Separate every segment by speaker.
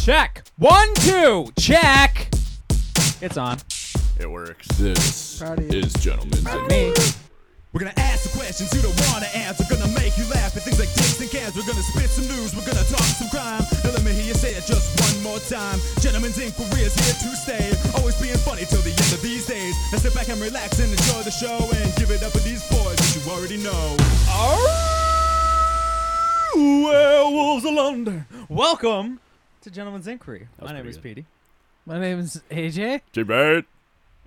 Speaker 1: Check. One, two, check. It's on.
Speaker 2: It works.
Speaker 3: This
Speaker 4: Proud of you.
Speaker 3: is Gentlemen's
Speaker 1: Me.
Speaker 5: We're gonna ask the questions you don't wanna answer. Gonna make you laugh at things like dicks and cans. We're gonna spit some news. We're gonna talk some crime. Now let me hear you say it just one more time. Gentlemen's Inquiry is here to stay. Always being funny till the end of these days. Now sit back and relax and enjoy the show and give it up for these boys that you already know.
Speaker 1: Werewolves of London. Welcome to Gentleman's Inquiry. My name
Speaker 2: pretty
Speaker 1: is
Speaker 2: good.
Speaker 1: Petey.
Speaker 4: My name's AJ.
Speaker 2: J Bird.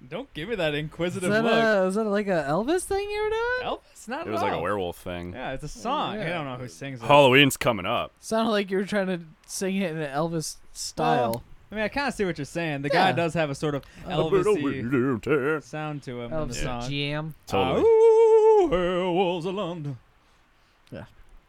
Speaker 1: Don't give me that
Speaker 4: Is
Speaker 1: inquisitive
Speaker 4: that,
Speaker 1: look.
Speaker 4: a, is that like a Elvis thing you were doing?
Speaker 1: Elvis? Not
Speaker 2: It
Speaker 1: at
Speaker 2: was like a
Speaker 1: all.
Speaker 2: werewolf thing.
Speaker 1: Yeah, it's a song. I
Speaker 4: yeah.
Speaker 1: don't know who sings it.
Speaker 2: Halloween's coming up.
Speaker 4: Sounded like you were trying to sing it in an Elvis style.
Speaker 1: I mean, I kind of see what you're saying. The guy
Speaker 4: Yeah.
Speaker 1: does have a sort of Elvis
Speaker 2: Totally.
Speaker 1: sound to him in the
Speaker 4: Elvis
Speaker 1: song.
Speaker 4: jam.
Speaker 1: Ooh, werewolves of London.
Speaker 4: Yeah.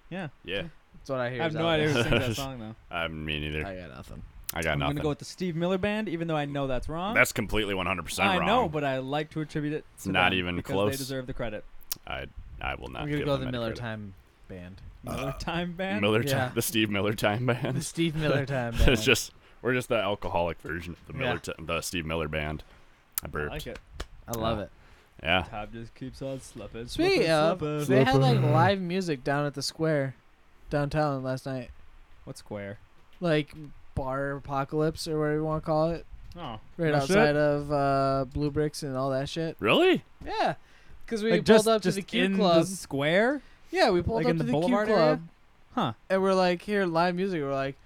Speaker 1: Yeah.
Speaker 2: Yeah.
Speaker 4: That's what I hear.
Speaker 1: I have
Speaker 4: is
Speaker 1: no idea who
Speaker 4: Elvis.
Speaker 1: sings that song, though.
Speaker 2: I mean, neither.
Speaker 4: I got nothing.
Speaker 2: I got
Speaker 1: I'm going
Speaker 2: nothing.
Speaker 1: to go with the Steve Miller Band, even though I know that's wrong.
Speaker 2: That's completely 100%
Speaker 1: I
Speaker 2: wrong.
Speaker 1: know, but I like to attribute it to
Speaker 2: Not
Speaker 1: them
Speaker 2: even
Speaker 1: because
Speaker 2: close.
Speaker 1: They deserve the credit.
Speaker 2: I, I will not.
Speaker 4: We're gonna
Speaker 2: give
Speaker 4: go
Speaker 2: them
Speaker 4: the
Speaker 2: any
Speaker 4: Miller
Speaker 2: credit.
Speaker 4: Time Band.
Speaker 1: Miller Time Band.
Speaker 2: Uh, Miller
Speaker 4: Yeah.
Speaker 2: time. The Steve Miller time
Speaker 4: The
Speaker 2: band.
Speaker 4: Steve Miller Time Band.
Speaker 2: it's just we're just the alcoholic version of the Miller,
Speaker 4: Yeah.
Speaker 2: ti- the Steve Miller band. I
Speaker 1: I
Speaker 2: burped.
Speaker 1: like it.
Speaker 4: I love it.
Speaker 2: Yeah.
Speaker 1: Tab just keeps on slipping.
Speaker 4: Sweet.
Speaker 1: slipping,
Speaker 4: Uh,
Speaker 1: slipping.
Speaker 4: they had like live music down at the square, downtown last night.
Speaker 1: What square?
Speaker 4: Like bar apocalypse or whatever you want to call it,
Speaker 1: Oh,
Speaker 4: right
Speaker 1: no
Speaker 4: outside
Speaker 1: shit.
Speaker 4: of uh, Blue Bricks and all that shit.
Speaker 2: Really?
Speaker 4: Yeah, because we
Speaker 1: Like,
Speaker 4: pulled
Speaker 1: just,
Speaker 4: up to
Speaker 1: just
Speaker 4: the Q
Speaker 1: in
Speaker 4: Club.
Speaker 1: the square.
Speaker 4: Yeah, we pulled
Speaker 1: Like
Speaker 4: up
Speaker 1: in
Speaker 4: to
Speaker 1: the
Speaker 4: the, Q
Speaker 1: Boulevard
Speaker 4: Club,
Speaker 1: area? Huh.
Speaker 4: and we're like, here live music. We're like,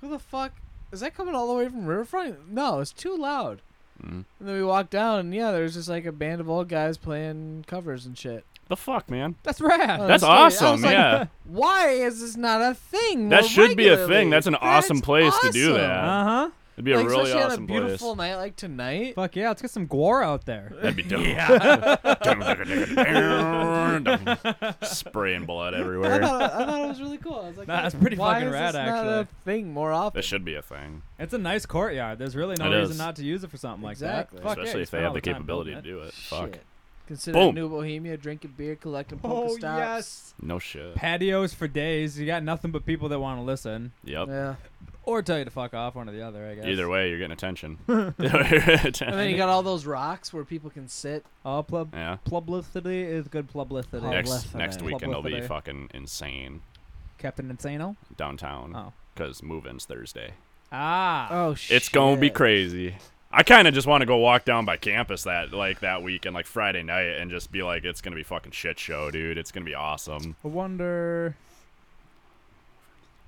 Speaker 4: who the fuck is that coming all the way from Riverfront? No, it's too loud.
Speaker 2: Mm.
Speaker 4: And then we walked down, and yeah, there was just like a band of old guys playing covers and shit.
Speaker 2: The fuck, man.
Speaker 1: That's rad.
Speaker 4: Oh,
Speaker 2: That's
Speaker 4: that's great. I was
Speaker 2: awesome.
Speaker 4: like,
Speaker 2: Yeah.
Speaker 4: Why is this not a thing?
Speaker 2: That
Speaker 4: more
Speaker 2: should be a thing.
Speaker 4: regularly?
Speaker 2: That's an awesome place to do
Speaker 4: awesome.
Speaker 2: that.
Speaker 1: Uh huh.
Speaker 2: It'd be a
Speaker 4: like,
Speaker 2: really
Speaker 4: especially
Speaker 2: awesome
Speaker 4: on a beautiful
Speaker 2: place.
Speaker 4: night like tonight.
Speaker 1: Fuck yeah! Let's get some gore out there.
Speaker 2: That'd be dope. Spraying blood
Speaker 4: I
Speaker 2: everywhere.
Speaker 4: thought, I thought it was really cool. I was like,
Speaker 1: Nah, that's pretty
Speaker 4: why
Speaker 1: fucking
Speaker 4: is
Speaker 1: rad,
Speaker 4: this Not a
Speaker 1: actually.
Speaker 4: thing more often.
Speaker 2: That should be a thing,
Speaker 1: It's a nice courtyard. There's really no
Speaker 2: It
Speaker 1: reason
Speaker 2: is.
Speaker 1: not to use it for something like
Speaker 4: Exactly.
Speaker 1: that. Fuck yeah,
Speaker 2: especially
Speaker 1: you
Speaker 2: if they
Speaker 1: spend all
Speaker 2: have the
Speaker 1: time
Speaker 2: capability to
Speaker 1: building it.
Speaker 2: do it. Fuck.
Speaker 4: Shit. Considering
Speaker 2: Boom.
Speaker 4: New Bohemia, drinking beer, collecting polka
Speaker 1: Oh
Speaker 4: stops.
Speaker 1: yes.
Speaker 2: No shit.
Speaker 1: Patios for days. You got nothing but people that want to listen
Speaker 2: Yep.
Speaker 4: Yeah.
Speaker 1: or tell you to fuck off. One or the other, I guess.
Speaker 2: Either way, you're getting attention.
Speaker 4: And then you got all those rocks where people can sit.
Speaker 1: All plub
Speaker 2: yeah.
Speaker 1: publicity is good publicity.
Speaker 4: Oh, bless
Speaker 2: Next
Speaker 4: the
Speaker 2: next
Speaker 4: man.
Speaker 2: weekend will be
Speaker 1: Publicity.
Speaker 2: fucking insane
Speaker 1: Captain Insano.
Speaker 2: downtown
Speaker 1: Oh.
Speaker 2: because move-ins Thursday.
Speaker 1: Ah.
Speaker 4: Oh shit.
Speaker 2: It's gonna be crazy. I kind of just want to go walk down by campus that like that weekend, like Friday night, and just be like, it's gonna be fucking shit show, dude. It's gonna be awesome.
Speaker 1: I wonder.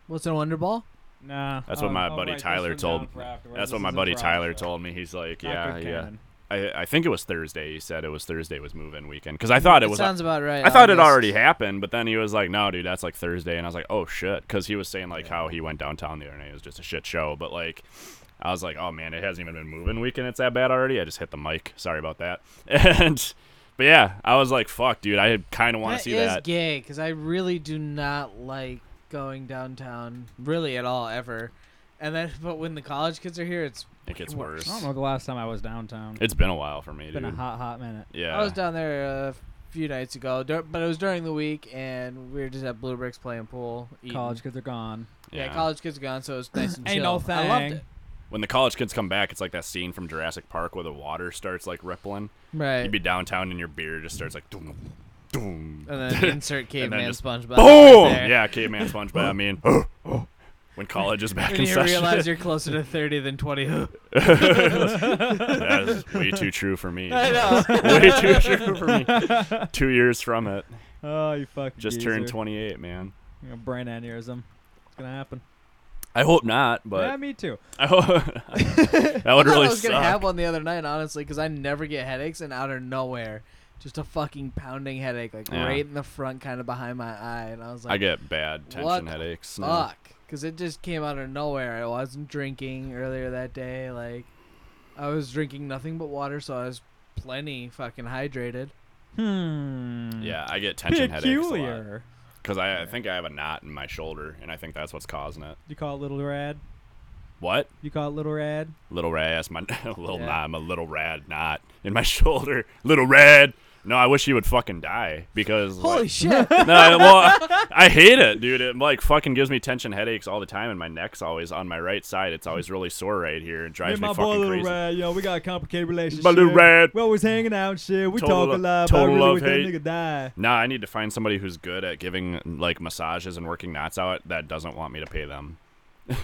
Speaker 4: What's in Wonder Ball?
Speaker 1: Nah.
Speaker 2: That's what my buddy Tyler told. That's what my buddy Tyler told me. He's like, yeah, yeah. I, I think it was Thursday. He said it was Thursday was move-in weekend because I thought it was.
Speaker 4: sounds about right.
Speaker 2: I thought it
Speaker 4: August.
Speaker 2: already happened, but then he was like, "No, dude, that's like Thursday," and I was like, "Oh shit," because he was saying like how he went downtown the other night. It was just a shit show, but like. I was like, "Oh man, it hasn't even been moving weekend. It's that bad already." I just hit the mic. Sorry about that. And, but yeah, I was like, "Fuck, dude, I kind of want to see
Speaker 4: is
Speaker 2: that."
Speaker 4: gay because I really do not like going downtown really at all ever. And then, but when the college kids are here, it's
Speaker 2: it gets
Speaker 1: I don't
Speaker 2: worse.
Speaker 1: know the last time I was downtown.
Speaker 2: It's been a while for me,
Speaker 1: It's been a
Speaker 2: dude.
Speaker 1: hot, hot minute.
Speaker 2: Yeah,
Speaker 4: I was down there a few nights ago, dur- but it was during the week, and we were just at Blue Bricks playing pool. Eating.
Speaker 1: College kids are gone.
Speaker 4: yeah.
Speaker 2: yeah.
Speaker 4: college kids are gone, so it was nice and chill.
Speaker 1: Ain't no
Speaker 4: I loved
Speaker 1: thing.
Speaker 4: it.
Speaker 2: When the college kids come back, it's like that scene from Jurassic Park where the water starts like rippling.
Speaker 4: Right.
Speaker 2: You'd be downtown and your beer just starts like, doom, doom,
Speaker 4: and then insert caveman
Speaker 2: just
Speaker 4: SpongeBob.
Speaker 2: Boom!
Speaker 4: right there.
Speaker 2: Yeah, caveman SpongeBob. I mean, when college is back
Speaker 4: And
Speaker 2: in
Speaker 4: you
Speaker 2: session,
Speaker 4: realize you're closer to 30 than 20.
Speaker 2: that is way too true for me.
Speaker 4: I know.
Speaker 2: way too true for me. Two years from it,
Speaker 1: Oh, you fucking.
Speaker 2: just turned 28, man.
Speaker 1: brain aneurysm. It's gonna happen.
Speaker 2: I hope not,
Speaker 1: yeah,
Speaker 2: but
Speaker 1: me too.
Speaker 2: I hope that would
Speaker 4: I
Speaker 2: really
Speaker 4: was
Speaker 2: suck.
Speaker 4: gonna have one the other night, honestly, because I never get headaches, and out of nowhere, just a fucking pounding headache, like
Speaker 2: Yeah.
Speaker 4: right in the front, kind of behind my eye, and I was like,
Speaker 2: I get bad tension
Speaker 4: What the
Speaker 2: headaches. now.
Speaker 4: fuck, because it just came out of nowhere. I wasn't drinking earlier that day, like I was drinking nothing but water, so I was plenty fucking hydrated.
Speaker 1: Hmm.
Speaker 2: Yeah, I get tension headaches
Speaker 1: Peculiar.
Speaker 2: because I, I think I have a knot in my shoulder, and I think that's what's causing it.
Speaker 1: You call it little rad.
Speaker 2: What?
Speaker 1: You call it little rad.
Speaker 2: Little rad, my little
Speaker 4: Yeah.
Speaker 2: nah, my little rad knot in my shoulder. Little rad, No, I wish he would fucking die because
Speaker 6: Holy
Speaker 2: like,
Speaker 6: shit!
Speaker 2: no, I- well, I hate it, dude. It like fucking gives me tension headaches all the time, and my neck's always on my right side. It's always really sore right here. It
Speaker 1: Me and
Speaker 2: drives me,
Speaker 1: my boy
Speaker 2: fucking
Speaker 1: Little
Speaker 2: crazy.
Speaker 1: Red, yo, we got a complicated relationship.
Speaker 2: My Little Red.
Speaker 1: We always hanging out and shit. We
Speaker 2: Total
Speaker 1: talk a
Speaker 2: lo-
Speaker 1: lot, but I
Speaker 2: total
Speaker 1: really
Speaker 2: love
Speaker 1: wish
Speaker 2: hate.
Speaker 1: that nigga die.
Speaker 2: Nah, I need to find somebody who's good at giving like massages and working knots out that doesn't want me to pay them.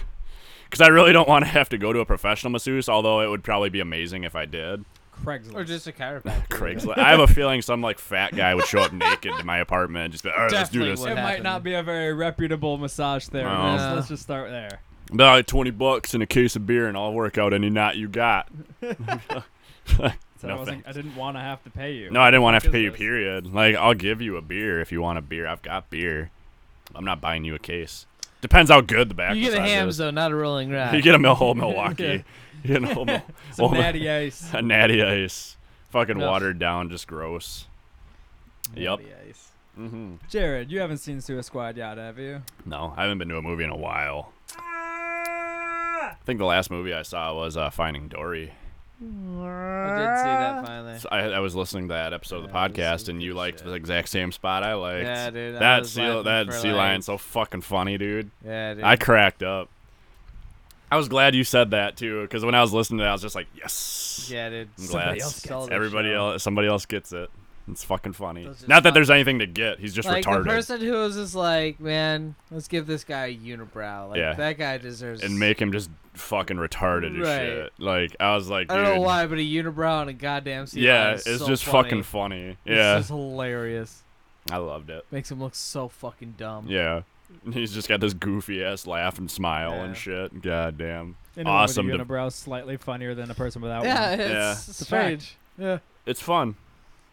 Speaker 2: Because I really don't want to have to go to a professional masseuse, although it would probably be amazing if I did.
Speaker 1: Craigslist.
Speaker 6: or just a chiropractor.
Speaker 2: Craigslist. I have a feeling some like fat guy would show up naked to my apartment and just be like, all right, let's do
Speaker 4: Definitely
Speaker 2: this.
Speaker 4: would.
Speaker 1: it might not be a very reputable massage therapist.
Speaker 2: No.
Speaker 1: Let's- Let's just start there.
Speaker 2: But all right, 20 bucks and a case of beer, and I'll work out any knot you got.
Speaker 1: So
Speaker 2: No
Speaker 1: I, wasn't, I didn't want to have to pay you.
Speaker 2: No, I didn't want to have to
Speaker 1: Fuck
Speaker 2: pay
Speaker 1: is
Speaker 2: you,
Speaker 1: this?
Speaker 2: period. Like, I'll give you a beer if you want a beer. I've got beer. I'm not buying you a case. Depends how good the back
Speaker 4: You get a
Speaker 2: massage
Speaker 4: hams
Speaker 2: is.
Speaker 4: though, not a rolling rock.
Speaker 2: You get a Mil- whole Milwaukee. You get a whole Mil-
Speaker 1: Some
Speaker 2: whole-
Speaker 1: natty ice.
Speaker 2: a natty ice. Fucking
Speaker 4: Ugh.
Speaker 2: watered down, just gross. Yep.
Speaker 1: Natty ice.
Speaker 2: hmm
Speaker 1: Jared, you haven't seen Suicide Squad yet, have you?
Speaker 2: No, I haven't been to a movie in a while. I think the last movie I saw was uh, Finding Dory.
Speaker 4: I did see that finally.
Speaker 2: So I, I was listening to that episode of the
Speaker 4: Yeah, it was
Speaker 2: podcast,
Speaker 4: some
Speaker 2: and you
Speaker 4: good
Speaker 2: liked
Speaker 4: shit.
Speaker 2: the exact same spot I liked.
Speaker 4: Yeah, dude, I
Speaker 2: That
Speaker 4: was
Speaker 2: sea
Speaker 4: laughing
Speaker 2: that
Speaker 4: for,
Speaker 2: sea
Speaker 4: like-
Speaker 2: lion's so fucking funny, dude.
Speaker 4: Yeah, dude.
Speaker 2: I cracked up. I was glad you said that too, because when I was listening to that, I was just like, yes.
Speaker 4: yeah, dude.
Speaker 2: I'm
Speaker 4: Somebody
Speaker 2: glad
Speaker 4: else stole the
Speaker 2: Everybody
Speaker 4: show.
Speaker 2: else, somebody else gets it. It's fucking funny.
Speaker 4: Those are
Speaker 2: Not that
Speaker 4: fun-
Speaker 2: there's anything to get. He's just
Speaker 4: Like
Speaker 2: retarded.
Speaker 4: the person who was just like, man, let's give this guy a unibrow. Like
Speaker 2: Yeah.
Speaker 4: that guy deserves.
Speaker 2: and make him just fucking retarded as
Speaker 4: Right.
Speaker 2: shit. Like I was like,
Speaker 4: I
Speaker 2: dude,
Speaker 4: don't know why, but a unibrow and a goddamn sea
Speaker 2: yeah,
Speaker 4: lion
Speaker 2: it's
Speaker 4: is so
Speaker 2: just
Speaker 4: funny.
Speaker 2: fucking funny.
Speaker 4: It's
Speaker 2: Yeah,
Speaker 4: just hilarious.
Speaker 2: I loved it.
Speaker 4: Makes him look so fucking dumb.
Speaker 2: Yeah, he's just got this goofy ass laugh and smile
Speaker 4: Yeah.
Speaker 2: and shit. God damn,
Speaker 1: Anyone
Speaker 2: awesome.
Speaker 1: With a
Speaker 2: to-
Speaker 1: unibrow slightly funnier than a person without
Speaker 4: Yeah,
Speaker 1: one.
Speaker 4: it's
Speaker 2: Yeah.
Speaker 1: It's a
Speaker 4: strange.
Speaker 1: fact.
Speaker 2: it's fun.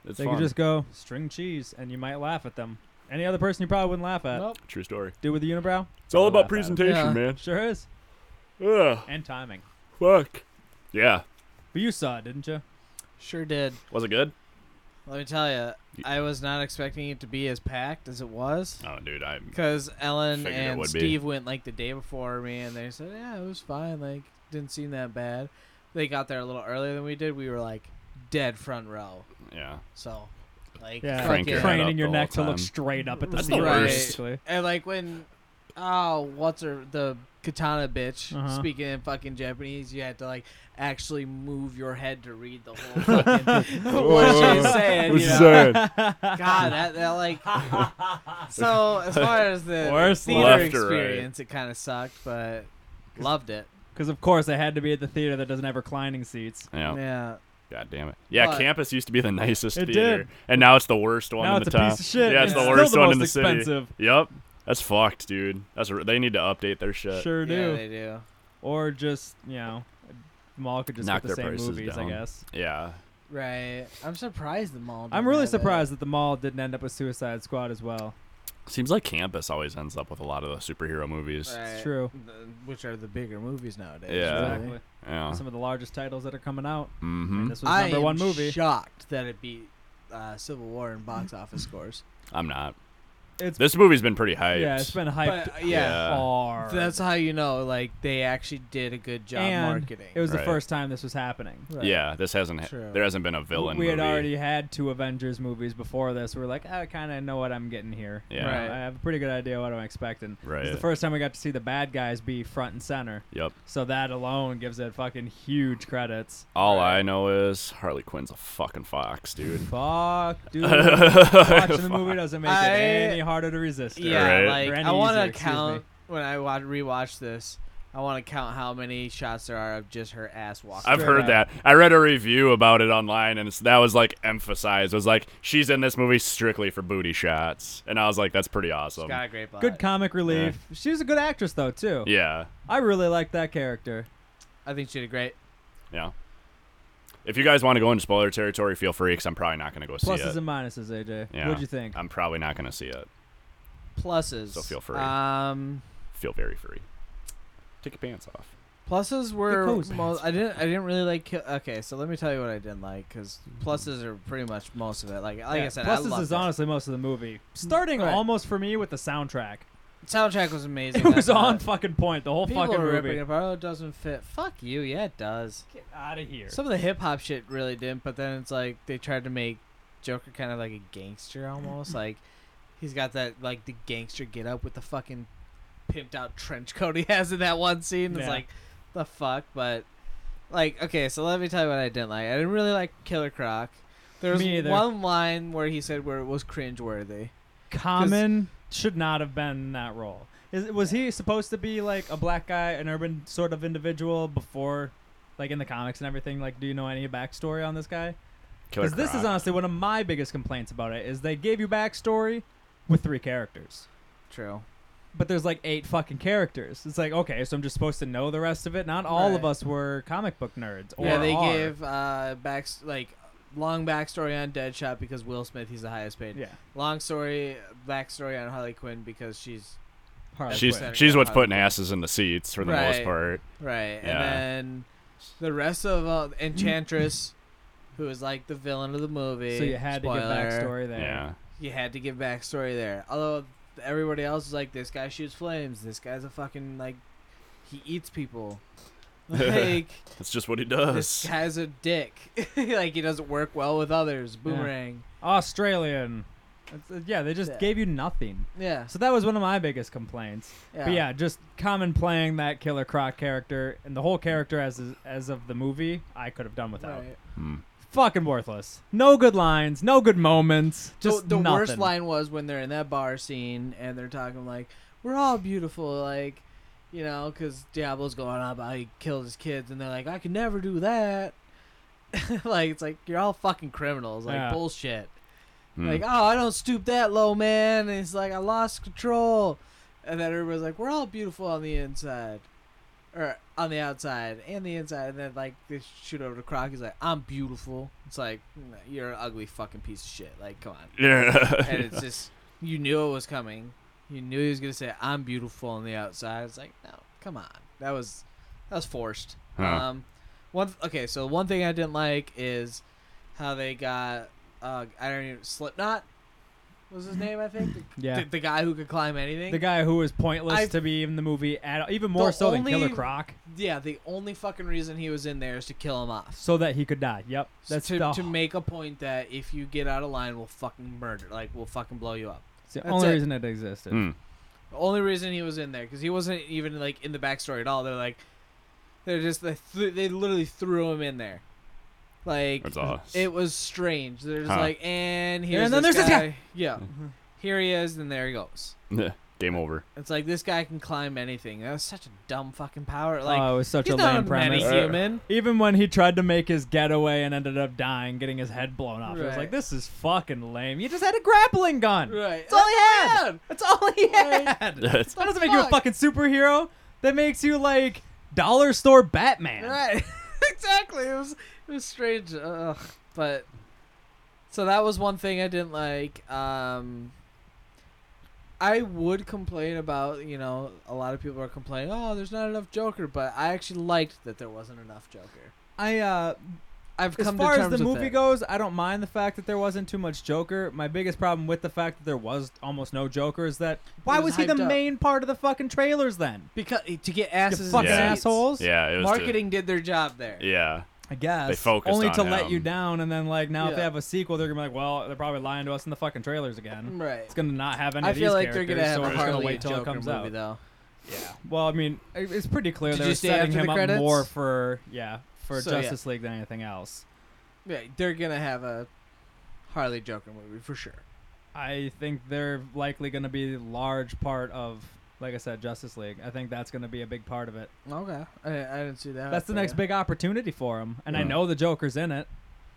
Speaker 2: It's
Speaker 1: They
Speaker 2: fun.
Speaker 1: could just go string cheese, and you might laugh at them. Any other person you probably wouldn't laugh at.
Speaker 4: Nope.
Speaker 2: True story.
Speaker 1: Dude with a unibrow?
Speaker 2: It's all
Speaker 1: Laugh at
Speaker 2: about
Speaker 1: it.
Speaker 2: presentation,
Speaker 4: Yeah.
Speaker 2: man.
Speaker 1: Sure is.
Speaker 2: Ugh,
Speaker 1: And timing.
Speaker 2: fuck. Yeah,
Speaker 1: But you saw it, didn't you?
Speaker 4: Sure did.
Speaker 2: was it good?
Speaker 4: Let me tell you, I was not expecting it to be as packed as it was.
Speaker 2: Oh, dude, I
Speaker 4: Because Ellen
Speaker 2: Figured it
Speaker 4: and
Speaker 2: would be.
Speaker 4: Steve went like the day before me, and they said, "Yeah, it was fine. Like, didn't seem that bad." They got there a little earlier than we did. We were like dead front row,
Speaker 2: yeah.
Speaker 4: so like
Speaker 1: Yeah.
Speaker 4: fuck
Speaker 2: Crank your
Speaker 4: yeah.
Speaker 2: head
Speaker 1: Craning
Speaker 2: up
Speaker 1: your
Speaker 2: the whole
Speaker 1: neck to
Speaker 2: time.
Speaker 1: look straight up at the
Speaker 4: That's
Speaker 2: the
Speaker 1: ceiling,
Speaker 2: worst.
Speaker 1: basically.
Speaker 4: And like when, oh, what's her the katana bitch
Speaker 1: Uh-huh.
Speaker 4: speaking in fucking Japanese? You had to like actually move your head to read the whole fucking what she's saying.
Speaker 2: What
Speaker 4: you
Speaker 2: you
Speaker 4: know?
Speaker 2: saying?
Speaker 4: God, that, that like. so as far as the
Speaker 1: Worst
Speaker 4: theater
Speaker 2: left or right?
Speaker 4: experience, it kind of sucked, but loved it.
Speaker 1: Because of course I had to be at the theater that doesn't have reclining seats.
Speaker 2: Yeah.
Speaker 4: Yeah,
Speaker 2: God damn it. Yeah,
Speaker 4: But-
Speaker 2: campus used to be the nicest
Speaker 1: It
Speaker 2: theater,
Speaker 1: did.
Speaker 2: and now it's the worst one
Speaker 1: now
Speaker 2: in
Speaker 1: it's
Speaker 2: the
Speaker 1: a
Speaker 2: town.
Speaker 1: piece of shit.
Speaker 2: Yeah,
Speaker 1: and
Speaker 2: it's the
Speaker 1: still
Speaker 2: worst one
Speaker 1: most
Speaker 2: in the city.
Speaker 1: expensive.
Speaker 2: Yep, that's fucked, dude. That's r they need to update their shit.
Speaker 1: Sure do.
Speaker 4: yeah, they do.
Speaker 1: Or just you know, the mall could just
Speaker 2: Knock
Speaker 1: get the
Speaker 2: their
Speaker 1: same
Speaker 2: prices
Speaker 1: movies.
Speaker 2: down.
Speaker 1: I guess.
Speaker 2: Yeah,
Speaker 4: Right, I'm surprised the mall.
Speaker 1: I'm
Speaker 4: didn't
Speaker 1: really
Speaker 4: have it.
Speaker 1: surprised that the mall didn't end up with Suicide Squad as well.
Speaker 2: seems like campus always ends up with a lot of the superhero movies.
Speaker 4: Right.
Speaker 1: true.
Speaker 4: The- which are the bigger movies nowadays.
Speaker 2: Yeah.
Speaker 4: really.
Speaker 1: Exactly.
Speaker 2: Yeah.
Speaker 1: Some of the largest titles that are coming out. I mean,
Speaker 2: Mm-hmm.
Speaker 1: this was
Speaker 4: I
Speaker 1: number
Speaker 4: am
Speaker 1: one movie.
Speaker 4: shocked that it beat uh, Civil War in box office scores.
Speaker 2: I'm not.
Speaker 1: It's-
Speaker 2: This movie's been pretty hyped.
Speaker 1: yeah, it's been hyped.
Speaker 4: But, uh, yeah,
Speaker 2: Yeah.
Speaker 1: hard.
Speaker 4: that's how you know like they actually did a good job
Speaker 1: And
Speaker 4: marketing.
Speaker 1: It was the
Speaker 2: Right.
Speaker 1: first time this was happening.
Speaker 4: Right.
Speaker 2: Yeah, this hasn't.
Speaker 4: True.
Speaker 2: There hasn't been a villain.
Speaker 1: we had
Speaker 2: movie.
Speaker 1: already had two Avengers movies before this. We were like, I kind of know what I'm getting here.
Speaker 2: Yeah.
Speaker 4: Right.
Speaker 1: I have a pretty good idea what I'm expecting. It's
Speaker 2: Right.
Speaker 1: the first time we got to see the bad guys be front and center.
Speaker 2: Yep.
Speaker 1: So that alone gives it fucking huge credits.
Speaker 2: All I know is Harley Quinn's a fucking fox, dude.
Speaker 1: Fuck, dude. Watching the
Speaker 2: Watching
Speaker 1: movie doesn't make
Speaker 4: I-
Speaker 1: it any harder to resist. it.
Speaker 4: Yeah,
Speaker 2: Right.
Speaker 1: Or
Speaker 4: like
Speaker 1: any
Speaker 4: I want
Speaker 1: easier,
Speaker 4: to
Speaker 1: excuse me.
Speaker 4: count when I wa- rewatch this. I want to count how many shots there are of just her ass walking.
Speaker 2: I've
Speaker 1: Straight
Speaker 2: heard
Speaker 1: up.
Speaker 2: that. I read a review about it online, and it's, that was like emphasized. It was like she's in this movie strictly for booty shots, and I was like, that's pretty
Speaker 4: She's
Speaker 2: awesome.
Speaker 4: got a great butt.
Speaker 1: Good comic relief. She's a good actress though too.
Speaker 2: Yeah,
Speaker 1: I really like that character.
Speaker 4: I think she did great.
Speaker 2: yeah. If you guys want to go into spoiler territory, feel free, because I'm probably not going to go see
Speaker 1: Pluses
Speaker 2: it.
Speaker 1: and minuses, AJ.
Speaker 2: uh, Yeah.
Speaker 1: What'd you think?
Speaker 2: I'm probably not going to see it.
Speaker 4: Pluses.
Speaker 2: So feel free.
Speaker 4: Um,
Speaker 2: Feel very free. Take your pants off.
Speaker 4: pluses were.
Speaker 1: goes,
Speaker 4: Mo- I didn't. I didn't really like. Ki- okay, so let me tell you what I didn't like because pluses are pretty much most of it. Like like I
Speaker 1: Yeah,
Speaker 4: said, I
Speaker 1: pluses
Speaker 4: loved
Speaker 1: is
Speaker 4: it.
Speaker 1: honestly most of the movie. Starting
Speaker 4: Right.
Speaker 1: almost for me with the soundtrack.
Speaker 4: Soundtrack was amazing.
Speaker 1: It was
Speaker 4: that
Speaker 1: on
Speaker 4: night.
Speaker 1: fucking point the whole
Speaker 4: People
Speaker 1: fucking
Speaker 4: were
Speaker 1: movie.
Speaker 4: ripping it apart. Oh, it doesn't fit. Fuck you. Yeah, it does.
Speaker 1: Get out of here.
Speaker 4: Some of the hip hop shit really didn't, but then it's like they tried to make Joker kind of like a gangster almost. like he's got that like the gangster get up with the fucking pimped out trench coat he has in that one scene. It's
Speaker 1: Yeah.
Speaker 4: like the fuck, but like okay, so let me tell you what I didn't like. I didn't really like Killer Croc. There was
Speaker 1: Me either.
Speaker 4: one line where he said where it was cringeworthy.
Speaker 1: Common should not have been in that role. Is, was he supposed to be like a black guy, an urban sort of individual before, like in the comics and everything? Like, do you know any backstory on this guy?
Speaker 2: Killer
Speaker 1: Because this is
Speaker 2: Croc.
Speaker 1: honestly one of my biggest complaints about it is they gave you backstory with three characters.
Speaker 4: True.
Speaker 1: but there's like eight fucking characters. It's like okay, so I'm just supposed to know the rest of it. Not all of
Speaker 4: Right.
Speaker 1: us were comic book nerds. Or
Speaker 4: yeah, they
Speaker 1: are.
Speaker 4: give uh back like long backstory on Deadshot because Will Smith he's the highest paid.
Speaker 1: Yeah,
Speaker 4: Long story backstory on Harley Quinn because she's
Speaker 1: Harley
Speaker 2: she's
Speaker 1: Quinn.
Speaker 4: That's
Speaker 2: she's
Speaker 4: what-
Speaker 2: what's putting asses in the seats for the most
Speaker 4: Right.
Speaker 2: part.
Speaker 4: right,
Speaker 2: Yeah.
Speaker 4: and then the rest of uh, Enchantress, who is like the villain of the movie.
Speaker 1: So you had to give
Speaker 4: Spoiler.
Speaker 1: backstory there.
Speaker 2: Yeah.
Speaker 4: You had to give backstory there. Although everybody else is like, this guy shoots flames. This guy's a fucking like, he eats people. Like
Speaker 2: That's just what he
Speaker 4: this
Speaker 2: does.
Speaker 4: guy's a dick. like he doesn't work well with others. Boomerang.
Speaker 1: Australian. It's, uh, yeah, they just
Speaker 4: Yeah.
Speaker 1: gave you nothing.
Speaker 4: Yeah.
Speaker 1: So that was one of my biggest complaints. But yeah, just common playing that Killer Croc character and the whole character as as of the movie, I could have done without.
Speaker 4: Right.
Speaker 2: Hmm.
Speaker 1: Fucking worthless. No good lines. No good moments. Just
Speaker 4: the, the
Speaker 1: nothing.
Speaker 4: worst line was when they're in that bar scene and they're talking like we're all beautiful like you know because diablo's going on about how he killed his kids and they're like i could never do that like it's like you're all fucking criminals like
Speaker 1: Yeah.
Speaker 4: bullshit
Speaker 2: Hmm.
Speaker 4: like oh i don't stoop that low man and it's like i lost control and then everybody's like we're all beautiful on the inside or on the outside and the inside and then like they shoot over to croc he's like i'm beautiful it's like you're an ugly fucking piece of shit like come on
Speaker 2: yeah.
Speaker 4: and it's just you knew it was coming. You knew he was gonna say, "I'm beautiful on the outside." It's like, no, come on, that was that was forced.
Speaker 2: Huh.
Speaker 4: Um, one okay, so one thing I didn't like is how they got uh, I don't even Slipknot was his name, I think. The,
Speaker 1: Yeah.
Speaker 4: the, the guy who could climb anything.
Speaker 1: The guy who was pointless
Speaker 4: I-
Speaker 1: to be in the movie at even more
Speaker 4: The
Speaker 1: so than Killer
Speaker 4: only-
Speaker 1: Croc.
Speaker 4: yeah, the only fucking reason he was in there is to kill him off.
Speaker 1: so that he could die. Yep, that's
Speaker 4: to,
Speaker 1: the,
Speaker 4: to make a point that if you get out of line, we'll fucking murder, like we'll fucking blow you up.
Speaker 1: it's the
Speaker 4: that's
Speaker 1: only
Speaker 4: it.
Speaker 1: reason it existed.
Speaker 2: Hmm.
Speaker 4: The only reason he was in there because he wasn't even like in the backstory at all. They're like, they're just they, th- they literally threw him in there, like
Speaker 2: That's awesome.
Speaker 4: it was strange. They're just
Speaker 2: Huh. Mm-hmm.
Speaker 4: like, and here's
Speaker 1: then
Speaker 4: this
Speaker 1: there's this
Speaker 4: guy.
Speaker 1: guy."
Speaker 4: Yeah,
Speaker 1: Mhm.
Speaker 4: here he is, and there he goes.
Speaker 2: Yeah. Game over.
Speaker 4: It's like this guy can climb anything. That was such a dumb fucking power. Like
Speaker 1: oh, it was such
Speaker 4: he's
Speaker 1: a
Speaker 4: not
Speaker 1: lame
Speaker 4: a many
Speaker 1: premise.
Speaker 2: Uh,
Speaker 4: human.
Speaker 1: Even when he tried to make his getaway and ended up dying, getting his head blown off, it was
Speaker 4: Right.
Speaker 1: like this is fucking lame. You just had a grappling gun.
Speaker 4: Right. Oh,
Speaker 1: That's all he had. That's all he
Speaker 4: Right.
Speaker 1: had.
Speaker 2: That's-
Speaker 1: That doesn't make you a
Speaker 4: fuck?
Speaker 1: fucking superhero. That makes you like dollar store Batman.
Speaker 4: Right. exactly. It was it was strange. Ugh. But so that was one thing I didn't like. Um I would complain about, you know, a lot of people are complaining, "Oh, there's not enough Joker," but I actually liked that there wasn't enough Joker.
Speaker 1: I uh,
Speaker 4: I've
Speaker 1: as
Speaker 4: come
Speaker 1: far
Speaker 4: to
Speaker 1: as
Speaker 4: terms
Speaker 1: the
Speaker 4: with
Speaker 1: movie
Speaker 4: it.
Speaker 1: goes, I don't mind the fact that there wasn't too much Joker. My biggest problem with the fact that there was almost no Joker is that why
Speaker 4: was
Speaker 1: was, he the
Speaker 4: hyped up.
Speaker 1: main part of the fucking trailers then?
Speaker 4: because eh, to get
Speaker 1: You
Speaker 4: asses in
Speaker 1: fucking
Speaker 2: Yeah.
Speaker 4: seats.
Speaker 1: assholes.
Speaker 2: Yeah. It was to-
Speaker 4: Marketing did their job there.
Speaker 2: yeah.
Speaker 1: I guess
Speaker 2: They focused
Speaker 1: only
Speaker 2: on
Speaker 1: to let
Speaker 2: him.
Speaker 1: you down, and then like now if they
Speaker 4: Yeah.
Speaker 1: have a sequel, they're gonna be like, well, they're probably lying to us in the fucking trailers again.
Speaker 4: Right.
Speaker 1: It's gonna not have any.
Speaker 4: Mm. I
Speaker 1: of
Speaker 4: feel
Speaker 1: these
Speaker 4: like they're
Speaker 1: characters,
Speaker 4: gonna have
Speaker 1: so
Speaker 4: a
Speaker 1: we're just gonna
Speaker 4: Harley
Speaker 1: wait till
Speaker 4: Joker
Speaker 1: it comes
Speaker 4: movie
Speaker 1: out.
Speaker 4: though.
Speaker 1: Well, I mean, it- it's pretty clear
Speaker 4: Did
Speaker 1: they
Speaker 4: you
Speaker 1: were
Speaker 4: stay
Speaker 1: setting
Speaker 4: after the
Speaker 1: him up
Speaker 4: credits?
Speaker 1: more for yeah for
Speaker 4: So, yeah.
Speaker 1: Justice League than anything else.
Speaker 4: Yeah, they're gonna have a Harley Joker movie for sure.
Speaker 1: I think they're likely going to be a large part of, like I said, Justice League. I think that's going to be a big part of it.
Speaker 4: Okay, I, I didn't see that.
Speaker 1: That's the
Speaker 4: but
Speaker 1: next
Speaker 4: Uh, yeah.
Speaker 1: big opportunity for him, and I
Speaker 2: Yeah.
Speaker 1: know the Joker's in it.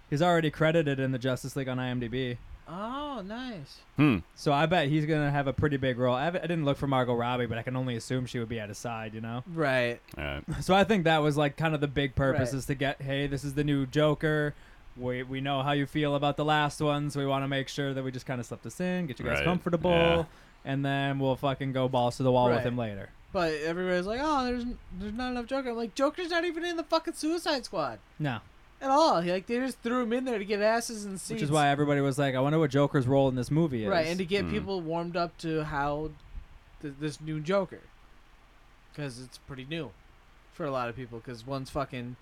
Speaker 1: He's already credited in the Justice League on IMDb,
Speaker 4: Oh, nice.
Speaker 2: Hmm.
Speaker 1: so I bet he's going to have a pretty big role. I, haven't- I didn't look for Margot Robbie, but I can only assume she would be at his side, you know.
Speaker 4: Right.
Speaker 2: All right.
Speaker 1: So I think that was like kind of the big purpose
Speaker 4: Right.
Speaker 1: is to get, hey, this is the new Joker. We, we know how you feel about the last one, so we want to make sure that we just kind of slip this in, get you guys
Speaker 2: Right,
Speaker 1: comfortable,
Speaker 2: yeah.
Speaker 1: and then we'll fucking go balls to the wall with
Speaker 4: Right.
Speaker 1: him later.
Speaker 4: But everybody's like, oh, there's there's not enough Joker. I'm like, Joker's not even in the fucking Suicide Squad
Speaker 1: No,
Speaker 4: at all. He, like they just threw him in there to get asses and seats.
Speaker 1: which is why everybody was like, I wonder what Joker's role in this movie is.
Speaker 4: Right, and to get
Speaker 2: Hmm.
Speaker 4: people warmed up to how th- this new Joker, because it's pretty new for a lot of people. Because one's fucking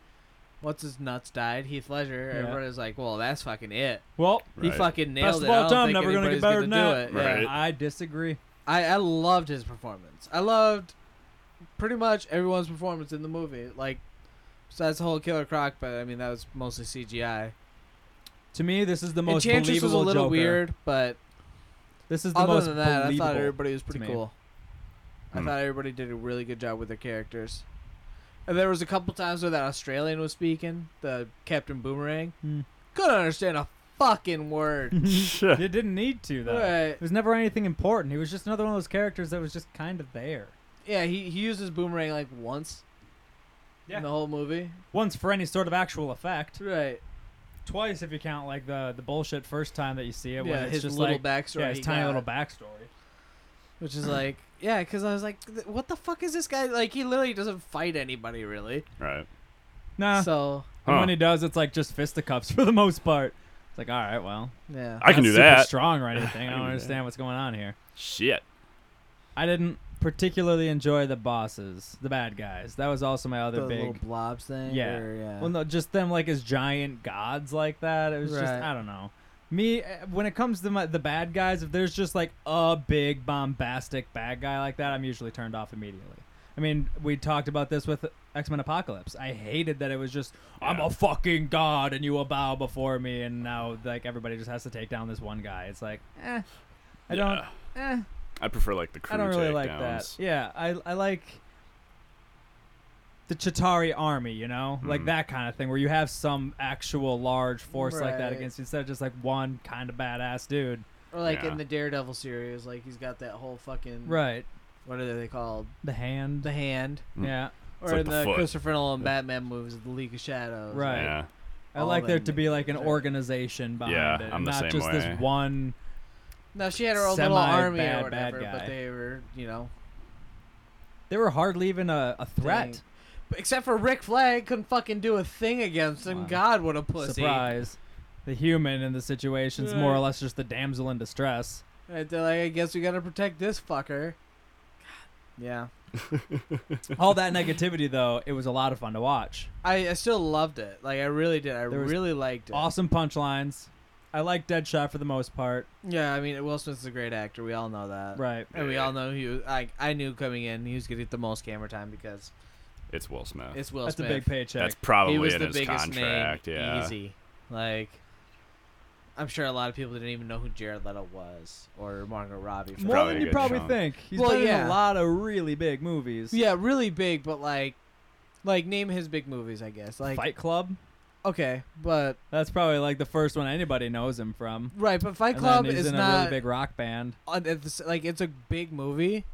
Speaker 4: what's his nuts died, Heath Ledger.
Speaker 1: Yeah.
Speaker 4: Everybody's like, well, that's fucking it.
Speaker 1: Well,
Speaker 4: He
Speaker 2: Right.
Speaker 4: fucking nailed
Speaker 1: best of
Speaker 4: it. I
Speaker 1: all
Speaker 4: don't
Speaker 1: time,
Speaker 4: think
Speaker 1: never gonna
Speaker 4: anybody's
Speaker 1: get better than
Speaker 4: gonna
Speaker 1: that.
Speaker 4: do it. Yeah.
Speaker 2: Right.
Speaker 1: I disagree.
Speaker 4: I, I loved his performance. I loved pretty much everyone's performance in the movie. Like, besides the whole Killer Croc, but I mean, that was mostly CGI.
Speaker 1: To me, this is the most
Speaker 4: Enchantress
Speaker 1: believable
Speaker 4: was a little
Speaker 1: Joker.
Speaker 4: weird, but
Speaker 1: This is the
Speaker 4: other
Speaker 1: most
Speaker 4: than that, I
Speaker 1: believable.
Speaker 4: thought everybody was pretty
Speaker 1: me.
Speaker 4: cool. I
Speaker 2: Hmm.
Speaker 4: thought everybody did a really good job with their characters. And there was a couple times where that Australian was speaking, the Captain Boomerang.
Speaker 1: Hmm.
Speaker 4: Couldn't understand a fucking word.
Speaker 1: You didn't need to though.
Speaker 4: right.
Speaker 1: It was never anything important. He was just another one of those characters that was just kind of there.
Speaker 4: Yeah, he, he uses boomerang like once
Speaker 1: Yeah.
Speaker 4: in the whole movie.
Speaker 1: Once for any sort of actual effect.
Speaker 4: Right.
Speaker 1: Twice if you count like the the bullshit first time that you see it. when
Speaker 4: yeah,
Speaker 1: it's
Speaker 4: his
Speaker 1: just
Speaker 4: little
Speaker 1: like,
Speaker 4: backstory.
Speaker 1: yeah, his
Speaker 4: he
Speaker 1: tiny
Speaker 4: got,
Speaker 1: little backstory.
Speaker 4: which is like yeah, because I was like, "Th- what the fuck is this guy like? He literally doesn't fight anybody really.
Speaker 2: Right.
Speaker 1: Nah.
Speaker 4: So
Speaker 1: And
Speaker 2: Huh.
Speaker 1: when he does, it's like just fisticuffs for the most part. It's like, all right, well,
Speaker 4: yeah,
Speaker 2: I can
Speaker 1: not
Speaker 2: do
Speaker 1: super
Speaker 2: that.
Speaker 1: Strong or anything. I
Speaker 2: I can
Speaker 1: don't
Speaker 2: do
Speaker 1: understand what's going on here.
Speaker 2: Shit.
Speaker 1: I didn't particularly enjoy the bosses, the bad guys. That was also my other
Speaker 4: the little
Speaker 1: big.
Speaker 4: blobs thing.
Speaker 1: Yeah.
Speaker 4: or- yeah.
Speaker 1: Well, no, just them like as giant gods like that. It was just
Speaker 4: Right.
Speaker 1: I don't know. Me eh, when it comes to my, the bad guys, if there's just like a big bombastic bad guy like that, I'm usually turned off immediately. I mean, we talked about this with X Men Apocalypse. I hated that it was just I'm
Speaker 2: Yeah.
Speaker 1: a fucking god and you will bow before me, and now like everybody just has to take down this one guy. It's like, eh, I don't,
Speaker 2: Yeah.
Speaker 1: eh,
Speaker 2: I prefer like the crew
Speaker 1: I don't really like
Speaker 2: takedowns.
Speaker 1: that. Yeah, I I like the Chitari army, you know, like
Speaker 2: Mhm.
Speaker 1: that kind of thing, where you have some actual large force like that
Speaker 4: Right.
Speaker 1: against you instead of just like one kind of badass dude.
Speaker 4: or like
Speaker 2: yeah.
Speaker 4: in the Daredevil series, like he's got that whole fucking
Speaker 1: Right.
Speaker 4: What are they called?
Speaker 1: The hand.
Speaker 4: The hand.
Speaker 2: Mm.
Speaker 1: yeah.
Speaker 4: Or
Speaker 2: like
Speaker 4: in
Speaker 2: the
Speaker 4: the
Speaker 2: foot.
Speaker 4: Christopher Nolan Batman movies, the League of Shadows.
Speaker 1: Right.
Speaker 2: Yeah.
Speaker 1: I
Speaker 4: All
Speaker 1: like there
Speaker 4: them
Speaker 1: to be
Speaker 4: make
Speaker 1: like an
Speaker 4: sense.
Speaker 1: organization behind
Speaker 2: Yeah,
Speaker 1: it,
Speaker 2: I'm
Speaker 1: and
Speaker 2: the
Speaker 1: not
Speaker 2: same
Speaker 1: just
Speaker 2: way.
Speaker 1: this one.
Speaker 4: Now she had her own little
Speaker 1: Semi
Speaker 4: army
Speaker 1: bad,
Speaker 4: or whatever,
Speaker 1: bad guy.
Speaker 4: but they were, you know,
Speaker 1: They were hardly even a, a threat.
Speaker 4: Dang. But Except for Rick Flag couldn't fucking do a thing against him.
Speaker 1: Wow.
Speaker 4: God, what a pussy!
Speaker 1: Surprise. The human in the situation's more or
Speaker 4: Right.
Speaker 1: less just the damsel in distress.
Speaker 4: Right, they're like, I guess we gotta protect this fucker. God. Yeah,
Speaker 1: All that negativity, though, it was a lot of fun to watch.
Speaker 4: I, I still loved it. Like I really did. I
Speaker 1: There was
Speaker 4: really liked it.
Speaker 1: Awesome punchlines. I like Deadshot for the most part.
Speaker 4: Yeah, I mean, Will Smith's a great actor. We all know that.
Speaker 1: Right.
Speaker 4: And we
Speaker 2: Yeah.
Speaker 4: all know he was. I I knew coming in he was gonna get the most camera time because
Speaker 2: It's Will Smith.
Speaker 4: it's Will
Speaker 1: That's
Speaker 4: Smith.
Speaker 1: a big paycheck.
Speaker 2: That's probably
Speaker 4: he was
Speaker 2: in
Speaker 4: the
Speaker 2: his
Speaker 4: biggest
Speaker 2: contract.
Speaker 4: name.
Speaker 2: yeah.
Speaker 4: Easy. Like. I'm sure a lot of people didn't even know who Jared Leto was or Margot Robbie. for
Speaker 1: More
Speaker 2: probably
Speaker 1: than
Speaker 2: a
Speaker 1: you
Speaker 2: good
Speaker 1: probably
Speaker 2: chunk.
Speaker 1: think. He's
Speaker 4: Well,
Speaker 1: been in
Speaker 4: yeah.
Speaker 1: a lot of really big movies.
Speaker 4: Yeah, really big, but like, like name his big movies, I guess. Like,
Speaker 1: Fight Club.
Speaker 4: okay, but
Speaker 1: That's probably like the first one anybody knows him from.
Speaker 4: right, but Fight
Speaker 1: And
Speaker 4: Club
Speaker 1: then he's
Speaker 4: is
Speaker 1: in a
Speaker 4: not
Speaker 1: really big rock band.
Speaker 4: on- it's, like it's a big movie,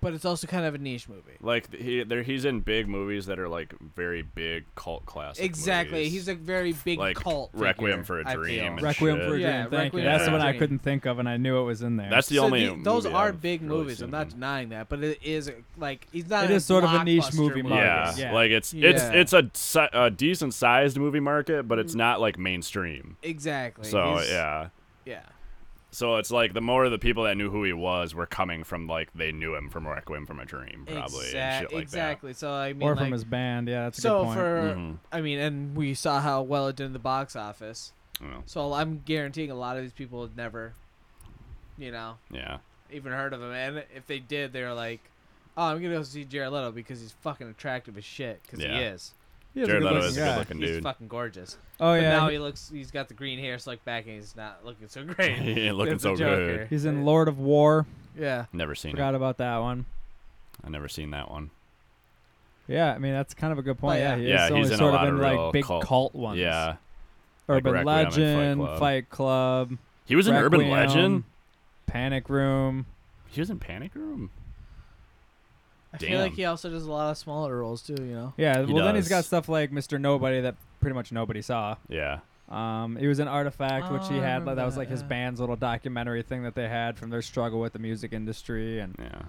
Speaker 4: but it's also kind of a niche movie.
Speaker 2: Like th- he, there, he's in big movies that are like very big cult classic.
Speaker 4: exactly,
Speaker 2: movies.
Speaker 4: he's a very big
Speaker 2: Like,
Speaker 4: cult.
Speaker 2: Requiem
Speaker 4: figure,
Speaker 2: for a
Speaker 4: I
Speaker 2: Dream
Speaker 4: feel.
Speaker 2: and
Speaker 1: Requiem
Speaker 2: shit.
Speaker 1: for a Dream.
Speaker 4: Yeah,
Speaker 1: Thank you.
Speaker 4: Requiem
Speaker 1: That's
Speaker 2: for
Speaker 1: the
Speaker 2: a
Speaker 1: one I
Speaker 4: Dream.
Speaker 1: couldn't think of, and I knew it was in there.
Speaker 2: That's the
Speaker 4: So
Speaker 2: only.
Speaker 4: the- those
Speaker 2: movie
Speaker 4: are
Speaker 2: I've
Speaker 4: big
Speaker 2: really
Speaker 4: movies.
Speaker 2: seen
Speaker 4: I'm not
Speaker 2: him.
Speaker 4: denying that, but it is like he's not.
Speaker 1: It
Speaker 4: a
Speaker 1: is sort of a niche
Speaker 4: blockbuster
Speaker 1: movie market.
Speaker 2: Yeah,
Speaker 1: Yeah.
Speaker 2: like it's it's
Speaker 4: Yeah.
Speaker 2: it's a, si- a decent sized movie market, but it's not like mainstream.
Speaker 4: Exactly.
Speaker 2: So
Speaker 4: he's-
Speaker 2: yeah,
Speaker 4: yeah.
Speaker 2: so it's like the more the people that knew who he was were coming from like they knew him from Requiem from a Dream, probably and
Speaker 4: Exac-
Speaker 2: shit like
Speaker 4: exactly. So I mean,
Speaker 1: or
Speaker 4: like,
Speaker 1: from his band. Yeah, that's a
Speaker 4: so
Speaker 1: good point.
Speaker 2: that.
Speaker 4: for
Speaker 2: Mhm.
Speaker 4: I mean, and we saw how well it did in the box office.
Speaker 2: I don't know.
Speaker 4: So I'm guaranteeing a lot of these people had never, you know,
Speaker 2: Yeah,
Speaker 4: even heard of him. And if they did, they're like, "Oh, I'm gonna go see Jared Leto because he's fucking attractive as shit. Because
Speaker 2: Yeah.
Speaker 4: he is.
Speaker 1: He is
Speaker 2: Jared
Speaker 1: a
Speaker 2: Leto
Speaker 1: good
Speaker 2: is a
Speaker 1: guy.
Speaker 2: good-looking
Speaker 4: he's
Speaker 2: dude.
Speaker 4: fucking gorgeous.
Speaker 1: Oh
Speaker 4: but
Speaker 1: yeah,
Speaker 4: now
Speaker 1: he-
Speaker 4: he looks. He's got the green hair slicked back, and he's not looking so great.
Speaker 2: he ain't looking
Speaker 4: As
Speaker 2: so
Speaker 4: the
Speaker 2: good.
Speaker 4: Joker.
Speaker 1: he's in Lord of War.
Speaker 4: yeah.
Speaker 2: Never seen it.
Speaker 1: Forgot about that one.
Speaker 2: I never seen that one.
Speaker 1: Yeah, I mean that's kind of a good point.
Speaker 4: yeah.
Speaker 1: Yeah, he
Speaker 2: Yeah,
Speaker 1: has
Speaker 2: he's
Speaker 1: only
Speaker 2: in a
Speaker 1: sort
Speaker 2: lot
Speaker 1: of in
Speaker 2: of
Speaker 1: like
Speaker 2: real
Speaker 1: big
Speaker 2: cult-
Speaker 1: cult ones.
Speaker 2: Yeah, Like
Speaker 1: Urban
Speaker 2: Requiem and Fight
Speaker 1: Legend,
Speaker 2: Club.
Speaker 1: Fight Club.
Speaker 2: he was in Urban
Speaker 1: Requiem,
Speaker 2: Legend.
Speaker 1: Panic Room.
Speaker 2: He was in Panic Room.
Speaker 4: I
Speaker 2: Damn.
Speaker 4: feel like he also does a lot of smaller roles too. You know.
Speaker 1: Yeah,
Speaker 2: He
Speaker 1: well then he's
Speaker 2: does.
Speaker 1: got stuff like Mr. Nobody that pretty much nobody saw.
Speaker 2: Yeah,
Speaker 1: Um, he was an artifact which he
Speaker 4: Oh,
Speaker 1: had
Speaker 4: I
Speaker 1: like,
Speaker 4: remember
Speaker 1: that was
Speaker 4: that,
Speaker 1: like his
Speaker 4: yeah.
Speaker 1: band's little documentary thing that they had from their struggle with the music industry and
Speaker 2: yeah.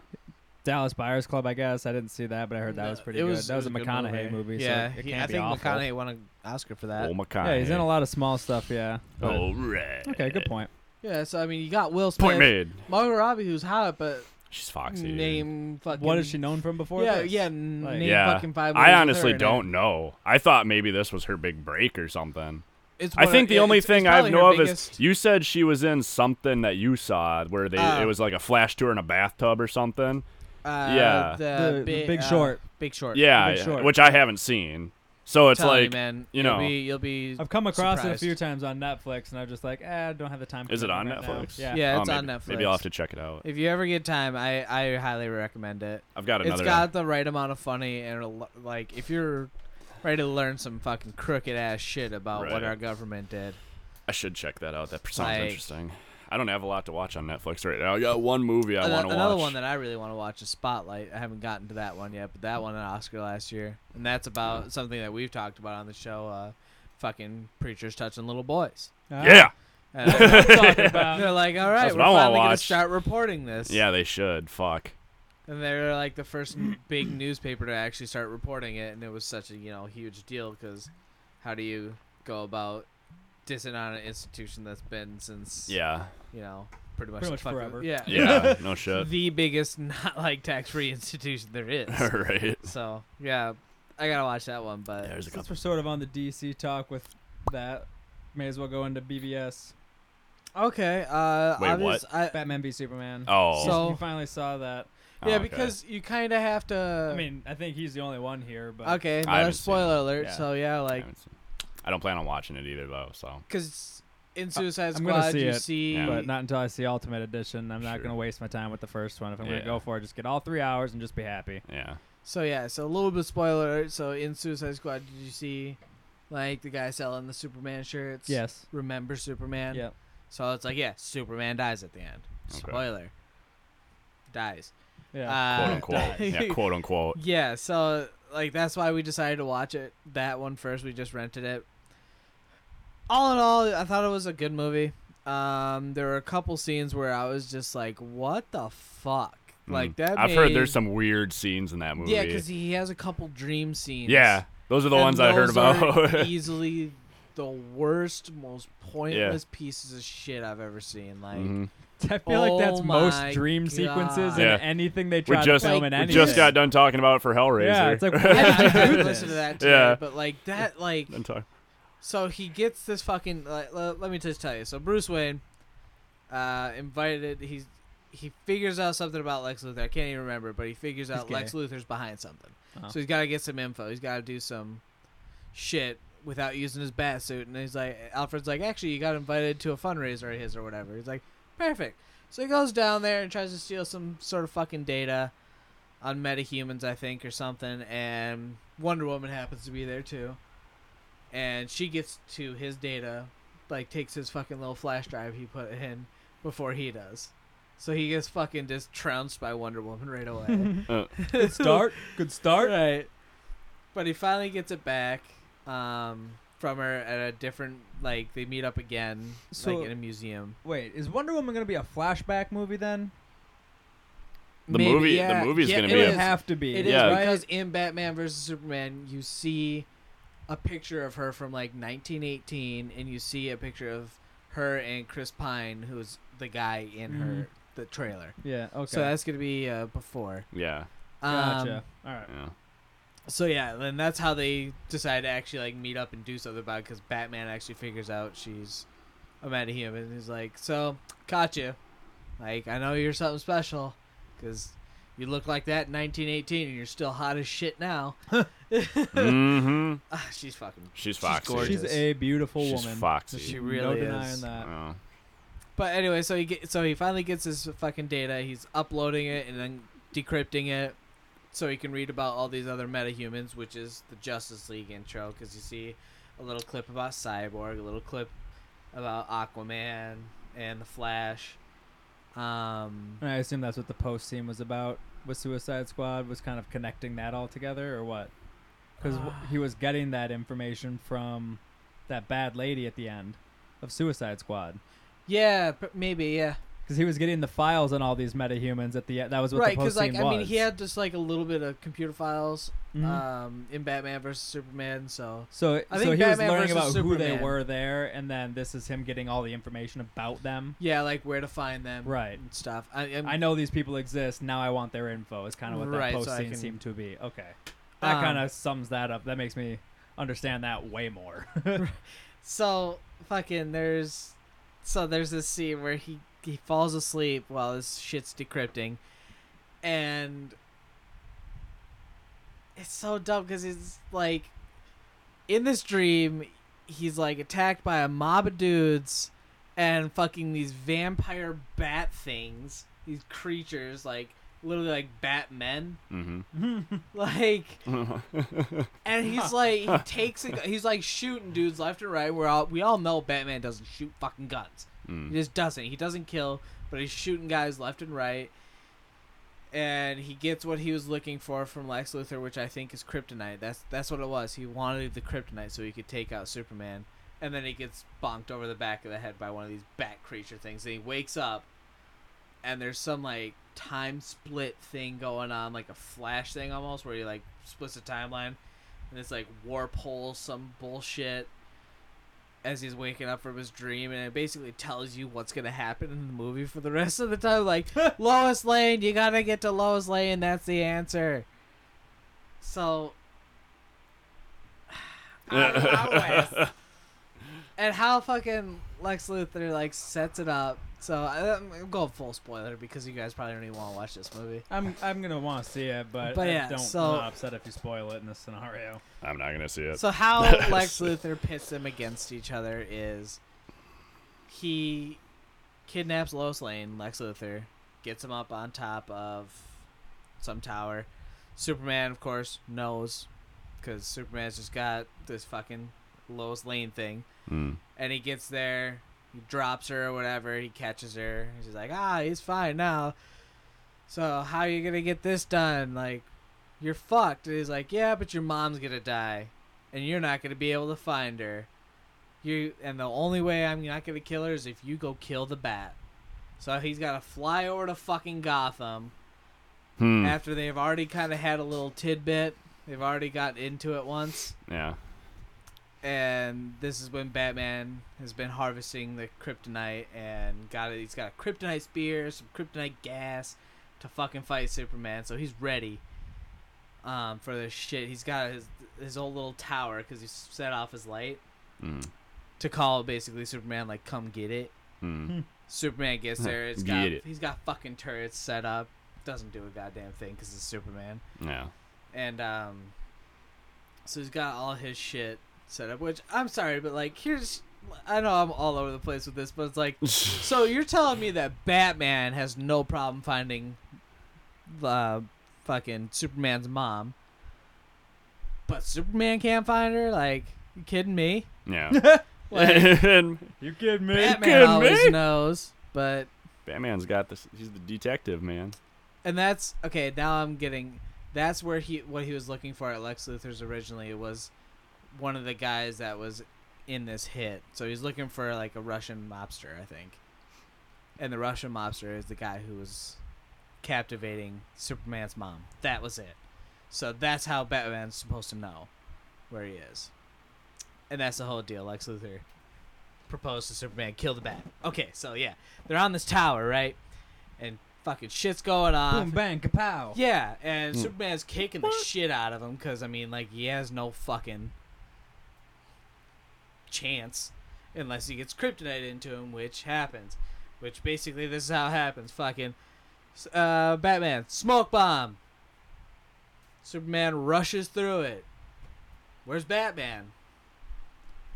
Speaker 1: Dallas Buyers Club. I guess I didn't see that, but I heard that was
Speaker 4: No,
Speaker 1: pretty
Speaker 4: it
Speaker 1: good.
Speaker 4: was-
Speaker 1: that
Speaker 4: it
Speaker 1: was,
Speaker 4: was
Speaker 1: a
Speaker 4: good
Speaker 1: McConaughey movie.
Speaker 4: yeah,
Speaker 1: so it
Speaker 4: he-
Speaker 1: can't
Speaker 4: I
Speaker 1: be
Speaker 4: think
Speaker 1: awful.
Speaker 4: McConaughey won an Oscar for that.
Speaker 2: Oh McConaughey.
Speaker 1: Uh, Yeah, he's in a lot of small stuff. Yeah. but-
Speaker 2: All right.
Speaker 1: Okay, good point.
Speaker 4: Yeah, so I mean, you got Will Smith,
Speaker 2: Point made.
Speaker 4: Margot Robbie, who's hot, but
Speaker 2: She's foxy. dude.
Speaker 4: Name fucking.
Speaker 1: What is she known from before?
Speaker 4: Yeah,
Speaker 1: this?
Speaker 4: yeah. n-
Speaker 1: Like-
Speaker 4: name
Speaker 2: yeah.
Speaker 4: fucking five.
Speaker 2: I
Speaker 4: movies with
Speaker 2: honestly
Speaker 4: her in it.
Speaker 2: don't know. I thought maybe this was her big break or something.
Speaker 4: It's
Speaker 2: I
Speaker 4: one of-
Speaker 2: think the
Speaker 4: yeah,
Speaker 2: only
Speaker 4: it's-
Speaker 2: thing
Speaker 4: it's
Speaker 2: I
Speaker 4: probably
Speaker 2: know
Speaker 4: her
Speaker 2: of is
Speaker 4: biggest-
Speaker 2: you said she was in something that you saw where they
Speaker 4: Ah.
Speaker 2: it was like a flash tour in a bathtub or something.
Speaker 4: uh,
Speaker 2: yeah.
Speaker 1: The,
Speaker 4: the,
Speaker 1: the
Speaker 4: Bi-
Speaker 1: Big
Speaker 4: uh,
Speaker 1: Short.
Speaker 4: Big Short.
Speaker 2: Yeah,
Speaker 1: Big
Speaker 2: yeah,
Speaker 1: Short.
Speaker 2: which I haven't seen. So it's
Speaker 4: Telling you,
Speaker 2: like,
Speaker 4: man,
Speaker 2: you
Speaker 4: you'll
Speaker 2: know.
Speaker 4: be- you'll be.
Speaker 1: I've come across it a
Speaker 4: surprised.
Speaker 1: few times on Netflix, and I'm just like, eh, I don't have the time.
Speaker 2: Is it
Speaker 1: commitment
Speaker 2: on
Speaker 1: right now.
Speaker 2: Netflix?
Speaker 1: Yeah.
Speaker 4: Yeah,
Speaker 2: oh,
Speaker 4: it's on
Speaker 2: maybe-
Speaker 4: Netflix.
Speaker 2: Maybe I'll have to check it out.
Speaker 4: If you ever get time, I I highly recommend it.
Speaker 2: I've got another.
Speaker 4: It's got the right amount of funny and a lo- like if you're ready to learn some fucking crooked ass shit about what
Speaker 2: Right.
Speaker 4: our government did.
Speaker 2: I should check that out. That sounds
Speaker 4: Like-
Speaker 2: interesting. I don't have a lot to watch on Netflix right now. I got one movie I
Speaker 4: Ano-
Speaker 2: want to watch.
Speaker 4: Another one that I really want to watch is Spotlight. I haven't gotten to that one yet, but that won an Oscar last year, and that's about something that we've talked about on the show. Uh, fucking preachers touching little boys.
Speaker 1: Uh,
Speaker 2: yeah,
Speaker 4: And they're like-
Speaker 1: Talking about.
Speaker 4: they're like, all right,
Speaker 2: That's
Speaker 4: we're
Speaker 2: what I wanna
Speaker 4: finally gonna
Speaker 2: watch."
Speaker 4: start reporting this.
Speaker 2: yeah, they should. Fuck.
Speaker 4: and they're like the first n- big newspaper to actually start reporting it, and it was such a you know huge deal because how do you go about dissing on an institution that's been since
Speaker 2: Yeah,
Speaker 4: you know pretty much,
Speaker 1: Pretty much
Speaker 4: fucking-
Speaker 1: forever.
Speaker 4: yeah
Speaker 2: yeah. no shit.
Speaker 4: the biggest not like tax free institution there is.
Speaker 2: right.
Speaker 4: so yeah, I gotta watch that one, but
Speaker 2: There's a
Speaker 1: Since
Speaker 2: couple.
Speaker 1: we're sort of on the DC talk with that, may as well go into BVS.
Speaker 4: okay. Uh,
Speaker 2: Wait,
Speaker 4: obvious- I-
Speaker 1: Batman v Superman.
Speaker 2: Oh,
Speaker 4: So-
Speaker 1: you finally saw that.
Speaker 2: Oh,
Speaker 4: yeah,
Speaker 2: okay.
Speaker 4: because you kind of have to.
Speaker 1: I mean, I think he's the only one here, but
Speaker 4: uh, okay, another
Speaker 2: haven't seen
Speaker 4: spoiler
Speaker 2: it.
Speaker 4: alert.
Speaker 2: Yeah.
Speaker 4: So yeah,
Speaker 2: I
Speaker 4: like
Speaker 2: haven't seen- I don't plan on watching it either though. So
Speaker 4: because in Suicide
Speaker 1: Uh, I'm gonna
Speaker 4: Squad
Speaker 1: see
Speaker 4: you
Speaker 1: it,
Speaker 4: see
Speaker 2: Yeah.
Speaker 1: but not until I see Ultimate Edition. I'm not
Speaker 2: Sure.
Speaker 1: gonna waste my time with the first one. If I'm
Speaker 2: Yeah.
Speaker 1: gonna go for it, just get all three hours and just be happy.
Speaker 2: yeah,
Speaker 4: So yeah, so a little bit of spoiler. alert. So in Suicide Squad, did you see like the guy selling the Superman shirts?
Speaker 1: Yes.
Speaker 4: Remember Superman?
Speaker 1: Yep.
Speaker 4: So it's like yeah, Superman dies at the end.
Speaker 2: Okay.
Speaker 4: Spoiler. Dies.
Speaker 1: Yeah.
Speaker 4: Uh,
Speaker 2: quote unquote.
Speaker 4: dies.
Speaker 2: yeah, quote unquote.
Speaker 4: yeah. So like that's why we decided to watch it that one first. We just rented it. All in all, I thought it was a good movie. Um, there were a couple scenes where I was just like, "What the fuck?" Like
Speaker 2: Mm.
Speaker 4: that.
Speaker 2: I've heard
Speaker 4: made-
Speaker 2: there's some weird scenes in that movie.
Speaker 4: Yeah, because he has a couple dream scenes.
Speaker 2: Yeah, those are the
Speaker 4: And
Speaker 2: ones I heard
Speaker 4: those are
Speaker 2: about.
Speaker 4: easily the worst, most pointless pieces of shit I've ever seen. Like,
Speaker 2: Mhm.
Speaker 1: I feel like that's
Speaker 4: oh my
Speaker 1: most dream sequences
Speaker 2: Yeah.
Speaker 1: in anything they
Speaker 2: We
Speaker 1: try
Speaker 2: just
Speaker 1: to film in
Speaker 2: we
Speaker 1: anything.
Speaker 2: just got done talking about for Hellraiser.
Speaker 1: Yeah, it's like why
Speaker 4: I
Speaker 1: did you
Speaker 4: didn't
Speaker 1: do
Speaker 4: listen to
Speaker 1: this?
Speaker 4: that today,
Speaker 2: Yeah.
Speaker 4: but like that, like,
Speaker 2: Done talk-
Speaker 4: so he gets this fucking. Like, le- let me just tell you. So Bruce Wayne, uh, invited. He's he figures out something about Lex Luthor. I can't even remember, but he figures out
Speaker 1: gay.
Speaker 4: Lex Luthor's behind something.
Speaker 1: Oh.
Speaker 4: So he's got to get some info. He's got to do some shit without using his bat suit. And he's like, Alfred's like, actually, you got invited to a fundraiser of his or whatever. He's like, perfect. So he goes down there and tries to steal some sort of fucking data on metahumans, I think, or something. And Wonder Woman happens to be there too. And she gets to his data, like takes his fucking little flash drive he put in before he does. So he gets fucking just trounced by Wonder Woman right away.
Speaker 2: Uh,
Speaker 1: Good start. Good start.
Speaker 4: Right. But he finally gets it back um, from her at a different like they meet up again
Speaker 1: So-
Speaker 4: like in a museum.
Speaker 1: Wait, is Wonder Woman gonna be a flashback movie then?
Speaker 2: The movie- the movie's gonna
Speaker 1: It
Speaker 2: be
Speaker 1: would
Speaker 2: a-
Speaker 1: have to be.
Speaker 4: It is
Speaker 2: Yeah.
Speaker 4: because in Batman versus Superman, you see a picture of her from like 1918, and you see a picture of her and Chris Pine, who's the guy in
Speaker 1: Mhm.
Speaker 4: her the trailer.
Speaker 1: Yeah. Okay.
Speaker 4: So that's gonna be uh, before.
Speaker 2: yeah,
Speaker 4: Um,
Speaker 1: gotcha. All right.
Speaker 2: yeah.
Speaker 4: So yeah, then that's how they decide to actually like meet up and do something about because Batman actually figures out she's a metahuman. And he's like, "So, caught you. Like, I know you're something special, because you look like that in 1918, and you're still hot as shit now."
Speaker 2: hmm
Speaker 4: Ah, she's fucking.
Speaker 2: She's
Speaker 4: She's
Speaker 2: foxy.
Speaker 4: gorgeous.
Speaker 1: She's a beautiful
Speaker 2: She's
Speaker 1: woman.
Speaker 2: foxy.
Speaker 4: She
Speaker 1: no
Speaker 4: really
Speaker 1: denying
Speaker 4: is.
Speaker 1: that.
Speaker 2: Oh.
Speaker 4: But anyway, so he get, so he finally gets his fucking data. He's uploading it and then decrypting it, so he can read about all these other metahumans, which is the Justice League intro. Because you see a little clip about Cyborg, a little clip about Aquaman and the Flash. Um,
Speaker 1: And I assume that's what the post scene was about with Suicide Squad was kind of connecting that all together, or what? Because he was getting that information from that bad lady at the end of Suicide Squad.
Speaker 4: yeah, p- maybe yeah.
Speaker 1: because he was getting the files on all these metahumans at the e, that was what
Speaker 4: right,
Speaker 1: the post
Speaker 4: like
Speaker 1: was.
Speaker 4: I mean, he had just like a little bit of computer files
Speaker 1: Mhm.
Speaker 4: um, in Batman versus Superman. So
Speaker 1: so
Speaker 4: I
Speaker 1: so
Speaker 4: think
Speaker 1: he was
Speaker 4: Batman
Speaker 1: learning
Speaker 4: versus
Speaker 1: about who they
Speaker 4: Superman.
Speaker 1: were there, and then this is him getting all the information about them.
Speaker 4: yeah, like where to find them,
Speaker 1: Right.
Speaker 4: and stuff. I, I'm-
Speaker 1: I know these people exist. Now I want their info. Is kind of what that
Speaker 4: Right, so
Speaker 1: post
Speaker 4: I
Speaker 1: scene
Speaker 4: can-
Speaker 1: seemed to be. Okay, that
Speaker 4: Um,
Speaker 1: kind of sums that up. That makes me understand that way more.
Speaker 4: So fucking there's so there's this scene where he he falls asleep while this shit's decrypting, and it's so dumb because he's like, in this dream, he's like attacked by a mob of dudes, and fucking these vampire bat things, these creatures like literally like Batmen, like
Speaker 2: Mm-hmm.
Speaker 4: and he's like, he takes a, gu- he's like shooting dudes left and right. We're all we all know Batman doesn't shoot fucking guns. He just doesn't. He doesn't kill, but he's shooting guys left and right. And he gets what he was looking for from Lex Luthor, which I think is kryptonite. That's that's what it was. He wanted the kryptonite so he could take out Superman. And then he gets bonked over the back of the head by one of these bat creature things. And he wakes up, and there's some like time split thing going on, like a flash thing almost, where he like splits the timeline and it's like warp hole some bullshit as he's waking up from his dream and it basically tells you what's gonna happen in the movie for the rest of the time like lois lane you gotta get to lois lane that's the answer so Lois. and how fucking lex luthor like sets it up so I- i'm going full spoiler because you guys probably don't even want to watch this movie
Speaker 1: I'm I'm gonna want to see it, but,
Speaker 4: But
Speaker 1: I
Speaker 4: yeah,
Speaker 1: don't
Speaker 4: so-
Speaker 1: I'm not upset if you spoil it in this scenario.
Speaker 2: I'm not gonna see it.
Speaker 4: So how Lex Luthor pits them against each other is he kidnaps Lois Lane, Lex Luthor, gets him up on top of some tower. Superman, of course, knows because Superman's just got this fucking Lois Lane thing,
Speaker 2: Mm.
Speaker 4: and he gets there, he drops her or whatever, he catches her. She's like, ah, he's fine now. So how you gonna get this done? Like, you're fucked. And he's like, yeah, but your mom's gonna die, and you're not gonna be able to find her. You and the only way I'm not gonna kill her is if you go kill the bat. So he's gotta fly over to fucking Gotham
Speaker 2: Hmm.
Speaker 4: after they've already kind of had a little tidbit. They've already got into it once
Speaker 2: Yeah.
Speaker 4: and this is when Batman has been harvesting the kryptonite and got it. He's got a kryptonite spear, some kryptonite gas to fucking fight Superman, so he's ready um, for this shit. He's got his his old little tower because he set off his light
Speaker 2: Mm.
Speaker 4: to call basically Superman like come get it.
Speaker 2: Mm.
Speaker 4: Hmm. Superman gets there. It's
Speaker 2: Get
Speaker 4: got
Speaker 2: it.
Speaker 4: he's got fucking turrets set up. Doesn't do a goddamn thing because it's Superman.
Speaker 2: Yeah.
Speaker 4: and um so he's got all his shit set up which i'm sorry but like here's i know i'm all over the place with this but it's like so you're telling me that batman has no problem finding uh, fucking superman's mom but superman can't find her like you kidding me
Speaker 2: Yeah.
Speaker 4: like
Speaker 2: And
Speaker 1: You kidding me?
Speaker 4: batman
Speaker 2: kidding
Speaker 4: always
Speaker 2: me?
Speaker 4: knows but
Speaker 2: Batman's got this. He's the detective, man.
Speaker 4: and that's okay. Now I'm getting. That's where he what he was looking for at Lex Luthor's originally. It was one of the guys that was in this hit. So he's looking for like a Russian mobster, I think. And the Russian mobster is the guy who was captivating Superman's mom. That was it. So that's how Batman's supposed to know where he is. And that's the whole deal. Lex Luthor proposed to Superman, kill the bat. Okay, so yeah, they're on this tower, right? And fucking shit's going on.
Speaker 1: Boom, bang, kapow.
Speaker 4: Yeah, and
Speaker 2: Mm.
Speaker 4: Superman's kicking the shit out of him because I mean, like, he has no fucking chance unless he gets kryptonite into him, which happens. Which basically, this is how it happens. Fucking s- uh, Batman smoke bomb. Superman rushes through it. Where's Batman?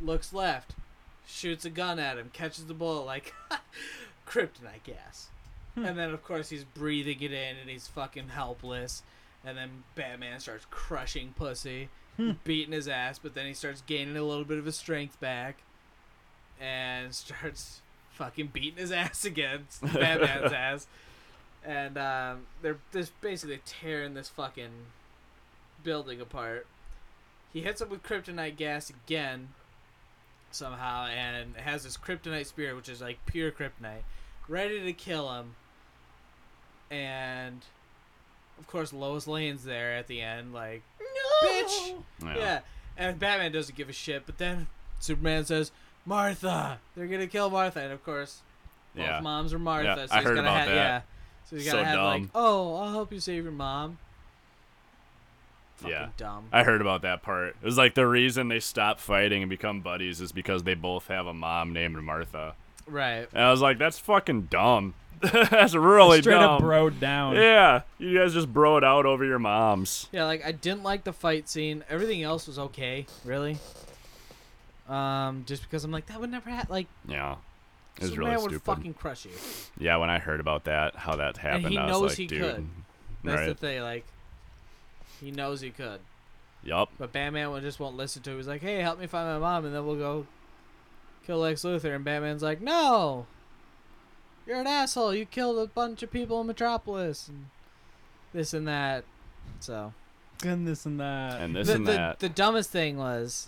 Speaker 4: Looks left, shoots a gun at him, catches the bullet like kryptonite gas. And then, of course, he's breathing it in and he's fucking helpless. And then Batman starts crushing pussy, beating his ass, but then he starts gaining a little bit of his strength back and starts fucking beating his ass again. Batman's ass. And um, they're just basically tearing this fucking building apart. He hits him with kryptonite gas again somehow and has this kryptonite spear, which is like pure kryptonite ready to kill him. And of course Lois Lane's there at the end, like bitch.
Speaker 2: Yeah.
Speaker 4: Yeah. And Batman doesn't give a shit, but then Superman says, Martha! They're gonna kill Martha and of course both
Speaker 2: Yeah.
Speaker 4: moms are Martha,
Speaker 2: Yeah,
Speaker 4: so
Speaker 2: I
Speaker 4: he's
Speaker 2: heard
Speaker 4: gonna
Speaker 2: about
Speaker 4: have
Speaker 2: that.
Speaker 4: yeah. So he's gotta
Speaker 2: So
Speaker 4: have like,
Speaker 2: dumb.
Speaker 4: Oh, I'll help you save your mom. Fucking
Speaker 2: Yeah.
Speaker 4: dumb.
Speaker 2: I heard about that part. It was like the reason they stop fighting and become buddies is because they both have a mom named Martha.
Speaker 4: Right.
Speaker 2: And I was like, that's fucking dumb. that's really
Speaker 1: Straight
Speaker 2: dumb.
Speaker 1: up bro down.
Speaker 2: Yeah, you guys just bro it out over your moms.
Speaker 4: Yeah, like I didn't like the fight scene. Everything else was okay, really. Um, just because I'm like that would never happen. Like
Speaker 2: Yeah, it was
Speaker 4: Superman
Speaker 2: really
Speaker 4: would
Speaker 2: stupid.
Speaker 4: fucking crush you.
Speaker 2: Yeah, when I heard about that, how that happened,
Speaker 4: he
Speaker 2: I was
Speaker 4: knows
Speaker 2: like,
Speaker 4: he
Speaker 2: dude.
Speaker 4: could. That's the
Speaker 2: Right.
Speaker 4: thing. Like he knows he could,
Speaker 2: Yup.
Speaker 4: but Batman would just won't listen to. Him. He's like, "Hey, help me find my mom," and then we'll go kill Lex Luthor. And Batman's like, "No, you're an asshole. You killed a bunch of people in Metropolis, and this and that." So.
Speaker 1: And this and that.
Speaker 2: And this
Speaker 4: the,
Speaker 2: and
Speaker 4: the-
Speaker 2: that.
Speaker 4: the dumbest thing was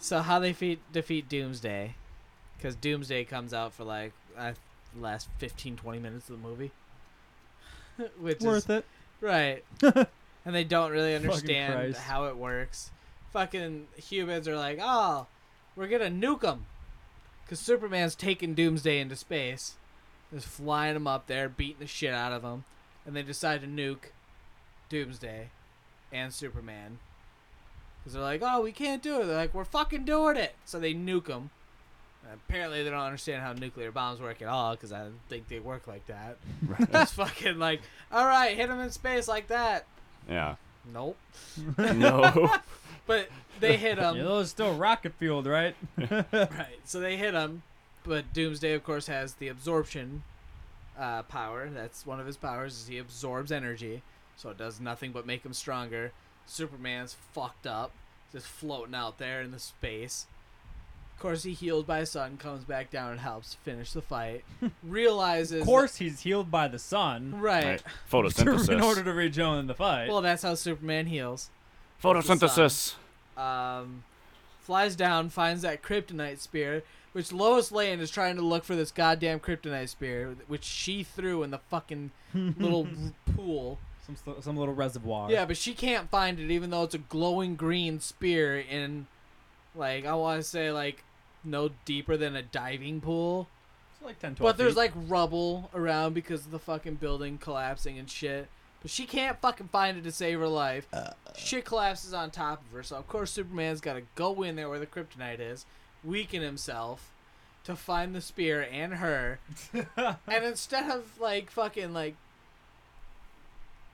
Speaker 4: so how they feat, defeat Doomsday because Doomsday comes out for like uh, the last 15 20 minutes of the movie. Which is
Speaker 1: Worth it.
Speaker 4: right. and they don't really understand
Speaker 1: Christ.
Speaker 4: how it works. Fucking humans are like, "Oh, we're going to nuke them." Cuz Superman's taking Doomsday into space. Just flying him up there, beating the shit out of him, and they decide to nuke Doomsday and Superman. Cuz they're like, "Oh, we can't do it." They're like, "We're fucking doing it." So they nuke them. Apparently they don't understand how nuclear bombs work at all because I don't think they work like that. It's fucking like, all right, hit him in space like that.
Speaker 2: Yeah.
Speaker 4: Nope.
Speaker 2: No.
Speaker 4: But they hit him.
Speaker 1: yeah, those are still rocket fueled, right?
Speaker 4: Right. So they hit him. But Doomsday, of course, has the absorption uh, power. That's one of his powers. Is he absorbs energy, so it does nothing but make him stronger. Superman's fucked up, just floating out there in the space. Of course, he healed by sun, comes back down and helps finish the fight. Realizes,
Speaker 1: of course, he's healed by the sun.
Speaker 4: right?
Speaker 2: right. Photosynthesis.
Speaker 1: in order to rejoin the fight.
Speaker 4: Well, that's how Superman heals.
Speaker 2: Photosynthesis.
Speaker 4: um, flies down, finds that kryptonite spear, which Lois Lane is trying to look for this goddamn kryptonite spear, which she threw in the fucking little r- pool.
Speaker 1: some, sl- some little reservoir.
Speaker 4: Yeah, but she can't find it, even though it's a glowing green spear in, like, I want to say, like, no deeper than a diving pool.
Speaker 1: It's like 10, 12
Speaker 4: But there's
Speaker 1: feet.
Speaker 4: like rubble around because of the fucking building collapsing and shit. But she can't fucking find it to save her life. shit collapses on top of her, so of course Superman's got to go in there where the kryptonite is, weaken himself to find the spear and her. and instead of like fucking like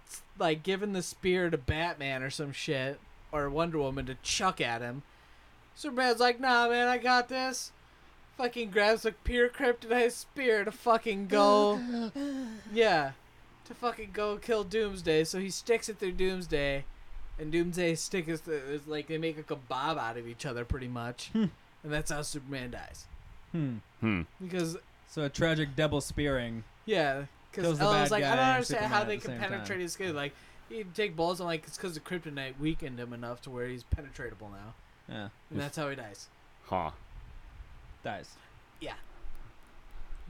Speaker 4: s- like giving the spear to Batman or some shit or Wonder Woman to chuck at him, Superman's like, "Nah, man, I got this." fucking grabs a pure kryptonite spear to fucking go yeah to fucking go kill doomsday so he sticks it through doomsday and doomsday sticks it through, it's like they make a kebab out of each other pretty much and that's how superman dies
Speaker 1: Hmm.
Speaker 2: Hmm.
Speaker 4: because
Speaker 1: So a tragic double spearing.
Speaker 4: yeah
Speaker 1: Kills
Speaker 4: because
Speaker 1: the
Speaker 4: i
Speaker 1: bad
Speaker 4: was like
Speaker 1: guy
Speaker 4: i don't
Speaker 1: and
Speaker 4: understand
Speaker 1: Superman
Speaker 4: how
Speaker 1: at
Speaker 4: they
Speaker 1: the
Speaker 4: can
Speaker 1: same time."
Speaker 4: penetrate his skin like he'd take balls i'm like it's because the kryptonite weakened him enough to where he's penetratable now
Speaker 1: Yeah.
Speaker 4: and that's how he dies
Speaker 2: Huh.
Speaker 1: Dies.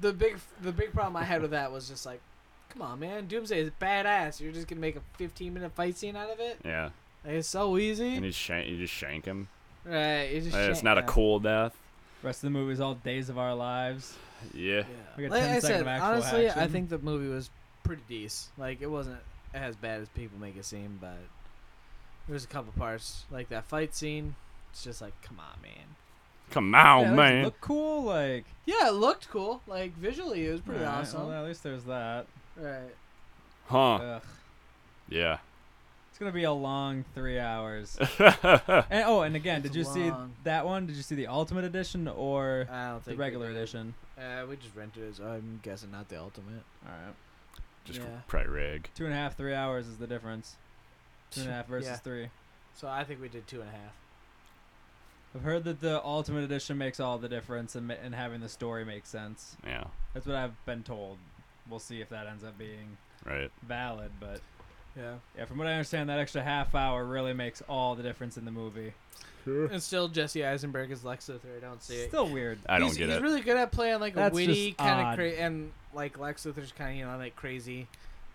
Speaker 4: the big the big problem I had with that was just like, come on, man, Doomsday is badass. You're just gonna make a 15 minute fight scene out of it.
Speaker 2: Yeah.
Speaker 4: Like, it's so easy.
Speaker 2: And you shank, you just shank him.
Speaker 4: right? you just
Speaker 2: Uh, It's
Speaker 4: shank-
Speaker 2: not a
Speaker 4: yeah.
Speaker 2: cool death.
Speaker 1: Rest of the movie is all days of our lives.
Speaker 2: Yeah.
Speaker 4: Yeah.
Speaker 1: We got
Speaker 4: Like
Speaker 1: 10
Speaker 4: I
Speaker 1: second
Speaker 4: said,
Speaker 1: of actual
Speaker 4: honestly, I
Speaker 1: action.
Speaker 4: think the movie was pretty decent. Like it wasn't as bad as people make it seem, but there was a couple parts like that fight scene. It's just like, come on, man.
Speaker 2: Come on,
Speaker 1: Yeah, at least it
Speaker 2: Oh, man.
Speaker 1: Look cool, like.
Speaker 4: Yeah, it looked cool. Like visually, it was pretty
Speaker 1: All right,
Speaker 4: awesome.
Speaker 1: Well, at least there's that.
Speaker 4: right.
Speaker 2: Huh.
Speaker 1: Ugh.
Speaker 2: Yeah.
Speaker 1: It's gonna be a long three hours. and, oh, and again, did you
Speaker 4: It's
Speaker 1: see
Speaker 4: long.
Speaker 1: that one? Did you see the Ultimate Edition or
Speaker 4: I
Speaker 1: uh,
Speaker 4: don't
Speaker 1: the
Speaker 4: think we
Speaker 1: regular
Speaker 4: did.
Speaker 1: edition?
Speaker 4: Uh, we just rented it, so I'm guessing not the ultimate.
Speaker 1: All right,
Speaker 2: Just
Speaker 4: Yeah.
Speaker 2: probably rig.
Speaker 1: two and a half, three hours is the difference. Two and a half versus
Speaker 4: Yeah.
Speaker 1: three.
Speaker 4: So I think we did two and a half.
Speaker 1: I've heard that the Ultimate Edition makes all the difference, and, ma- and having the story make sense.
Speaker 2: Yeah.
Speaker 1: That's what I've been told. We'll see if that ends up being
Speaker 2: Right.
Speaker 1: valid, but
Speaker 4: Yeah.
Speaker 1: Yeah, from what I understand, that extra half hour really makes all the difference in the movie.
Speaker 4: And still, Jesse Eisenberg is Lex Luthor. I don't see it.
Speaker 1: Still weird.
Speaker 2: I don't
Speaker 4: he's,
Speaker 2: get
Speaker 4: he's
Speaker 2: it.
Speaker 4: really good at playing like
Speaker 1: That's
Speaker 4: a witty
Speaker 1: just
Speaker 4: kind
Speaker 1: odd.
Speaker 4: of cra- and like Lex Luthor's kind of you know like crazy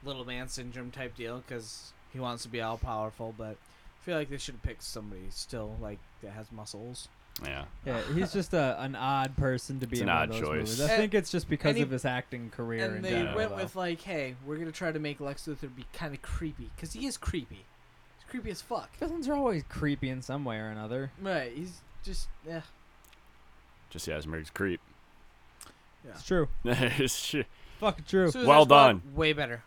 Speaker 4: little man syndrome type deal because he wants to be all powerful, but I feel like they should pick somebody still like that has muscles.
Speaker 2: yeah.
Speaker 1: Yeah, he's just a, an odd person to be
Speaker 2: It's
Speaker 1: in
Speaker 2: an
Speaker 1: one
Speaker 2: odd
Speaker 1: of those
Speaker 2: choice.
Speaker 1: movies. I
Speaker 4: And-
Speaker 1: think it's just because
Speaker 4: and he-
Speaker 1: of his acting career. in
Speaker 4: and they
Speaker 1: general,
Speaker 4: went
Speaker 1: though.
Speaker 4: with like, hey, we're gonna try to make Lex Luthor be kind of creepy because he is creepy. He's creepy as fuck.
Speaker 1: villains are always creepy in some way or another.
Speaker 4: Right? He's just eh. yeah.
Speaker 2: Just yeah, Eisenberg's creep.
Speaker 4: Yeah.
Speaker 1: It's true.
Speaker 2: It's shit.
Speaker 1: Fucking true.
Speaker 4: Suicide
Speaker 2: Well
Speaker 4: Squad,
Speaker 2: done.
Speaker 4: Way better.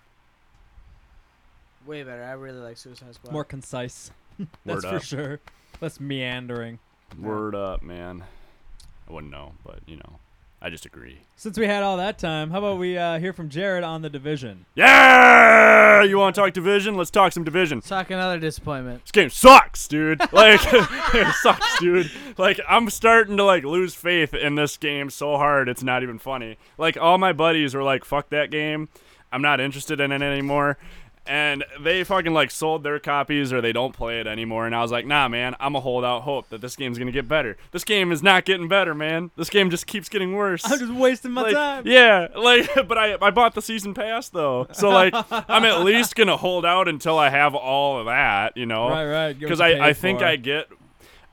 Speaker 4: Way better. I really like Suicide Squad.
Speaker 1: More concise. That's
Speaker 2: Word
Speaker 1: for
Speaker 2: up.
Speaker 1: sure. Less meandering.
Speaker 2: Word up, man. I wouldn't know, but you know, I just agree.
Speaker 1: Since we had all that time, how about we uh, hear from Jared on the division?
Speaker 2: Yeah, you want to talk division? Let's talk some division.
Speaker 4: Talk another disappointment.
Speaker 2: This game sucks, dude. Like, it sucks, dude. Like, I'm starting to like lose faith in this game so hard. It's not even funny. Like, all my buddies were like, "Fuck that game. I'm not interested in it anymore." And they fucking like sold their copies or they don't play it anymore. And I was like, nah, man, I'm a holdout hope that this game's gonna get better. This game is not getting better, man. This game just keeps getting worse.
Speaker 1: I'm just wasting my
Speaker 2: like,
Speaker 1: time.
Speaker 2: Yeah, like, but I I bought the season pass though, so like I'm at least gonna hold out until I have all of that, you know?
Speaker 1: Right, right, get what
Speaker 2: Because
Speaker 1: you
Speaker 2: I I
Speaker 1: paid
Speaker 2: think
Speaker 1: for.
Speaker 2: I get,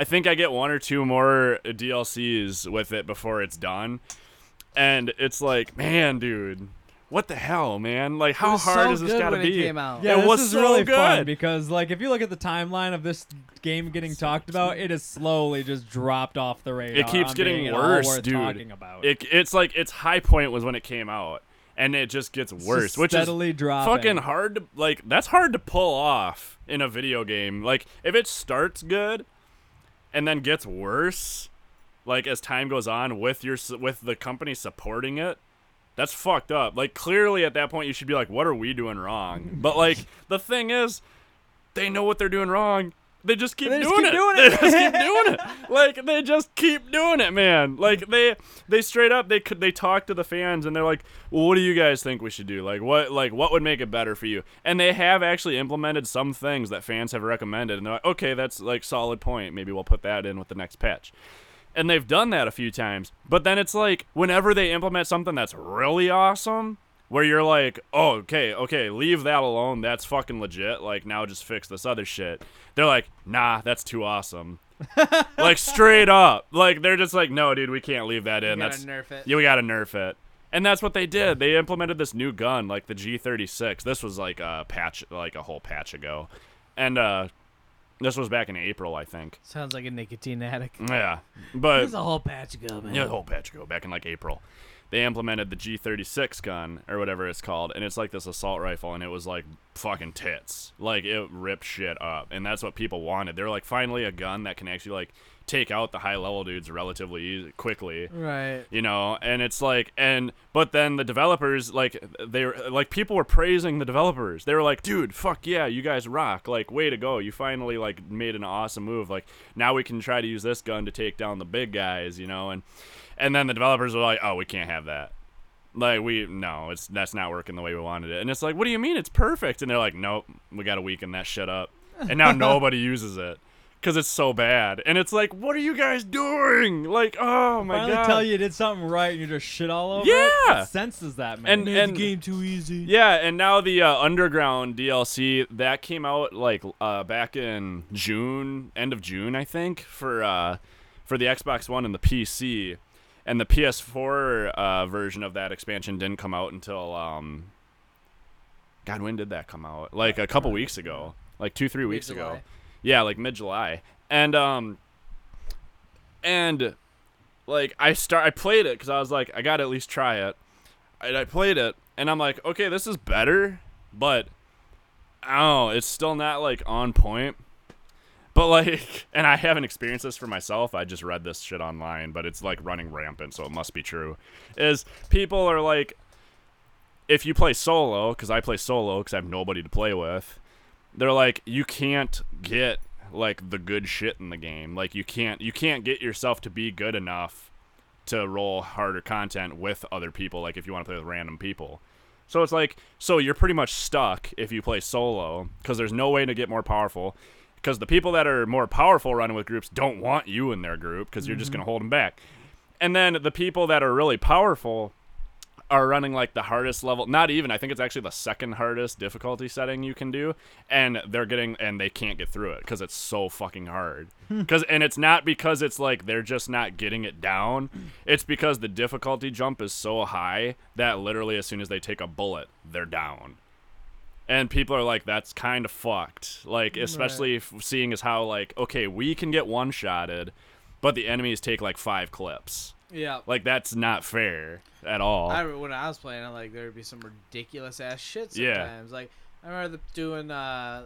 Speaker 2: I think I get one or two more DLCs with it before it's done, and it's like, man, dude, what the hell, man? Like, how
Speaker 4: was
Speaker 2: hard
Speaker 4: so
Speaker 2: is this
Speaker 4: good
Speaker 2: gotta
Speaker 4: when it
Speaker 2: be?
Speaker 4: came out.
Speaker 1: Yeah,
Speaker 2: it
Speaker 1: this
Speaker 2: was
Speaker 1: is
Speaker 2: so
Speaker 1: really
Speaker 2: good.
Speaker 1: fun because, like, if you look at the timeline of this game getting talked about, it is slowly just dropped off the radar.
Speaker 2: it keeps
Speaker 1: on
Speaker 2: getting
Speaker 1: being at all
Speaker 2: worse,
Speaker 1: worth
Speaker 2: dude.
Speaker 1: Talking about.
Speaker 2: It, it's like its high point was when it came out, and it just gets worse,
Speaker 1: just
Speaker 2: which is
Speaker 1: steadily dropping.
Speaker 2: fucking hard to like. That's hard to pull off in a video game. Like if it starts good, and then gets worse, like as time goes on with your s- with the company supporting it. That's fucked up. Like clearly at that point you should be like, what are we doing wrong? But like the thing is, they know what they're doing wrong. They just keep,
Speaker 1: They just
Speaker 2: doing,
Speaker 1: keep
Speaker 2: it.
Speaker 1: doing
Speaker 2: They
Speaker 1: it.
Speaker 2: just keep doing it. Like they just keep doing it, man. Like they they straight up they could they talk to the fans and they're like, well, what do you guys think we should do? Like what like what would make it better for you? And they have actually implemented some things that fans have recommended, and they're like, okay, that's like solid point. Maybe we'll put that in with the next patch and they've done that a few times. But then it's like whenever they implement something that's really awesome, where you're like, oh, okay, okay, leave that alone. That's fucking legit. Like now, just fix this other shit. They're like, nah, that's too awesome. like straight up, like they're just like, no, dude, we can't leave that in.
Speaker 4: gotta
Speaker 2: That's
Speaker 4: nerf it.
Speaker 2: yeah, we gotta nerf it. And that's what they did. They implemented this new gun, like the G36. This was like a patch, like a whole patch ago, and uh, this was back in April, I think.
Speaker 4: Sounds like a nicotine addict.
Speaker 2: Yeah, but
Speaker 4: There's a whole patch of gum, man.
Speaker 2: Mm. yeah, the whole patch ago, back in like April, they implemented the G36 gun or whatever it's called, and it's like this assault rifle, and it was like fucking tits, like it ripped shit up, and that's what people wanted. They're like, finally a gun that can actually like take out the high level dudes relatively easy, quickly
Speaker 4: Right.
Speaker 2: you know and it's like and but then the developers like they were like people were praising the developers they were like dude fuck yeah you guys rock like way to go you finally like made an awesome move like now we can try to use this gun to take down the big guys you know and and then the developers were like oh we can't have that like we no it's that's not working the way we wanted it and it's like what do you mean it's perfect and they're like nope we gotta weaken that shit up and now nobody uses it because it's so bad and it's like what are you guys doing like oh my
Speaker 1: Finally
Speaker 2: god
Speaker 1: tell you you did something right and you just shit all over it.
Speaker 2: Yeah.
Speaker 1: It senses that, man.
Speaker 2: and and
Speaker 4: too easy.
Speaker 2: yeah, and now the uh, underground DLC that came out like uh, back in June, end of June, I think, for uh, for the Xbox One and the PC, and the PS4 uh, version of that expansion didn't come out until um, God, when did that come out? Like a couple weeks ago, like two, three weeks ago.
Speaker 4: Mid-July.
Speaker 2: Yeah, like mid July, and um, and like I start, I played it because I was like, I gotta at least try it and I played it, and I'm like, okay, this is better, but oh, it's still not like on point. But like, and I haven't experienced this for myself. I just read this shit online, but it's like running rampant, so it must be true. Is people are like, if you play solo, because I play solo, because I have nobody to play with, they're like, you can't get like the good shit in the game. Like you can't, you can't get yourself to be good enough to roll harder content with other people like if you want to play with random people So it's like, so you're pretty much stuck if you play solo because there's no way to get more powerful. Because the people that are more powerful running with groups don't want you in their group because you're just going to hold them back. And then the people that are really powerful are running like the hardest level not even i think it's actually the second hardest difficulty setting you can do and they're getting and they can't get through it because it's so fucking hard because and it's not because it's like they're just not getting it down it's because the difficulty jump is so high that literally as soon as they take a bullet they're down and people are like that's kind of fucked like especially f- seeing as how like okay we can get one shotted but the enemies take like five clips
Speaker 4: Yeah.
Speaker 2: like that's not fair at all
Speaker 4: I remember when I was playing, I like there'd be some ridiculous ass shit
Speaker 2: Yeah.
Speaker 4: sometimes. Like I remember the, doing uh,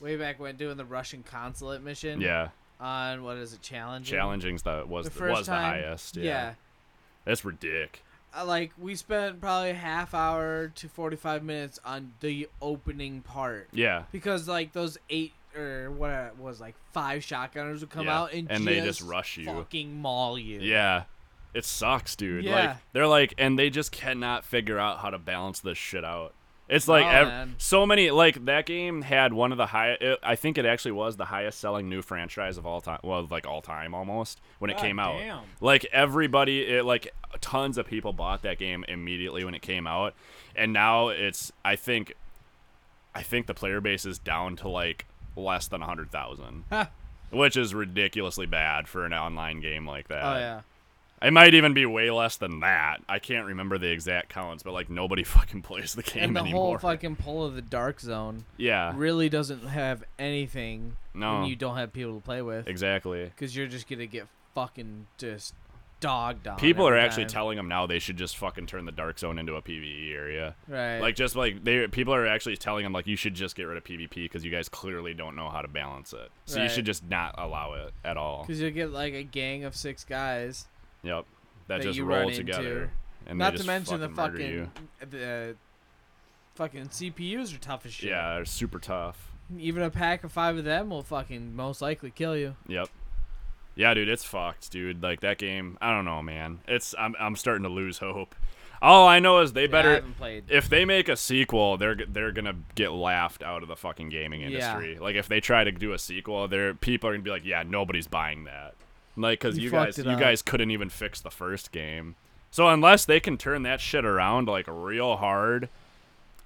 Speaker 4: way back when doing the Russian consulate mission.
Speaker 2: yeah
Speaker 4: On what is it, challenging?
Speaker 2: challenging's the was
Speaker 4: The
Speaker 2: the,
Speaker 4: first
Speaker 2: was the
Speaker 4: time,
Speaker 2: highest. Yeah.
Speaker 4: Yeah.
Speaker 2: That's ridiculous.
Speaker 4: I, uh, like we spent probably a half hour to forty five minutes on the opening part
Speaker 2: Yeah.
Speaker 4: because like those eight or what it was like five shotgunners would come
Speaker 2: Yeah,
Speaker 4: out and,
Speaker 2: and they just rush you.
Speaker 4: fucking maul you.
Speaker 2: Yeah. It sucks, dude. Like
Speaker 4: Yeah.
Speaker 2: they're like and they just cannot figure out how to balance this shit out. It's like
Speaker 4: No,
Speaker 2: ev-
Speaker 4: Oh, man.
Speaker 2: so many like that game had one of the high it, I think it actually was the highest selling new franchise of all time, well like all time almost when it
Speaker 1: God
Speaker 2: came out.
Speaker 1: damn.
Speaker 2: Like everybody it like tons of people bought that game immediately when it came out. And now it's I think I think the player base is down to like less than 100,000.
Speaker 4: Oh,
Speaker 2: Which is ridiculously bad for an online game like that.
Speaker 4: Oh yeah.
Speaker 2: It might even be way less than that. I can't remember the exact counts, but like nobody fucking plays the game
Speaker 4: And the
Speaker 2: anymore.
Speaker 4: whole fucking pull of the dark zone
Speaker 2: yeah.
Speaker 4: really doesn't have anything
Speaker 2: No.
Speaker 4: when you don't have people to play with.
Speaker 2: Exactly.
Speaker 4: because you're just gonna get fucking just dogged on.
Speaker 2: People are
Speaker 4: every
Speaker 2: actually
Speaker 4: time.
Speaker 2: telling them now they should just fucking turn the dark zone into a PvE area.
Speaker 4: right,
Speaker 2: Like just like they people are actually telling them like you should just get rid of PvP because you guys clearly don't know how to balance it. So you
Speaker 4: Right.
Speaker 2: should just not allow it at all.
Speaker 4: because you'll get like a gang of six guys.
Speaker 2: Yep. That,
Speaker 4: that
Speaker 2: just
Speaker 4: you
Speaker 2: roll
Speaker 4: run
Speaker 2: together.
Speaker 4: into.
Speaker 2: And they
Speaker 4: Not to
Speaker 2: just
Speaker 4: mention the
Speaker 2: murder
Speaker 4: fucking
Speaker 2: you.
Speaker 4: the fucking CPUs are tough as shit.
Speaker 2: Yeah, they're super tough.
Speaker 4: even a pack of five of them will fucking most likely kill you.
Speaker 2: Yep. Yeah, dude, it's fucked, dude. Like that game, I don't know, man. It's I'm I'm starting to lose hope. All I know is they
Speaker 4: I
Speaker 2: better
Speaker 4: haven't played.
Speaker 2: if they make a sequel, they're g- they're gonna get laughed out of the fucking gaming industry. Like if they try to do a sequel, their people are gonna be like, yeah, nobody's buying that. Like because
Speaker 4: You
Speaker 2: you
Speaker 4: fucked
Speaker 2: guys
Speaker 4: it
Speaker 2: you
Speaker 4: up.
Speaker 2: guys couldn't even fix the first game. So unless they can turn that shit around like real hard,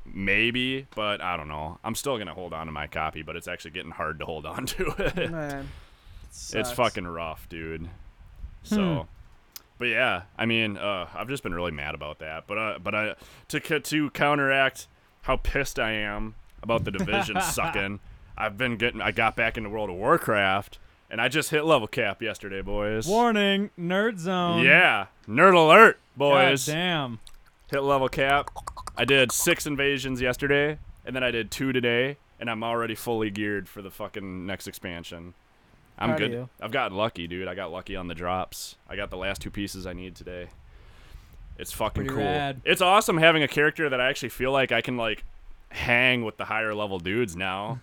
Speaker 2: maybe. But I don't know. I'm still gonna hold on to my copy, but it's actually getting hard to hold on to it.
Speaker 4: Man,
Speaker 2: It's fucking rough,
Speaker 1: Hmm.
Speaker 2: dude. So, but yeah, I mean, uh, I've just been really mad about that. But uh, but I to ca- to counteract how pissed I am about the division sucking. I've been getting. I got back into World of Warcraft, and I just hit level cap yesterday, boys.
Speaker 1: Warning, nerd zone.
Speaker 2: yeah, nerd alert,
Speaker 1: God
Speaker 2: boys.
Speaker 1: damn.
Speaker 2: Hit level cap. I did six invasions yesterday, and then I did two today, and I'm already fully geared for the fucking next expansion. I'm
Speaker 4: Proud of
Speaker 2: good.
Speaker 4: you.
Speaker 2: I've got lucky, dude. I got lucky on the drops. I got the last two pieces I need today. It's fucking
Speaker 1: Pretty
Speaker 2: cool.
Speaker 1: rad.
Speaker 2: It's awesome having a character that I actually feel like I can like hang with the higher level dudes now.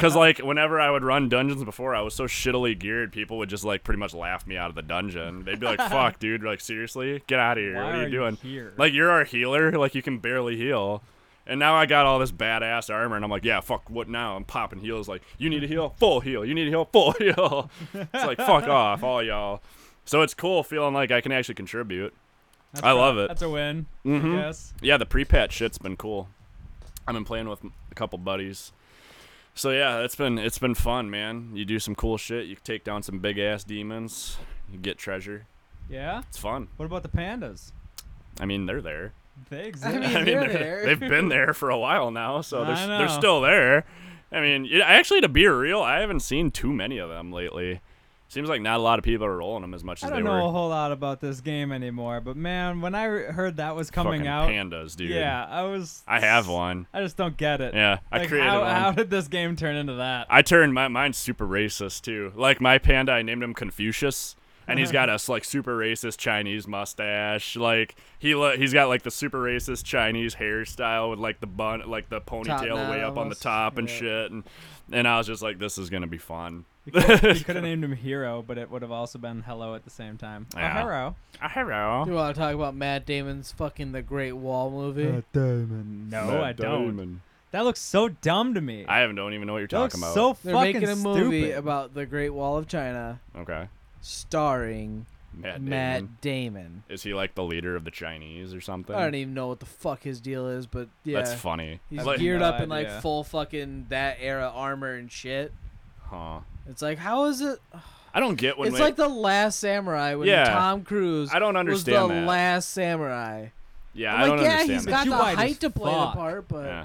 Speaker 2: Cuz like whenever I would run dungeons before, I was so shittily geared, people would just like pretty much laugh me out of the dungeon. They'd be like, "Fuck, dude, like seriously? Get out of here.
Speaker 1: Why
Speaker 2: what are you
Speaker 1: are you
Speaker 2: doing?"
Speaker 1: here?
Speaker 2: Like you're our healer, like you can barely heal. And now I got all this badass armor, and I'm like, yeah, fuck, what now? I'm popping heals. Like, you need a heal, full heal. You need a heal, full heal. It's like, fuck off, all y'all. So it's cool feeling like I can actually contribute.
Speaker 1: That's
Speaker 2: I
Speaker 1: a-
Speaker 2: love it.
Speaker 1: That's a win.
Speaker 2: Mhm.
Speaker 1: Yes.
Speaker 2: Yeah, the pre-patch shit's been cool. I've been playing with a couple buddies. So yeah, it's been it's been fun, man. You do some cool shit. You take down some big ass demons. You get treasure.
Speaker 1: Yeah.
Speaker 2: It's fun.
Speaker 1: What about the pandas?
Speaker 2: I mean, they're there.
Speaker 1: They exist.
Speaker 2: I mean,
Speaker 4: They're
Speaker 2: they're-
Speaker 4: there.
Speaker 2: they've been there for a while now, so they're,
Speaker 1: I know.
Speaker 2: they're still there. I mean, yeah, actually, to be real, I haven't seen too many of them lately. Seems like not a lot of people are rolling them as much
Speaker 1: I
Speaker 2: as they
Speaker 1: don't know a
Speaker 2: were.
Speaker 1: whole lot about this game anymore, but man, when I re- heard that was coming
Speaker 2: Fucking
Speaker 1: out,
Speaker 2: pandas, dude.
Speaker 1: yeah, I was.
Speaker 2: I have one.
Speaker 1: I just don't get it.
Speaker 2: Yeah, I
Speaker 1: Like,
Speaker 2: created
Speaker 1: how,
Speaker 2: one.
Speaker 1: How did this game turn into that?
Speaker 2: I turned my mine's super racist too. Like my panda, I named him Confucius, and
Speaker 4: Uh-huh.
Speaker 2: he's got a like super racist Chinese mustache. Like he lo- he's got like the super racist Chinese hairstyle with like the bun, like the ponytail
Speaker 4: knot
Speaker 2: way up on the
Speaker 4: almost,
Speaker 2: top and
Speaker 4: yeah.
Speaker 2: shit. And and I was just like, this is gonna be fun.
Speaker 1: You could have named him Hero, but it would have also been Hello at the same time. Oh,
Speaker 2: Yeah.
Speaker 1: Hero.
Speaker 2: Hello.
Speaker 4: You want to talk about Matt Damon's fucking The Great Wall movie?
Speaker 1: Uh,
Speaker 5: Damon.
Speaker 1: No, I don't. That looks so dumb to me.
Speaker 2: I haven't- don't even know what you're
Speaker 1: that looks
Speaker 2: talking about.
Speaker 1: so
Speaker 4: They're
Speaker 1: fucking
Speaker 4: making a movie
Speaker 1: stupid.
Speaker 4: about the Great Wall of China,
Speaker 2: okay.
Speaker 4: starring
Speaker 2: Matt.
Speaker 4: Matt
Speaker 2: Damon.
Speaker 4: Damon.
Speaker 2: Is he like the leader of the Chinese or something?
Speaker 4: I don't even know what the fuck his deal is, but yeah,
Speaker 2: That's funny.
Speaker 4: he's
Speaker 2: Like-
Speaker 4: geared
Speaker 1: no
Speaker 4: up in like
Speaker 1: idea.
Speaker 4: full fucking that era armor and shit.
Speaker 2: huh.
Speaker 4: It's like how is it?
Speaker 2: I don't get when
Speaker 4: it's
Speaker 2: they-
Speaker 4: like the Last Samurai when
Speaker 2: Yeah.
Speaker 4: Tom Cruise.
Speaker 2: I don't
Speaker 4: was
Speaker 2: understand
Speaker 4: the
Speaker 2: that.
Speaker 4: Last Samurai.
Speaker 2: yeah,
Speaker 4: I'm
Speaker 2: I
Speaker 4: like,
Speaker 2: don't
Speaker 4: yeah,
Speaker 2: understand
Speaker 4: he's
Speaker 2: that.
Speaker 4: got
Speaker 1: Too
Speaker 4: the
Speaker 1: wide as
Speaker 4: height to play
Speaker 1: fuck.
Speaker 4: the part, but
Speaker 2: Yeah.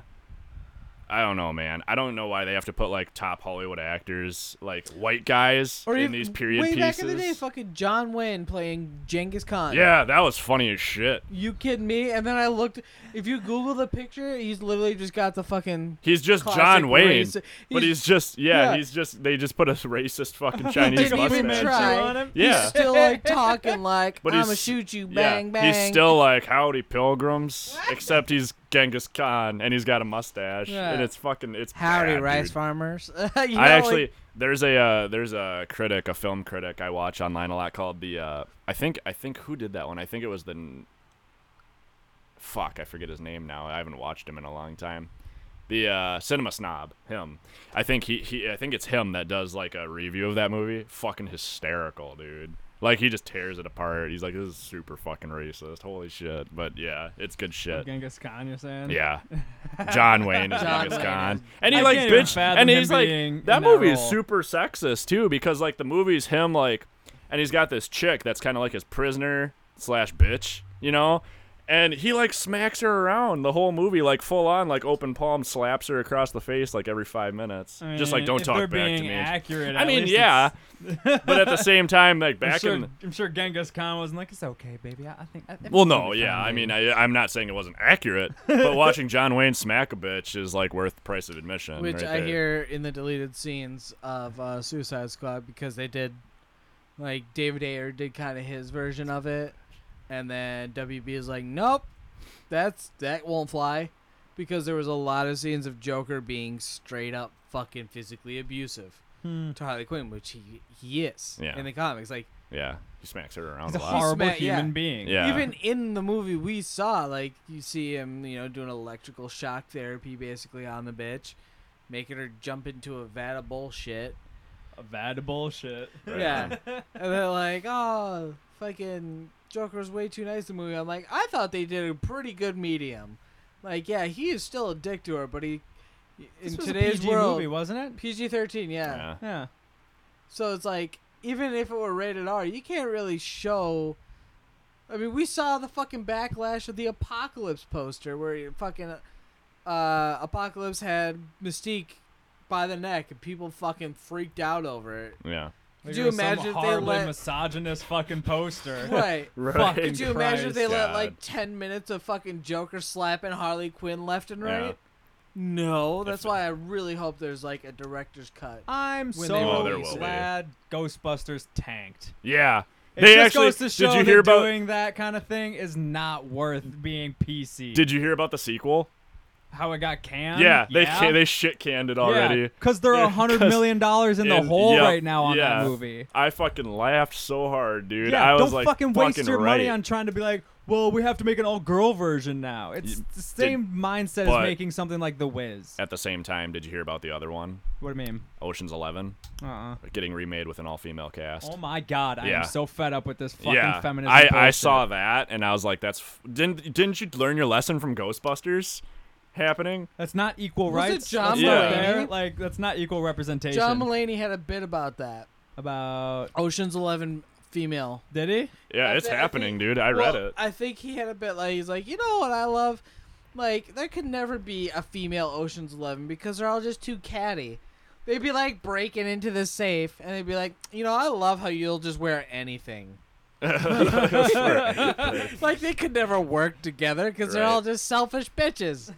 Speaker 2: I don't know, man. I don't know why they have to put like top Hollywood actors, like white guys,
Speaker 4: or
Speaker 2: in
Speaker 4: even
Speaker 2: these period
Speaker 4: way
Speaker 2: pieces.
Speaker 4: back in the day, fucking John Wayne playing Genghis Khan.
Speaker 2: yeah, that was funny as shit.
Speaker 4: You kidding me? And then I looked. If you Google the picture, he's literally just got the fucking.
Speaker 2: He's just
Speaker 4: classic
Speaker 2: John Wayne,
Speaker 4: raci-
Speaker 2: but he's just yeah,
Speaker 4: yeah.
Speaker 2: he's just they just put a racist fucking Chinese
Speaker 4: didn't even
Speaker 2: mustache.
Speaker 4: try.
Speaker 2: Yeah.
Speaker 4: He's still like talking like
Speaker 2: But
Speaker 4: I'm
Speaker 2: he's-
Speaker 4: gonna shoot you,
Speaker 2: Yeah,
Speaker 4: bang bang.
Speaker 2: He's still like howdy pilgrims, except he's Genghis Khan and he's got a mustache
Speaker 4: Yeah.
Speaker 2: and it's fucking it's
Speaker 4: howdy
Speaker 2: bad,
Speaker 4: rice
Speaker 2: dude.
Speaker 4: farmers. You know,
Speaker 2: I actually
Speaker 4: like-
Speaker 2: there's a uh, there's a critic, a film critic I watch online a lot called the uh, I think I think who did that one? I think it was the n- fuck I forget his name now. I haven't watched him in a long time. The uh, cinema snob, him. I think he, he I think it's him that does like a review of that movie. Fucking hysterical, dude. Like he just tears it apart. He's like, this is super fucking racist. Holy shit! But yeah, it's good shit.
Speaker 1: Genghis Khan, you're saying?
Speaker 2: Yeah, John Wayne is
Speaker 4: John
Speaker 2: Genghis
Speaker 4: Wayne
Speaker 2: Khan,
Speaker 4: is-
Speaker 2: and he
Speaker 1: I
Speaker 2: like
Speaker 1: can't even
Speaker 2: bitch,
Speaker 1: fathom
Speaker 2: and
Speaker 1: him
Speaker 2: he's like
Speaker 1: being in
Speaker 2: that
Speaker 1: that
Speaker 2: movie is
Speaker 1: role.
Speaker 2: super sexist too because like the movie's him like, and he's got this chick that's kind of like his prisoner slash bitch, you know, and he like smacks her around the whole movie like full on like open palm slaps her across the face like every five minutes,
Speaker 1: I mean,
Speaker 2: just like don't
Speaker 1: if
Speaker 2: talk
Speaker 1: they're
Speaker 2: back
Speaker 1: being
Speaker 2: to me.
Speaker 1: Accurate.
Speaker 2: I
Speaker 1: at
Speaker 2: mean,
Speaker 1: least
Speaker 2: yeah,
Speaker 1: it's-
Speaker 2: but at the same time, like
Speaker 1: I'm
Speaker 2: back
Speaker 1: sure,
Speaker 2: in.
Speaker 1: I'm sure Genghis Khan wasn't like, it's okay, baby. I, I think. I,
Speaker 2: Well,
Speaker 1: everything's gonna
Speaker 2: no,
Speaker 1: be
Speaker 2: yeah.
Speaker 1: fine,
Speaker 2: I
Speaker 1: baby."
Speaker 2: mean, I, I'm not saying it wasn't accurate, but watching John Wayne smack a bitch is like worth the price of admission.
Speaker 4: which
Speaker 2: right
Speaker 4: I
Speaker 2: there.
Speaker 4: hear in the deleted scenes of uh, Suicide Squad because they did, like David Ayer did kind of his version of it, and then WB is like, nope, that's that won't fly, because there was a lot of scenes of Joker being straight up fucking physically abusive
Speaker 1: Hmm.
Speaker 4: to Harley Quinn, which he he is
Speaker 2: Yeah.
Speaker 4: in the comics, like.
Speaker 2: Yeah, he smacks her around
Speaker 1: He's
Speaker 2: a
Speaker 1: a
Speaker 2: lot.
Speaker 1: horrible
Speaker 4: Smack- yeah.
Speaker 1: human being.
Speaker 2: Yeah.
Speaker 4: Even in the movie we saw, like you see him, you know, doing electrical shock therapy basically on the bitch, making her jump into a vat of bullshit.
Speaker 1: A bad bullshit.
Speaker 2: Right.
Speaker 4: Yeah. and they're like, oh, fucking Joker's way too nice to the movie. I'm like, I thought they did a pretty good medium. Like, yeah, he is still a dick to her, but he
Speaker 1: This
Speaker 4: in
Speaker 1: was
Speaker 4: today's
Speaker 1: a PG
Speaker 4: world
Speaker 1: movie, wasn't it?
Speaker 4: PG thirteen, yeah.
Speaker 2: Yeah.
Speaker 1: Yeah.
Speaker 4: So it's like, even if it were rated R, you can't really show. I mean, we saw the fucking backlash of the Apocalypse poster where you fucking uh, Apocalypse had Mystique by the neck and people fucking freaked out over it.
Speaker 2: Yeah.
Speaker 1: Could
Speaker 4: you imagine if
Speaker 1: some
Speaker 4: they
Speaker 1: horribly
Speaker 4: let-
Speaker 1: misogynist fucking poster?
Speaker 4: Right.
Speaker 1: Fuck.
Speaker 4: Could you imagine if they
Speaker 2: Christ.
Speaker 4: let
Speaker 2: God.
Speaker 4: like 10 minutes of fucking Joker slapping Harley Quinn left and right? No, that's
Speaker 2: If-
Speaker 4: why I really hope there's like a director's cut.
Speaker 1: I'm
Speaker 4: When
Speaker 1: so
Speaker 4: they Oh,
Speaker 2: there will be.
Speaker 1: glad Ghostbusters tanked.
Speaker 2: Yeah.
Speaker 1: It
Speaker 2: they
Speaker 1: just
Speaker 2: actually
Speaker 1: goes to show
Speaker 2: did you
Speaker 1: that
Speaker 2: hear about
Speaker 1: doing that kind of thing is not worth being PC.
Speaker 2: Did you hear about the sequel?
Speaker 1: How it got canned?
Speaker 2: yeah, they ca- they shit canned it already.
Speaker 1: Because they're a hundred
Speaker 2: 'Cause
Speaker 1: million dollars in the
Speaker 2: And-
Speaker 1: hole
Speaker 2: yep,
Speaker 1: right now on
Speaker 2: yeah.
Speaker 1: that movie.
Speaker 2: I fucking laughed so hard, dude.
Speaker 1: yeah,
Speaker 2: I was
Speaker 1: don't
Speaker 2: like,
Speaker 1: fucking waste your money
Speaker 2: right.
Speaker 1: on trying to be like, well, we have to make an all girl version now. It's the same mindset
Speaker 2: but-
Speaker 1: as making something like The Wiz.
Speaker 2: At the same time, did you hear about the other one,
Speaker 1: What do you mean?
Speaker 2: Ocean's Eleven,
Speaker 1: Uh uh
Speaker 2: getting remade with an all-female cast?
Speaker 1: Oh my god, I
Speaker 2: Yeah.
Speaker 1: am so fed up with this fucking
Speaker 2: yeah,
Speaker 1: feminism.
Speaker 2: I, I
Speaker 1: bullshit.
Speaker 2: saw that and I was like, that's f- didn't didn't you learn your lesson from Ghostbusters happening?
Speaker 1: That's not equal
Speaker 4: Was it
Speaker 1: rights.
Speaker 4: John
Speaker 1: Let's start
Speaker 2: Mulaney?
Speaker 1: there. Like that's not equal representation.
Speaker 4: John Mulaney had a bit about that.
Speaker 1: About
Speaker 4: Ocean's 11 female
Speaker 1: did he?
Speaker 2: Yeah,
Speaker 4: I
Speaker 2: it's
Speaker 4: thi- I
Speaker 2: happening,
Speaker 4: think-
Speaker 2: dude. I read
Speaker 4: Well,
Speaker 2: it.
Speaker 4: I think he had a bit like he's like, you know what I love? Like there could never be a female Ocean's Eleven because they're all just too catty. They'd be like breaking into the safe, and they'd be like, you know, I love how you'll just wear anything. like they could never work together because they're
Speaker 2: Right.
Speaker 4: all just selfish bitches.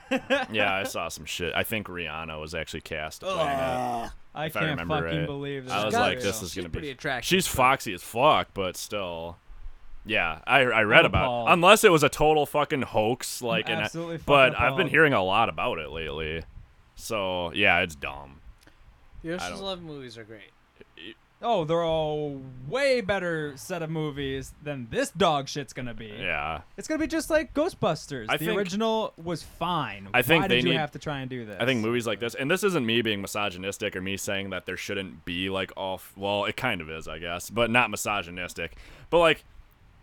Speaker 2: yeah, I saw some shit. I think Rihanna was actually cast. to play in it.
Speaker 1: I
Speaker 2: I
Speaker 1: can't
Speaker 2: remember
Speaker 1: fucking
Speaker 2: right.
Speaker 1: believe this.
Speaker 2: I was
Speaker 1: is
Speaker 2: like,
Speaker 1: real.
Speaker 2: this is
Speaker 4: Ah, She's
Speaker 2: gonna
Speaker 4: pretty
Speaker 2: be.
Speaker 4: attractive,
Speaker 2: She's
Speaker 4: but-
Speaker 2: foxy as fuck, but still. Yeah, I I read
Speaker 1: I'm
Speaker 2: about
Speaker 1: appalled.
Speaker 2: it. unless it was a total fucking hoax, like. and I-
Speaker 1: absolutely fucking
Speaker 2: but I've been
Speaker 1: appalled.
Speaker 2: hearing a lot about it lately, so yeah, it's dumb.
Speaker 4: The
Speaker 2: I
Speaker 4: Ocean's
Speaker 2: don't-
Speaker 4: Eleven movies are great.
Speaker 1: Oh, they're all way better set of movies than this dog shit's gonna be.
Speaker 2: Yeah.
Speaker 1: It's gonna be just like Ghostbusters.
Speaker 2: I
Speaker 1: the
Speaker 2: think-
Speaker 1: original was fine.
Speaker 2: I think
Speaker 1: Why
Speaker 2: they
Speaker 1: did you
Speaker 2: need-
Speaker 1: have to try and do this?
Speaker 2: I think movies like this, and this isn't me being misogynistic or me saying that there shouldn't be like all. f- Well, it kind of is, I guess, but not misogynistic. But like,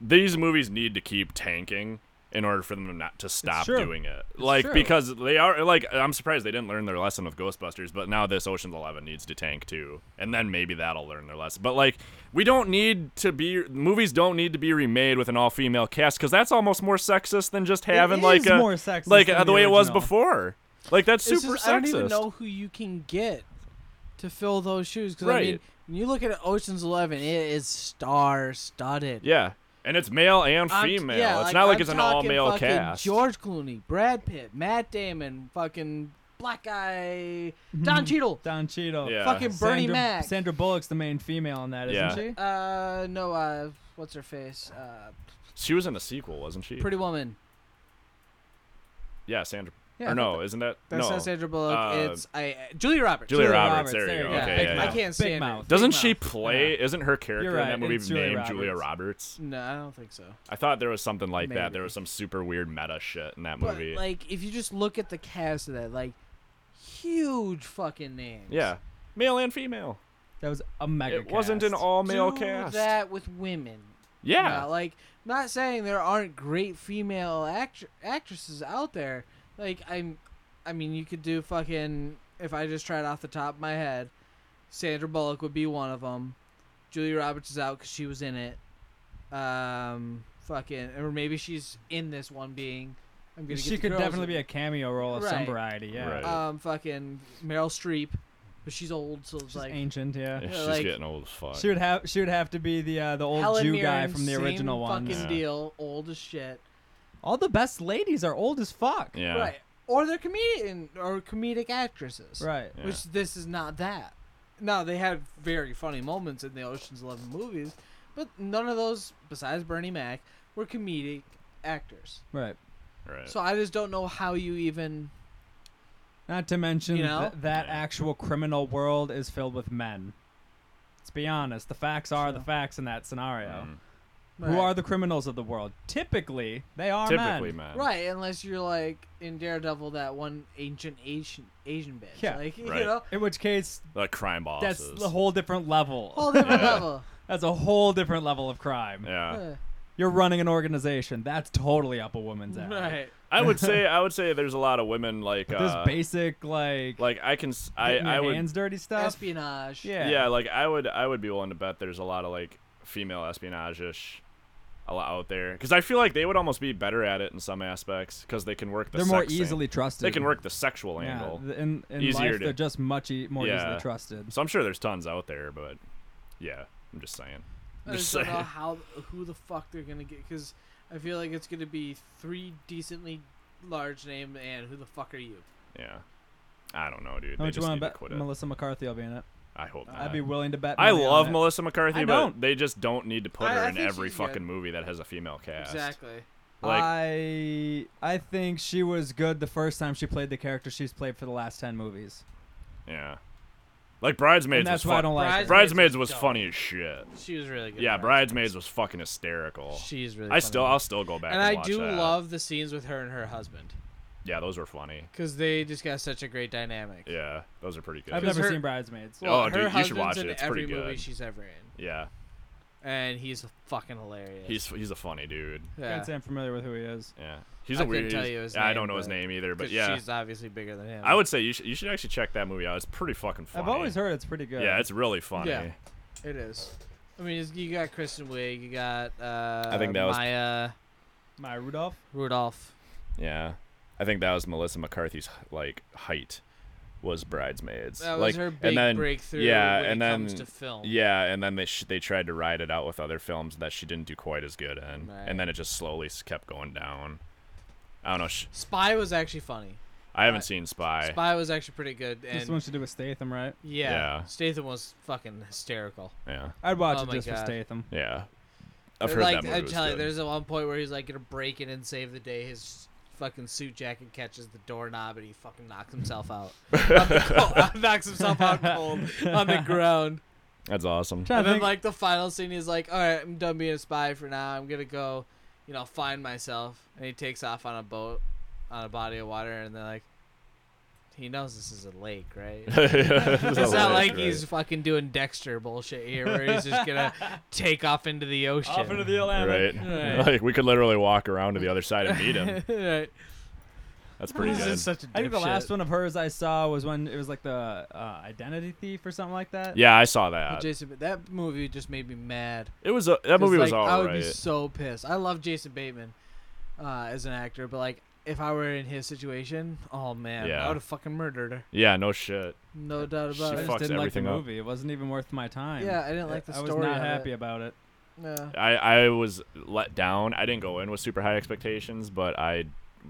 Speaker 2: these movies need to keep tanking in order for them not to stop
Speaker 1: true.
Speaker 2: doing it. like
Speaker 1: true.
Speaker 2: because they are like, I'm surprised they didn't learn their lesson with Ghostbusters, but now this Ocean's Eleven needs to tank too, and then maybe that'll learn their lesson. But like, we don't need to be movies don't need to be remade with an all female cast because that's almost more sexist than just having
Speaker 1: is
Speaker 2: like a
Speaker 1: more sexist
Speaker 2: like
Speaker 1: than
Speaker 2: uh, the,
Speaker 1: the
Speaker 2: way it was
Speaker 1: original.
Speaker 2: before. Like that's
Speaker 4: It's
Speaker 2: super
Speaker 4: just,
Speaker 2: sexist.
Speaker 4: I don't even know who you can get to fill those shoes. Because I mean,
Speaker 2: Right.
Speaker 4: when you look at Ocean's Eleven, it is star studded.
Speaker 2: Yeah, and it's male and female. it's not like it's an all male cast.
Speaker 4: George Clooney, Brad Pitt, Matt Damon, fucking black guy, Don Cheadle,
Speaker 1: Don Cheadle.
Speaker 2: Yeah.
Speaker 4: fucking Bernie
Speaker 1: Mm-hmm. Sandra,
Speaker 4: Mac.
Speaker 1: Sandra Bullock's the main female in that,
Speaker 2: Yeah.
Speaker 1: isn't she?
Speaker 4: uh, no, uh, what's her face? Uh,
Speaker 2: she was in the sequel, wasn't she?
Speaker 4: Pretty Woman.
Speaker 2: Yeah, Sandra.
Speaker 1: Yeah,
Speaker 2: or
Speaker 1: I
Speaker 2: no, isn't that
Speaker 4: That's
Speaker 2: no?
Speaker 4: not Sandra Bullock.
Speaker 2: Uh,
Speaker 4: it's I, Julie Roberts.
Speaker 2: Julia
Speaker 1: Julia Roberts,
Speaker 2: Roberts. There,
Speaker 1: there
Speaker 2: you go.
Speaker 1: you
Speaker 4: Yeah,
Speaker 1: go.
Speaker 2: Okay,
Speaker 4: I,
Speaker 2: yeah,
Speaker 4: I
Speaker 2: yeah.
Speaker 1: Big
Speaker 4: can't stand
Speaker 1: mouth.
Speaker 4: her.
Speaker 2: Doesn't
Speaker 4: Big
Speaker 2: she
Speaker 4: mouth.
Speaker 2: play? Isn't her character
Speaker 1: You're
Speaker 2: in that
Speaker 1: right,
Speaker 2: movie
Speaker 1: it's Julia
Speaker 2: named
Speaker 1: Roberts.
Speaker 2: Julia Roberts?
Speaker 4: No, I don't think so.
Speaker 2: I thought there was something like that.
Speaker 4: Maybe.
Speaker 2: There was some super weird meta shit in that
Speaker 4: But
Speaker 2: movie.
Speaker 4: like, if you just look at the cast of that, like, huge fucking names.
Speaker 2: yeah, male and female.
Speaker 1: That was a mega.
Speaker 2: It wasn't an
Speaker 1: cast.
Speaker 2: all male
Speaker 4: Do
Speaker 2: cast.
Speaker 4: that with women.
Speaker 2: Yeah.
Speaker 4: Now, like, not saying there aren't great female act- actresses out there. Like, I'm, I mean, you could do fucking. If I just tried off the top of my head, Sandra Bullock would be one of them. Julia Roberts is out because she was in it. Um, fucking, or maybe she's in this one being. I'm gonna
Speaker 1: She
Speaker 4: get the
Speaker 1: could
Speaker 4: girls
Speaker 1: definitely be
Speaker 4: in-
Speaker 1: a cameo role of some
Speaker 4: Right.
Speaker 1: variety. Yeah.
Speaker 2: Right.
Speaker 4: um fucking Meryl Streep, but she's old, so it's
Speaker 1: She's
Speaker 4: like
Speaker 1: ancient. Yeah.
Speaker 2: Yeah,
Speaker 4: Yeah,
Speaker 2: She's
Speaker 4: like-
Speaker 2: getting old as fuck.
Speaker 1: She would have. She would have to be the uh, the old
Speaker 4: Helen
Speaker 1: Jew guy
Speaker 4: Mirren,
Speaker 1: from the
Speaker 4: same
Speaker 1: original one.
Speaker 4: Fucking
Speaker 2: Yeah.
Speaker 4: deal, old as shit.
Speaker 1: All the best ladies are old as fuck.
Speaker 2: yeah.
Speaker 4: Right, or they're comedian or comedic actresses.
Speaker 1: Right.
Speaker 2: Yeah.
Speaker 4: which this is not that. No, they had very funny moments in the Ocean's Eleven movies, but none of those, besides Bernie Mac, were comedic actors.
Speaker 1: Right.
Speaker 2: Right.
Speaker 4: So I just don't know how you even.
Speaker 1: Not to mention
Speaker 4: You know?
Speaker 1: th- that
Speaker 2: Yeah.
Speaker 1: actual criminal world is filled with men. Let's be honest. The facts are the
Speaker 4: True.
Speaker 1: facts in that scenario.
Speaker 2: Mm.
Speaker 1: Who
Speaker 4: Right.
Speaker 1: are the criminals of the world? Typically, they are
Speaker 2: Typically,
Speaker 1: men.
Speaker 2: man.
Speaker 4: Right, unless you're like in Daredevil, that one ancient Asian Asian bitch.
Speaker 1: Yeah,
Speaker 4: like
Speaker 2: right.
Speaker 4: you know,
Speaker 1: In which case,
Speaker 2: Like crime
Speaker 1: that's
Speaker 2: bosses.
Speaker 1: a whole different level.
Speaker 4: whole different
Speaker 2: Yeah.
Speaker 4: level.
Speaker 1: That's a whole different level of crime.
Speaker 2: Yeah.
Speaker 4: Uh,
Speaker 1: You're running an organization. That's totally up a woman's alley.
Speaker 4: right.
Speaker 2: I would say I would say there's a lot of women like
Speaker 1: But
Speaker 2: uh,
Speaker 1: this basic like
Speaker 2: like I can s- I
Speaker 1: getting your
Speaker 2: I would
Speaker 1: hands dirty stuff.
Speaker 4: Espionage.
Speaker 1: yeah.
Speaker 2: yeah. like I would I would be willing to bet there's a lot of like female espionage ish a lot out there because I feel like they would almost be better at it in some aspects because they can work the
Speaker 1: they're more
Speaker 2: sex ang-
Speaker 1: easily trusted.
Speaker 2: they can work the sexual
Speaker 1: Yeah,
Speaker 2: angle
Speaker 1: th- in, in
Speaker 2: Easier
Speaker 1: life,
Speaker 2: to-
Speaker 1: they're just much e- more
Speaker 2: Yeah.
Speaker 1: easily trusted.
Speaker 2: so I'm sure there's tons out there but yeah I'm just saying
Speaker 4: I
Speaker 2: Just
Speaker 4: just don't
Speaker 2: saying.
Speaker 4: know how who the fuck they're gonna get because I feel like it's gonna be three decently large name and who the fuck are you?
Speaker 2: yeah I don't know dude
Speaker 1: How
Speaker 2: they
Speaker 1: much you
Speaker 2: just
Speaker 1: want to
Speaker 2: need to
Speaker 1: bet?
Speaker 2: quit it
Speaker 1: Melissa McCarthy will be in it.
Speaker 2: I hope not.
Speaker 1: I'd be willing to bet.
Speaker 2: I
Speaker 1: money on
Speaker 2: love
Speaker 1: it.
Speaker 2: Melissa McCarthy
Speaker 1: I
Speaker 2: but
Speaker 1: don't.
Speaker 2: they just don't need to put
Speaker 4: I-
Speaker 2: her
Speaker 4: I
Speaker 2: in
Speaker 4: think
Speaker 2: every
Speaker 4: she's
Speaker 2: fucking
Speaker 4: good.
Speaker 2: movie that has a female cast
Speaker 4: Exactly.
Speaker 2: like
Speaker 1: I I think she was good the first time she played the character she's played for the last ten movies,
Speaker 2: yeah like Bridesmaids
Speaker 1: and that's
Speaker 2: was
Speaker 1: why I
Speaker 2: fuck-
Speaker 1: don't like. her.
Speaker 2: Bridesmaids was
Speaker 4: dope.
Speaker 2: funny as shit.
Speaker 4: She was really good.
Speaker 2: Yeah,
Speaker 4: in
Speaker 2: Bridesmaids was fucking hysterical.
Speaker 4: She's really.
Speaker 2: I still, I'll still go back.
Speaker 4: and
Speaker 2: And,
Speaker 4: I
Speaker 2: watch
Speaker 4: do
Speaker 2: that.
Speaker 4: love the scenes with her and her husband
Speaker 2: Yeah, those were funny.
Speaker 4: because they just got such a great dynamic.
Speaker 2: Yeah, those are pretty good.
Speaker 1: I've
Speaker 4: Because
Speaker 1: never
Speaker 4: her-
Speaker 1: seen Bridesmaids.
Speaker 2: Well- Oh,
Speaker 4: her
Speaker 2: dude, you should
Speaker 4: husband's
Speaker 2: watch
Speaker 4: in
Speaker 2: it. It's
Speaker 4: every
Speaker 2: pretty
Speaker 4: movie
Speaker 2: good.
Speaker 4: she's ever in,
Speaker 2: yeah,
Speaker 4: and he's fucking hilarious.
Speaker 2: he's he's a funny dude.
Speaker 4: yeah.
Speaker 1: Can't say I'm familiar with who he is.
Speaker 2: Yeah, he's
Speaker 4: I
Speaker 2: a
Speaker 4: couldn't
Speaker 2: weird.
Speaker 4: tell
Speaker 2: he's-
Speaker 4: you his
Speaker 2: yeah, I
Speaker 4: name,
Speaker 2: don't know his
Speaker 4: but-
Speaker 2: name either, but
Speaker 4: 'Cause
Speaker 2: yeah,
Speaker 4: she's obviously bigger than him.
Speaker 2: I would say you should you should actually check that movie out. It's pretty fucking funny.
Speaker 1: I've always heard it's pretty good.
Speaker 2: Yeah, it's really funny.
Speaker 4: Yeah. It is. I mean, it's, you got Kristen Wiig, you got uh,
Speaker 2: I think that was-
Speaker 4: Maya
Speaker 1: my Rudolph.
Speaker 4: Rudolph.
Speaker 2: Yeah. I think that was Melissa McCarthy's like height was Bridesmaids.
Speaker 4: That was
Speaker 2: like,
Speaker 4: her
Speaker 2: and
Speaker 4: big
Speaker 2: then-
Speaker 4: breakthrough.
Speaker 2: Yeah,
Speaker 4: when
Speaker 2: and
Speaker 4: it
Speaker 2: then
Speaker 4: comes to film.
Speaker 2: Yeah, and then they sh- they tried to ride it out with other films that she didn't do quite as good in,
Speaker 4: Right.
Speaker 2: and then it just slowly s- kept going down. I don't know. Sh-
Speaker 4: Spy was actually funny.
Speaker 2: I haven't
Speaker 4: Spy-
Speaker 2: seen Spy.
Speaker 4: Spy was actually pretty good,
Speaker 1: This
Speaker 4: and
Speaker 1: one should do with Statham, right?
Speaker 4: yeah,
Speaker 2: Yeah.
Speaker 4: Statham was fucking hysterical.
Speaker 2: Yeah,
Speaker 1: I'd watch
Speaker 4: Oh
Speaker 1: it
Speaker 4: my
Speaker 1: just for
Speaker 4: God.
Speaker 1: Statham.
Speaker 2: yeah. I've
Speaker 4: Or,
Speaker 2: heard
Speaker 4: like,
Speaker 2: that movie
Speaker 4: I'm
Speaker 2: was
Speaker 4: telling you,
Speaker 2: good.
Speaker 4: there's a one point where he's like gonna break in and save the day. His fucking suit jacket catches the doorknob, and he fucking knocks himself out. on the co- knocks himself out cold on the ground.
Speaker 2: That's awesome.
Speaker 1: Trying
Speaker 4: and
Speaker 1: to
Speaker 4: then
Speaker 1: think,
Speaker 4: like the final scene, he's like, "All right, I'm done being a spy for now. I'm gonna go, you know, find myself." And he takes off on a boat, on a body of water, and they're like, "He knows this is a lake, right?" It's not like he's fucking doing Dexter bullshit here, where he's just gonna take off into the ocean.
Speaker 1: off into the
Speaker 2: right.
Speaker 1: Atlantic.
Speaker 4: Right.
Speaker 2: Like we could literally walk around to the other side and meet him.
Speaker 4: Right.
Speaker 2: That's pretty
Speaker 4: He's
Speaker 2: good.
Speaker 4: just such a
Speaker 1: I think the
Speaker 4: dipshit.
Speaker 1: last one of hers I saw was when it was like the uh, identity thief or something like that.
Speaker 2: Yeah, I saw that.
Speaker 4: Jason, Ba- that movie just made me mad.
Speaker 2: It was a, that movie was
Speaker 4: 'Cause, like, I
Speaker 2: all
Speaker 4: would
Speaker 2: right.
Speaker 4: be so pissed. I love Jason Bateman uh, as an actor, but like if I were in his situation, oh man,
Speaker 2: Yeah.
Speaker 4: I would have fucking murdered her.
Speaker 2: yeah, no shit.
Speaker 4: No doubt
Speaker 2: She
Speaker 1: I
Speaker 4: about it.
Speaker 1: just
Speaker 2: fucks
Speaker 1: didn't like the
Speaker 2: everything up.
Speaker 1: movie. It wasn't even worth my time.
Speaker 4: Yeah, I didn't like the
Speaker 1: I was
Speaker 4: story
Speaker 1: not
Speaker 4: of
Speaker 1: happy
Speaker 4: it.
Speaker 1: about it.
Speaker 4: Yeah.
Speaker 2: I I was let down. I didn't go in with super high expectations, but I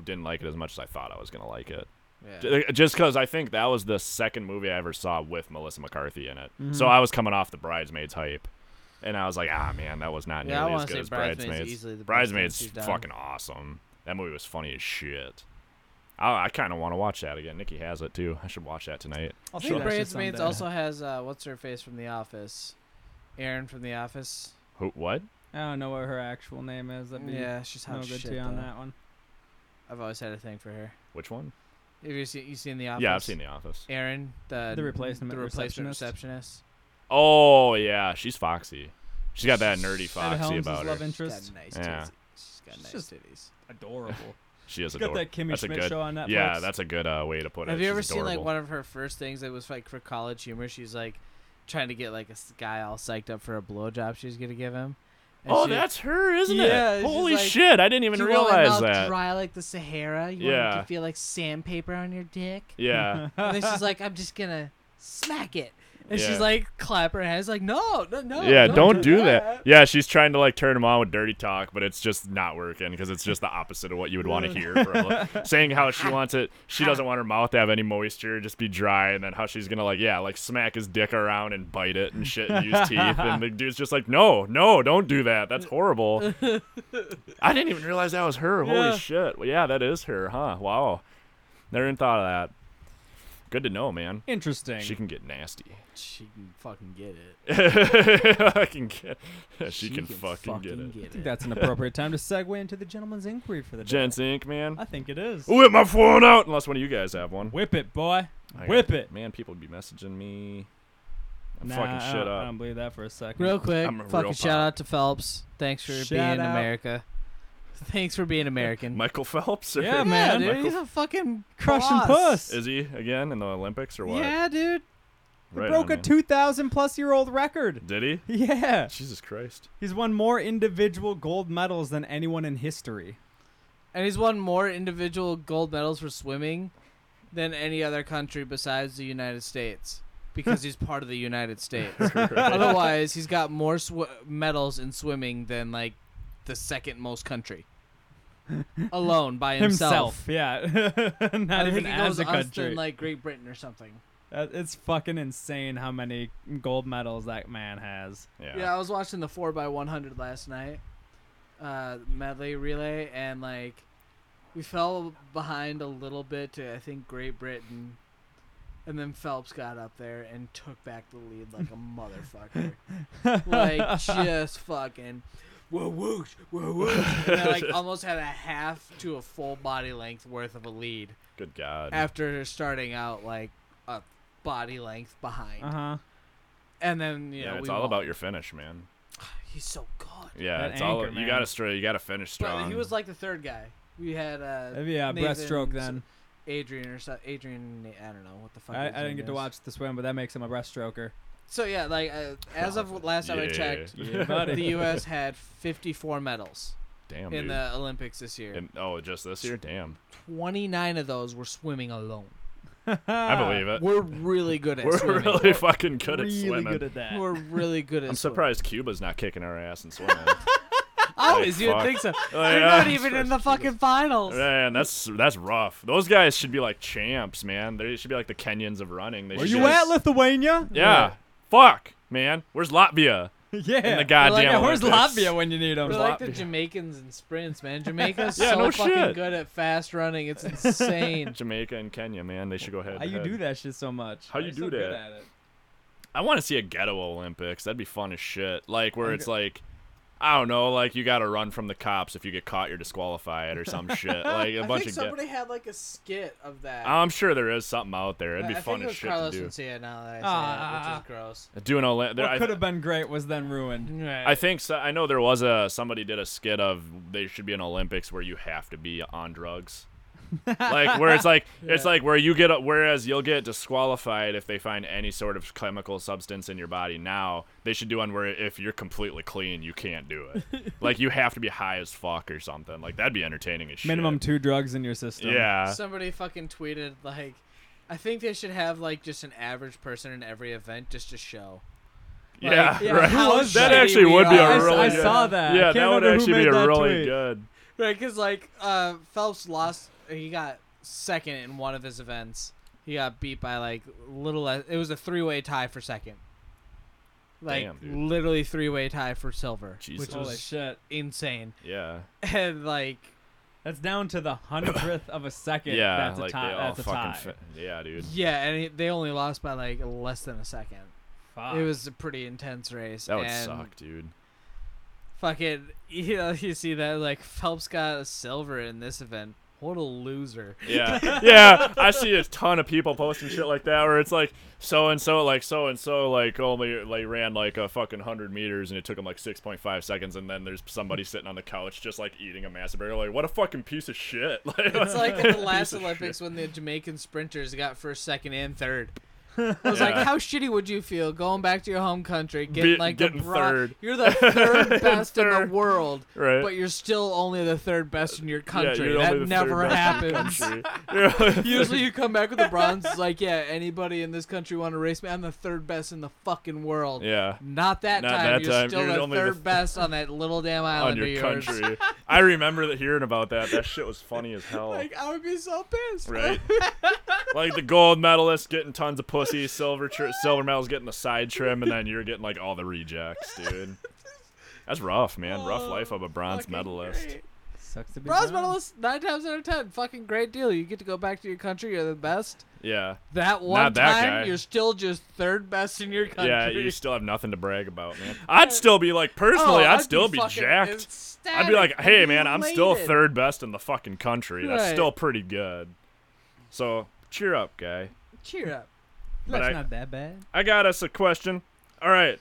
Speaker 2: didn't like it as much as I thought I was gonna like it.
Speaker 4: yeah.
Speaker 2: J- Just because I think that was the second movie I ever saw with Melissa McCarthy in it,
Speaker 4: Mm-hmm.
Speaker 2: so I was coming off the Bridesmaids hype, and I was like, ah man, that was not nearly
Speaker 4: Yeah, I
Speaker 2: as
Speaker 4: wanna
Speaker 2: good
Speaker 4: say
Speaker 2: as
Speaker 4: Bridesmaids is
Speaker 2: Bridesmaids.
Speaker 4: easily the best
Speaker 2: Bridesmaids
Speaker 4: thing she's done.
Speaker 2: fucking awesome. That movie was funny as shit. I, I kind of want to watch that again. Nikki has it too. I should watch that tonight.
Speaker 1: I'll
Speaker 4: I
Speaker 1: see that shit
Speaker 4: think Bridesmaids
Speaker 1: someday.
Speaker 4: also has uh, what's her face from The Office, Aaron from The Office.
Speaker 2: Who, what?
Speaker 1: I don't know what her actual name is. That'd be
Speaker 4: Yeah, she's hot
Speaker 1: no
Speaker 4: as
Speaker 1: good
Speaker 4: shit.
Speaker 1: to you on
Speaker 4: though.
Speaker 1: that one.
Speaker 4: I've always had a thing for her.
Speaker 2: Which one?
Speaker 4: Have you seen you seen The Office?
Speaker 2: Yeah, I've seen The Office.
Speaker 4: Aaron, the
Speaker 1: The replacement
Speaker 4: the replacement
Speaker 1: receptionist?
Speaker 4: receptionist.
Speaker 2: Oh yeah, she's foxy. She's got that nerdy
Speaker 1: Ed
Speaker 2: foxy
Speaker 1: Helms'
Speaker 2: about
Speaker 1: love
Speaker 2: her.
Speaker 1: interest.
Speaker 4: She's got nice
Speaker 2: Yeah.
Speaker 4: titties. She's got
Speaker 1: She's
Speaker 4: nice
Speaker 1: just-
Speaker 4: titties.
Speaker 1: Adorable.
Speaker 2: She
Speaker 1: She's
Speaker 2: is
Speaker 1: got
Speaker 2: adorable.
Speaker 1: that Kimmy
Speaker 2: That's a
Speaker 1: Schmidt
Speaker 2: good-
Speaker 1: show on Netflix.
Speaker 2: Yeah, that's a good uh, way to put it.
Speaker 4: Have you
Speaker 2: She's
Speaker 4: ever seen like
Speaker 2: adorable.
Speaker 4: one of her first things that was like for college humor? She's like trying to get like a s- guy all psyched up for a blowjob she's gonna give him. And
Speaker 2: Oh,
Speaker 4: she-
Speaker 2: that's her, isn't
Speaker 4: Yeah,
Speaker 2: it?
Speaker 4: she's
Speaker 2: Holy
Speaker 4: like,
Speaker 2: shit! I didn't even
Speaker 4: "Do you want my
Speaker 2: realize
Speaker 4: mouth
Speaker 2: that.
Speaker 4: Dry like the Sahara. You want it
Speaker 2: Yeah.
Speaker 4: to feel like sandpaper on your dick.
Speaker 2: Yeah,
Speaker 4: And then she's like, I'm just gonna smack it. And
Speaker 2: Yeah.
Speaker 4: she's like, clap her hands, like, no, no, no.
Speaker 2: yeah. Oh, Don't do that.
Speaker 4: that.
Speaker 2: Yeah, she's trying to like turn him on with dirty talk, but it's just not working because it's just the opposite of what you would want to hear from a- saying how she wants it. She doesn't want her mouth to have any moisture, just be dry, and then how she's gonna like yeah, like smack his dick around and bite it and shit and use teeth. And the dude's just like, no, no, don't do that. That's horrible. I didn't even realize that was her.
Speaker 4: Yeah.
Speaker 2: Holy shit. Well, yeah, that is her, huh? Wow. Never even thought of that. Good to know, man.
Speaker 1: interesting.
Speaker 2: She can get nasty.
Speaker 4: She can fucking get it.
Speaker 2: I can get. She, can, fucking, get it.
Speaker 1: I think that's an appropriate time to segue into the gentleman's inquiry for the day.
Speaker 2: Gents Inc. Man,
Speaker 1: I think it is.
Speaker 2: whip my phone out. Unless one of you guys have one.
Speaker 1: Whip it, boy.
Speaker 2: I
Speaker 1: Whip
Speaker 2: got-
Speaker 1: it.
Speaker 2: Man, people be messaging me. I'm
Speaker 1: Nah, um,
Speaker 2: fucking
Speaker 1: I
Speaker 2: shit
Speaker 1: don't- I
Speaker 2: up.
Speaker 1: don't believe that for a second.
Speaker 4: Real quick,
Speaker 2: I'm a real
Speaker 4: fucking shout
Speaker 2: pop.
Speaker 4: out to Phelps. Thanks for
Speaker 1: Shout
Speaker 4: being
Speaker 1: out.
Speaker 4: America. Thanks for being American.
Speaker 2: Michael Phelps. Or
Speaker 1: Yeah,
Speaker 4: yeah,
Speaker 1: man.
Speaker 4: dude,
Speaker 2: Michael-
Speaker 4: he's a fucking
Speaker 1: Crushing
Speaker 4: boss.
Speaker 1: puss.
Speaker 2: Is he again in the Olympics or what?
Speaker 4: Yeah, dude.
Speaker 1: He
Speaker 2: Right
Speaker 1: broke
Speaker 2: on,
Speaker 1: a
Speaker 2: man.
Speaker 1: 2,000 plus year old record.
Speaker 2: Did he?
Speaker 1: Yeah.
Speaker 2: Jesus Christ.
Speaker 1: He's won more individual gold medals than anyone in history.
Speaker 4: And he's won more individual gold medals for swimming than any other country besides the United States because he's part of the United States. Otherwise, he's got more sw- medals in swimming than like the second most country alone by himself.
Speaker 1: Yeah. Not
Speaker 4: I
Speaker 1: even
Speaker 4: think he
Speaker 1: as
Speaker 4: goes
Speaker 1: a
Speaker 4: us
Speaker 1: country.
Speaker 4: than like Great Britain or something.
Speaker 1: Uh, It's fucking insane how many gold medals that man has.
Speaker 2: Yeah.
Speaker 4: Yeah. I was watching the 4x100 last night, uh, medley relay, and like we fell behind a little bit to, I think, Great Britain. And then Phelps got up there and took back the lead like a motherfucker. like, just fucking. Whoa, whoosh, whoa, whoosh. And I, like, almost had a half to a full body length worth of a lead
Speaker 2: Good God.
Speaker 4: after starting out, like, a body length behind.
Speaker 1: Uh huh.
Speaker 4: And then, you
Speaker 2: Uh-huh. yeah,
Speaker 4: know,
Speaker 2: it's
Speaker 4: we
Speaker 2: all
Speaker 4: won.
Speaker 2: about your finish, man.
Speaker 4: He's so good.
Speaker 2: Yeah,
Speaker 1: That
Speaker 2: it's all
Speaker 1: anchor,
Speaker 2: you
Speaker 1: man.
Speaker 2: gotta straight. You gotta finish strong.
Speaker 4: But he was like the third guy. We had uh,
Speaker 1: Yeah,
Speaker 4: Nathan-
Speaker 1: breaststroke then.
Speaker 4: Adrian or so, Adrian. I don't know what the fuck.
Speaker 1: I, I
Speaker 4: his name
Speaker 1: didn't get to
Speaker 4: is.
Speaker 1: watch the swim, but that makes him a breaststroker.
Speaker 4: So yeah, like uh, as of last time I checked,
Speaker 1: Yeah,
Speaker 4: the
Speaker 1: buddy.
Speaker 4: U.S. had 54 medals
Speaker 2: Damn,
Speaker 4: in
Speaker 2: dude.
Speaker 4: the Olympics this year.
Speaker 2: And- oh, just this year? Damn.
Speaker 4: 29 of those were swimming alone.
Speaker 2: I believe it.
Speaker 4: We're really good at
Speaker 2: Uh, We're
Speaker 4: swimming.
Speaker 2: really fucking good at
Speaker 1: Uh, really
Speaker 2: swimming.
Speaker 1: good at that.
Speaker 4: We're really good at.
Speaker 2: I'm
Speaker 4: swimming.
Speaker 2: surprised Cuba's not kicking our ass and swimming.
Speaker 4: I always
Speaker 2: Hey,
Speaker 4: you'd
Speaker 2: fuck.
Speaker 4: think so.
Speaker 2: Like,
Speaker 4: They're
Speaker 2: uh,
Speaker 4: not even in the fucking finals.
Speaker 2: Man, that's that's rough. Those guys should be like champs, man. They should be like the Kenyans of running. They
Speaker 1: Were
Speaker 2: should
Speaker 1: you
Speaker 2: be like-
Speaker 1: at Lithuania?
Speaker 2: Yeah. Fuck, man. Where's Latvia?
Speaker 1: Yeah.
Speaker 2: In the goddamn.
Speaker 1: yeah, where's
Speaker 2: Olympics?
Speaker 1: Latvia when you need him?
Speaker 4: We're like the
Speaker 2: Sloppy.
Speaker 4: Jamaicans in sprints, man. Jamaica's
Speaker 2: Yeah,
Speaker 4: so
Speaker 2: no
Speaker 4: fucking
Speaker 2: shit.
Speaker 4: good at fast running. It's insane.
Speaker 2: Jamaica and Kenya, man. They should go ahead.
Speaker 1: How you do that shit so much?
Speaker 2: How you
Speaker 1: You're
Speaker 2: do
Speaker 1: so good at
Speaker 2: that?
Speaker 1: it.
Speaker 2: I want to see a ghetto Olympics. That'd be fun as shit. Like where it's like, I don't know, like you got to run from the cops if you get caught, you're disqualified or some shit. Like a
Speaker 4: I
Speaker 2: bunch
Speaker 4: think
Speaker 2: of. Get-
Speaker 4: somebody had like a skit of that.
Speaker 2: I'm sure there is something out there. It'd be
Speaker 4: I
Speaker 2: fun
Speaker 4: think it
Speaker 2: as
Speaker 4: was
Speaker 2: shit
Speaker 4: Carlos
Speaker 2: to do.
Speaker 4: Mencia now that I say
Speaker 1: Ah.
Speaker 4: that, which is gross.
Speaker 2: Do an Olymp- there-
Speaker 1: What could
Speaker 2: I,
Speaker 1: have been great was then ruined.
Speaker 2: I think so. I know there was a somebody did a skit of there should be an Olympics where you have to be on drugs. like where it's like it's like where you get a, whereas you'll get disqualified if they find any sort of chemical substance in your body now they should do one where if you're completely clean you can't do it like you have to be high as fuck or something like that'd be entertaining as shit
Speaker 1: Minimum two drugs in your system.
Speaker 2: yeah
Speaker 4: Somebody fucking tweeted like, I think they should have like just an average person in every event just to show.
Speaker 2: yeah,
Speaker 1: yeah,
Speaker 2: right
Speaker 1: who was
Speaker 2: that
Speaker 1: shitty
Speaker 2: actually
Speaker 4: we
Speaker 2: would be
Speaker 4: are.
Speaker 1: I,
Speaker 2: a
Speaker 1: s-
Speaker 2: really
Speaker 1: I
Speaker 2: good,
Speaker 1: saw that. I
Speaker 2: yeah
Speaker 1: can't
Speaker 2: that would
Speaker 1: remember who
Speaker 2: actually be
Speaker 1: made
Speaker 2: a
Speaker 1: that
Speaker 2: really
Speaker 1: tweet.
Speaker 2: good
Speaker 4: Right, because like uh, Phelps lost, uh, he got second in one of his events. He got beat by like little. less- It was a three-way tie for second. Like
Speaker 2: Damn, dude.
Speaker 4: literally three-way tie for silver,
Speaker 2: Jesus.
Speaker 4: which
Speaker 1: Holy
Speaker 4: was
Speaker 1: shit!
Speaker 4: insane.
Speaker 2: yeah
Speaker 4: And like,
Speaker 1: That's down to the hundredth of a second.
Speaker 2: yeah
Speaker 1: that's
Speaker 2: like
Speaker 1: a tie.
Speaker 2: they all
Speaker 1: That's a
Speaker 2: fucking
Speaker 1: tie.
Speaker 2: fit- yeah dude
Speaker 4: yeah, and he, they only lost by like less than a second.
Speaker 1: Fuck.
Speaker 4: It was a pretty intense race.
Speaker 2: Ah. that would
Speaker 4: and
Speaker 2: suck dude
Speaker 4: Fucking, you know, you see that like Phelps got a silver in this event. What a loser!
Speaker 2: Yeah, yeah. I see a ton of people posting shit like that, where it's like so and so, like so and so, like only like ran like a fucking hundred meters, and it took him like six point five seconds, and then there's somebody sitting on the couch just like eating a massive burger. Like, what a fucking piece of shit! Like,
Speaker 4: It's like at the last Olympics when the Jamaican sprinters got first, second, and third. I was
Speaker 2: Yeah.
Speaker 4: like, how shitty would you feel going back to your home country, getting
Speaker 2: Be-
Speaker 4: like
Speaker 2: getting
Speaker 4: the bra-
Speaker 2: third.
Speaker 4: You're the third best in
Speaker 2: Third.
Speaker 4: the world,
Speaker 2: Right.
Speaker 4: but you're still only the third best in your
Speaker 2: Yeah,
Speaker 4: country.
Speaker 2: you're only the
Speaker 4: that never
Speaker 2: third best in the
Speaker 4: happens.
Speaker 2: country. You're-
Speaker 4: Usually, you come back with the bronze. It's like, yeah, anybody in this country want to race me? I'm the third best in the fucking world.
Speaker 2: yeah.
Speaker 4: Not that
Speaker 2: Not
Speaker 4: time.
Speaker 2: that
Speaker 4: you're
Speaker 2: time.
Speaker 4: still
Speaker 2: You're
Speaker 4: the
Speaker 2: only the
Speaker 4: third
Speaker 2: th-
Speaker 4: best on that little damn
Speaker 2: On
Speaker 4: island
Speaker 2: your
Speaker 4: of yours.
Speaker 2: country, I remember that hearing about that. That shit was funny as hell.
Speaker 4: Like, I would be so pissed.
Speaker 2: right? like the gold medalist getting tons of pussy, silver tri- silver medals getting the side trim, and then you're getting like all the rejects, dude. That's rough, man. rough life of a bronze
Speaker 4: Fucking
Speaker 2: medalist.
Speaker 4: great.
Speaker 1: Sucks to be
Speaker 4: Bronze
Speaker 1: brown.
Speaker 4: medalist nine times out of ten. Fucking great deal. You get to go back to your country. You're the best.
Speaker 2: Yeah,
Speaker 4: That one
Speaker 2: that
Speaker 4: time,
Speaker 2: guy.
Speaker 4: you're still just third best in your country. Oh,
Speaker 2: yeah. You still have nothing to brag about, man. I'd still be like, personally, I'd, still be,
Speaker 4: fucking
Speaker 2: jacked.
Speaker 4: ecstatic.
Speaker 2: I'd be like,
Speaker 4: I'd
Speaker 2: hey,
Speaker 4: be
Speaker 2: man, I'm still
Speaker 4: elated.
Speaker 2: third best in the fucking country. That's
Speaker 4: Right.
Speaker 2: still pretty good. So cheer up, guy.
Speaker 4: Cheer up.
Speaker 2: But
Speaker 1: That's
Speaker 2: I-
Speaker 1: not that bad.
Speaker 2: I got us a question. All right.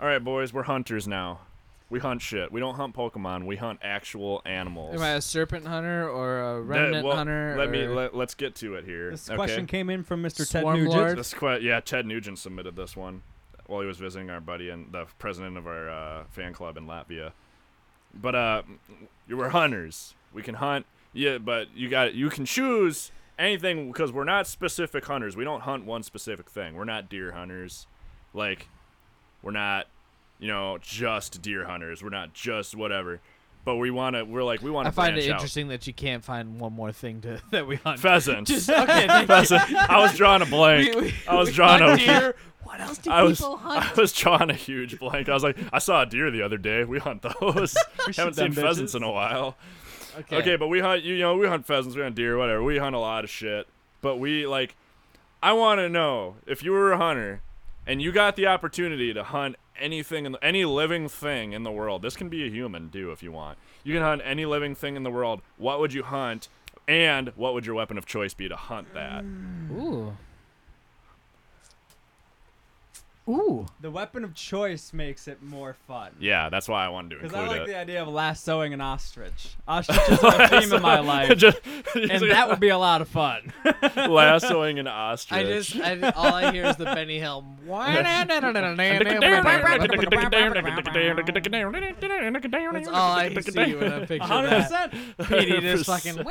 Speaker 2: All right, boys, we're hunters now. We hunt shit. We don't hunt Pokemon. We hunt actual animals.
Speaker 4: Am I a serpent hunter or a
Speaker 2: That-
Speaker 4: remnant
Speaker 2: well,
Speaker 4: hunter?
Speaker 2: Let me
Speaker 4: or-
Speaker 2: let, let's get to it here.
Speaker 1: This
Speaker 2: okay?
Speaker 1: question came in from Mr.
Speaker 4: Swarm
Speaker 1: Ted Nugent.
Speaker 4: Lord.
Speaker 2: This que- yeah, Ted Nugent submitted this one while he was visiting our buddy and the president of our uh, fan club in Latvia. But uh, you were hunters. We can hunt. Yeah, but you got you can choose anything because we're not specific hunters. We don't hunt one specific thing. We're not deer hunters. Like we're not, you know, just deer hunters. We're not just whatever. But we want to. We're like we want
Speaker 4: I
Speaker 2: to
Speaker 4: find
Speaker 2: branch
Speaker 4: it
Speaker 2: out.
Speaker 4: interesting that you can't find one more thing to that we hunt.
Speaker 2: Pheasants.
Speaker 4: Just okay.
Speaker 2: Pheasant. I was drawing a blank.
Speaker 4: we-
Speaker 2: I was drawing a
Speaker 4: hunt deer. What else do
Speaker 2: I was
Speaker 4: people hunt?
Speaker 2: I was drawing a huge blank. I was like, I saw a deer the other day. We hunt those. Haven't
Speaker 1: them
Speaker 2: seen pheasants
Speaker 1: bitches.
Speaker 2: in a while. Okay. but we hunt. You know, we hunt pheasants. We hunt deer. Whatever. We hunt a lot of shit. But we like. I want to know if you were a hunter, and you got the opportunity to hunt anything in any living thing in the world. This can be a human too, if you want. You can hunt any living thing in the world. What would you hunt? And what would your weapon of choice be to hunt that?
Speaker 4: Ooh. Ooh.
Speaker 1: The weapon of choice makes it more fun.
Speaker 2: Yeah, that's why I wanted to
Speaker 1: Because
Speaker 2: include
Speaker 1: I like
Speaker 2: it.
Speaker 1: the idea of lassoing an ostrich. Ostriches are a theme in my life,
Speaker 2: Just-
Speaker 1: and that would be a lot of fun.
Speaker 2: lassoing an ostrich.
Speaker 4: I just, I, all I hear is the Benny Hill. That's
Speaker 2: That's
Speaker 4: all I see when I picture that.
Speaker 1: 100%.
Speaker 4: Petey just fucking.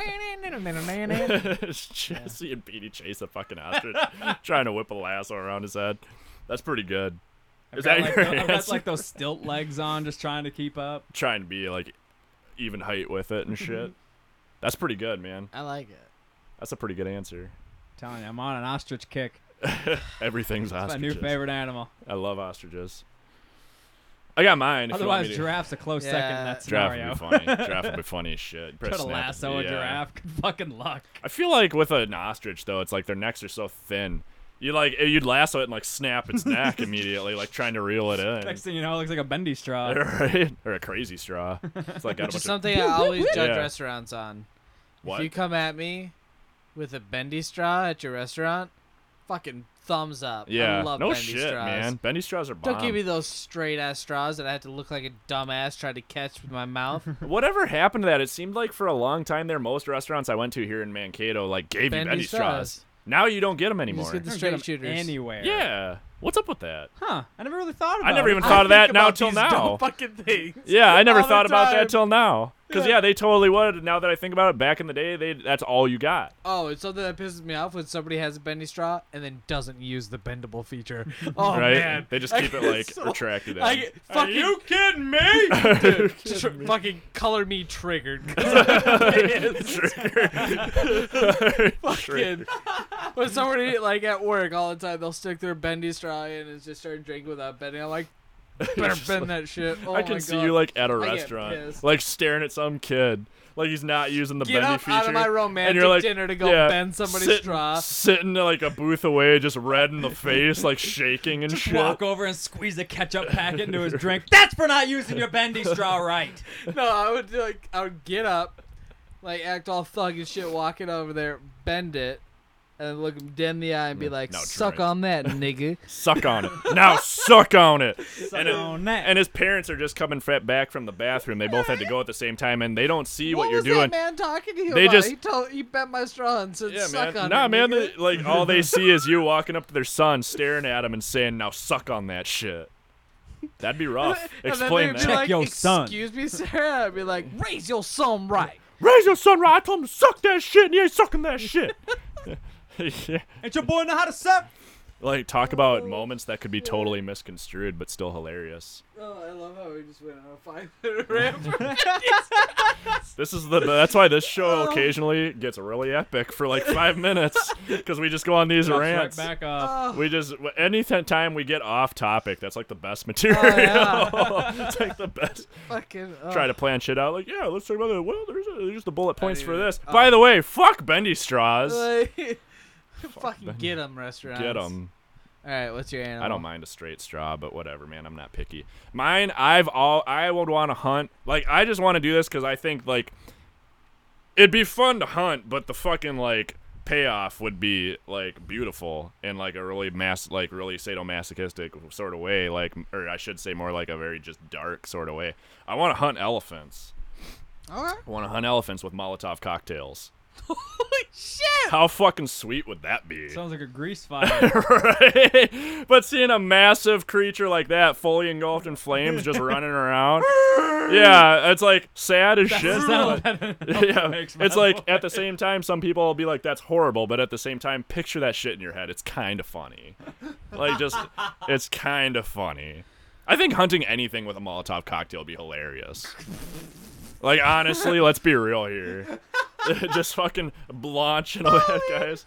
Speaker 2: Jesse and Petey chase a fucking ostrich, trying to whip a lasso around his head. That's pretty good. Is that
Speaker 1: Got, like,
Speaker 2: your
Speaker 1: tho- I've got
Speaker 2: answer?
Speaker 1: like those stilt legs on, just trying to keep up.
Speaker 2: Trying to be like even height with it and
Speaker 1: Mm-hmm.
Speaker 2: shit. That's pretty good, man.
Speaker 4: I like it.
Speaker 2: That's a pretty good answer.
Speaker 1: telling you, I'm on an ostrich kick.
Speaker 2: Everything's
Speaker 1: It's my
Speaker 2: ostriches.
Speaker 1: new favorite animal.
Speaker 2: I love ostriches. I got mine. if you want
Speaker 1: Otherwise,
Speaker 2: me to-
Speaker 1: giraffe's a close second in
Speaker 4: Yeah.
Speaker 1: that scenario.
Speaker 2: Giraffe would be funny. giraffe would be funny as shit. Press
Speaker 1: Put a
Speaker 2: snap.
Speaker 1: lasso a
Speaker 2: Yeah.
Speaker 1: giraffe. Good fucking luck.
Speaker 2: I feel like with an ostrich though, it's like their necks are so thin. You like eh, you'd lasso it and like snap its neck immediately, like trying to reel it in.
Speaker 1: Next thing you know, it looks like a bendy straw.
Speaker 2: right? Or a crazy straw. It's like got a
Speaker 4: Which is
Speaker 2: bunch
Speaker 4: something I always judge
Speaker 2: Yeah.
Speaker 4: restaurants on.
Speaker 2: of what?
Speaker 4: If you come at me with a bendy straw at your restaurant, fucking thumbs up.
Speaker 2: yeah,
Speaker 4: I love
Speaker 2: no
Speaker 4: bendy
Speaker 2: shit,
Speaker 4: straws.
Speaker 2: man. Bendy straws are bomb.
Speaker 4: Don't give me those straight ass straws that I had to look like a dumbass trying to catch with my mouth.
Speaker 2: Whatever happened to that? It seemed like for a long time there, most restaurants I went to here in Mankato like gave you
Speaker 4: Bendy
Speaker 2: bendy straws.
Speaker 4: straws.
Speaker 2: Now you don't get them
Speaker 4: You just
Speaker 2: anymore.
Speaker 4: get the
Speaker 1: You don't
Speaker 4: straight
Speaker 1: get 'em
Speaker 4: shooters.
Speaker 1: anywhere.
Speaker 2: yeah, what's up with that?
Speaker 1: Huh? I never really thought about.
Speaker 2: I never
Speaker 1: it.
Speaker 2: even thought of that. Now till now,
Speaker 6: fucking things.
Speaker 2: Yeah, I never
Speaker 6: all the
Speaker 2: thought about
Speaker 6: time.
Speaker 2: that till now. Because yeah. they totally would. Now that I think about it, back in the day, they that's all you got.
Speaker 4: Oh, it's something that pisses me off when somebody has a bendy straw and then doesn't use the bendable feature. Oh
Speaker 2: right?
Speaker 4: man,
Speaker 2: They just keep it like retracted.
Speaker 4: I
Speaker 2: out.
Speaker 4: get fucking
Speaker 6: kidding me?
Speaker 4: dude, tr- fucking color me triggered.
Speaker 2: Sure.
Speaker 4: fucking when somebody like at work all the time they'll stick their bendy straw in and just start drinking without bending. I'm like, better bend that shit. Oh
Speaker 2: I can
Speaker 4: my
Speaker 2: see
Speaker 4: God.
Speaker 2: you like at a
Speaker 4: get
Speaker 2: restaurant,
Speaker 4: pissed.
Speaker 2: like staring at some kid, like he's not using the
Speaker 4: Get
Speaker 2: bendy
Speaker 4: up
Speaker 2: feature.
Speaker 4: out of my
Speaker 2: and
Speaker 4: romantic
Speaker 2: you're like,
Speaker 4: dinner to go
Speaker 2: yeah,
Speaker 4: bend somebody's
Speaker 2: sitting-
Speaker 4: straw.
Speaker 2: Sitting like a booth away, just red in the face, like shaking and shit.
Speaker 1: Walk over and squeeze a ketchup packet into his drink. That's for not using your bendy straw right.
Speaker 4: No, I would like I would get up, like act all thug and shit, walking over there, bend it, and look him dead in the eye and be like,
Speaker 2: now
Speaker 4: "Suck
Speaker 2: try it."
Speaker 4: on that, nigga."
Speaker 2: Suck on it. Now suck on it.
Speaker 1: Suck
Speaker 2: it-
Speaker 1: on that.
Speaker 2: And his parents are just coming fra- back from the bathroom. They both had to go at the same time, and they don't see what,
Speaker 4: what
Speaker 2: you're
Speaker 4: was
Speaker 2: doing.
Speaker 4: that man talking to you
Speaker 2: They
Speaker 4: about?
Speaker 2: just-
Speaker 4: he told he bent my straw and said,
Speaker 2: Yeah,
Speaker 4: "Suck
Speaker 2: man.
Speaker 4: on
Speaker 2: nah,
Speaker 4: it,
Speaker 2: man.
Speaker 4: nigga."
Speaker 2: they- like all they see is you walking up to their son, staring at him, and saying, "Now suck on that shit." That'd be rough.
Speaker 4: And then
Speaker 2: Explain
Speaker 4: they'd
Speaker 2: that.
Speaker 4: be like,
Speaker 1: your son.
Speaker 4: Excuse me, Sarah. I'd be like, raise your son right.
Speaker 2: Raise your son right. I told him to suck that shit, and he ain't sucking that shit. yeah.
Speaker 1: It's your boy know how to suck.
Speaker 2: Like talk
Speaker 4: Oh.
Speaker 2: about moments that could be totally misconstrued, but still hilarious.
Speaker 4: Oh, I love how we just went on a five minute rant.
Speaker 2: This is the that's why this
Speaker 4: Oh.
Speaker 2: show occasionally gets really epic for like five minutes because we just go on these
Speaker 1: Right
Speaker 2: rants.
Speaker 1: back up.
Speaker 2: We just any th- time we get off topic, that's like the best material. it's like the best.
Speaker 4: Fucking. Oh.
Speaker 2: Try to plan shit out. Like, yeah, let's talk about that. Well, there's, a, there's the bullet points for this. By the way, fuck bendy straws.
Speaker 4: Like, fucking get them restaurants.
Speaker 2: Get them.
Speaker 4: All right, what's your animal?
Speaker 2: I don't mind a straight straw, but whatever, man. I'm not picky. Mine, I've all I would want to hunt. Like, I just want to do this because I think like it'd be fun to hunt, but the fucking like payoff would be like beautiful in like a really mass like really sadomasochistic sort of way like or i should say more like a very just dark sort of way i want to hunt elephants
Speaker 4: Okay.
Speaker 2: i want to hunt elephants with molotov cocktails
Speaker 1: Oh,
Speaker 4: Holy shit!
Speaker 2: how fucking sweet would that be
Speaker 1: Sounds like a grease fire.
Speaker 2: right? But seeing a massive creature like that, fully engulfed in flames, just running around, yeah, it's like sad as shit.
Speaker 1: sound
Speaker 2: but- yeah,
Speaker 1: makes my
Speaker 2: it's like
Speaker 1: voice.
Speaker 2: at the same time, some people will be like, "That's horrible," but at the same time, picture that shit in your head. It's kind of funny. Like, just it's kind of funny. I think hunting anything with a Molotov cocktail would be hilarious. Like honestly, let's be real here. just fucking launching all that, guys.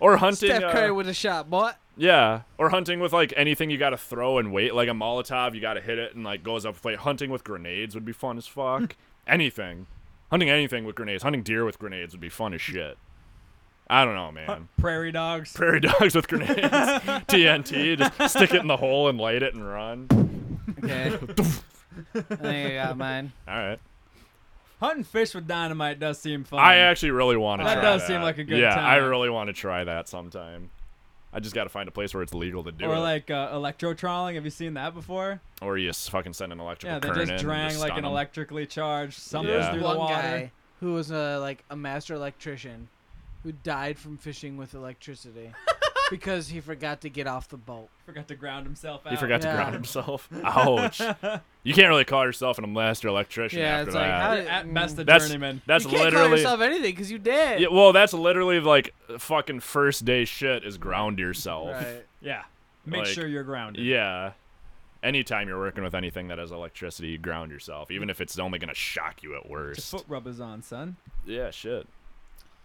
Speaker 2: Or hunting.
Speaker 4: Steph
Speaker 2: uh,
Speaker 4: Curry with a shot, boy.
Speaker 2: yeah, or hunting with like anything you got to throw and wait, like a Molotov, you got to hit it and like goes up. Like hunting with grenades would be fun as
Speaker 1: Hmm.
Speaker 2: fuck. anything, hunting anything with grenades, hunting deer with grenades would be fun as shit. I don't know, man.
Speaker 1: Prairie dogs.
Speaker 2: Prairie dogs with grenades, TNT, just stick it in the hole and light it and run.
Speaker 4: Okay. I think I got mine.
Speaker 2: All right,
Speaker 1: Hunting fish with dynamite does seem fun.
Speaker 2: I actually really want to.
Speaker 1: Hmm. That
Speaker 2: try
Speaker 1: does seem like a good
Speaker 2: Yeah, I
Speaker 1: time.
Speaker 2: really want to try that sometime. I just got to find a place where it's legal to do
Speaker 1: or
Speaker 2: it,
Speaker 1: like uh, electro trawling. Have you seen that before?
Speaker 2: or you s- fucking send an electrical
Speaker 1: Yeah, they
Speaker 2: current in and
Speaker 1: just drang like
Speaker 2: stun
Speaker 1: an
Speaker 2: 'em.
Speaker 1: electrically charged something
Speaker 2: Yeah.
Speaker 4: There's
Speaker 1: through
Speaker 4: one
Speaker 1: the water.
Speaker 4: guy who was a like a master electrician who died from fishing with electricity because he forgot to get off the boat.
Speaker 1: Forgot to ground himself out.
Speaker 2: He forgot to
Speaker 4: Yeah.
Speaker 2: ground himself. Ouch. you can't really call yourself an master electrician
Speaker 4: Yeah,
Speaker 2: after
Speaker 4: it's like,
Speaker 2: that.
Speaker 4: how-
Speaker 1: At best, a
Speaker 2: that's
Speaker 1: journeyman.
Speaker 2: that's
Speaker 4: you can't call
Speaker 2: literally
Speaker 4: yourself anything because you did.
Speaker 2: yeah, well, that's literally like fucking first day shit is ground yourself.
Speaker 4: Right.
Speaker 1: Yeah. Make
Speaker 2: Like,
Speaker 1: sure you're grounded.
Speaker 2: Yeah. Anytime you're working with anything that has electricity, you ground yourself, even if it's only gonna shock you at
Speaker 1: Just
Speaker 2: worst.
Speaker 1: foot rubbers on, son.
Speaker 2: Yeah, shit.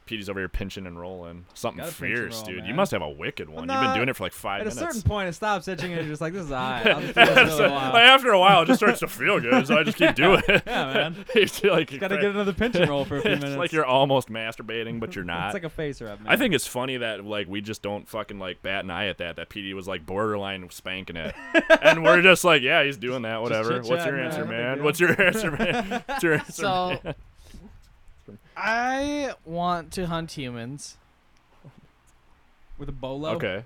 Speaker 2: Petey's over here pinching and rolling. Something
Speaker 1: Gotta pinch and
Speaker 2: fierce,
Speaker 1: roll,
Speaker 2: dude. You
Speaker 1: man.
Speaker 2: must have a wicked one. You've
Speaker 1: not-
Speaker 2: been doing it for like five
Speaker 1: At a
Speaker 2: minutes.
Speaker 1: certain point, it stops itching, and you're just like, "This is high." I'll just do
Speaker 2: After-
Speaker 1: this for a
Speaker 2: like,
Speaker 1: while.
Speaker 2: after a while, it just starts to feel good, so I just keep doing it.
Speaker 1: Yeah, man.
Speaker 2: It's like you
Speaker 1: Got to
Speaker 2: cra-
Speaker 1: get another pinch and roll for a few
Speaker 2: it's
Speaker 1: minutes.
Speaker 2: like you're almost masturbating, but you're not.
Speaker 1: It's like a facer up, man.
Speaker 2: I think it's funny that like we just don't fucking like bat an eye at that. That PD was like borderline spanking it, and we're just like, yeah, he's doing that. Whatever. What's your
Speaker 1: chit-chatting,
Speaker 2: answer,
Speaker 1: man.
Speaker 2: man?
Speaker 1: Big
Speaker 2: What's your answer, man? What's your answer?
Speaker 4: So
Speaker 2: man?
Speaker 4: I want to hunt humans.
Speaker 1: with a bolo.
Speaker 2: okay.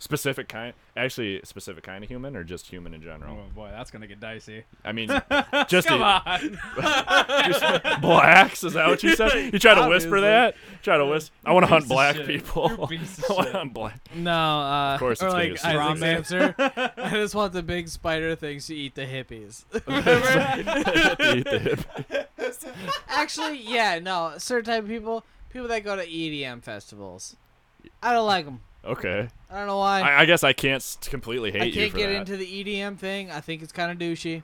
Speaker 2: Specific kind, actually, specific kind of human, or just human in
Speaker 1: Oh
Speaker 2: general.
Speaker 1: boy, that's gonna get dicey.
Speaker 2: I mean, just
Speaker 1: Come
Speaker 2: a-
Speaker 1: on.
Speaker 2: just blacks. Is that what you said? You try to whisper
Speaker 1: Obviously.
Speaker 2: that. Try to whisper. I want to hunt
Speaker 1: of
Speaker 2: black
Speaker 1: shit. You
Speaker 2: people.
Speaker 1: piece
Speaker 2: I
Speaker 1: of
Speaker 2: want
Speaker 1: shit.
Speaker 2: to hunt black.
Speaker 4: No, uh,
Speaker 2: Of course, it's gonna
Speaker 4: or like
Speaker 2: be a
Speaker 4: Isaac's
Speaker 1: strong man.
Speaker 4: answer. I just want the big spider things to eat the hippies.
Speaker 2: Eat the hip.
Speaker 4: Actually, yeah, no, certain type of people, people that go to EDM festivals. I don't like them.
Speaker 2: Okay.
Speaker 4: I don't know why.
Speaker 2: I, I guess I can't s- completely hate
Speaker 4: I
Speaker 2: you
Speaker 4: can't
Speaker 2: for
Speaker 4: get
Speaker 2: that.
Speaker 4: into the EDM thing. I think it's kind of douchey.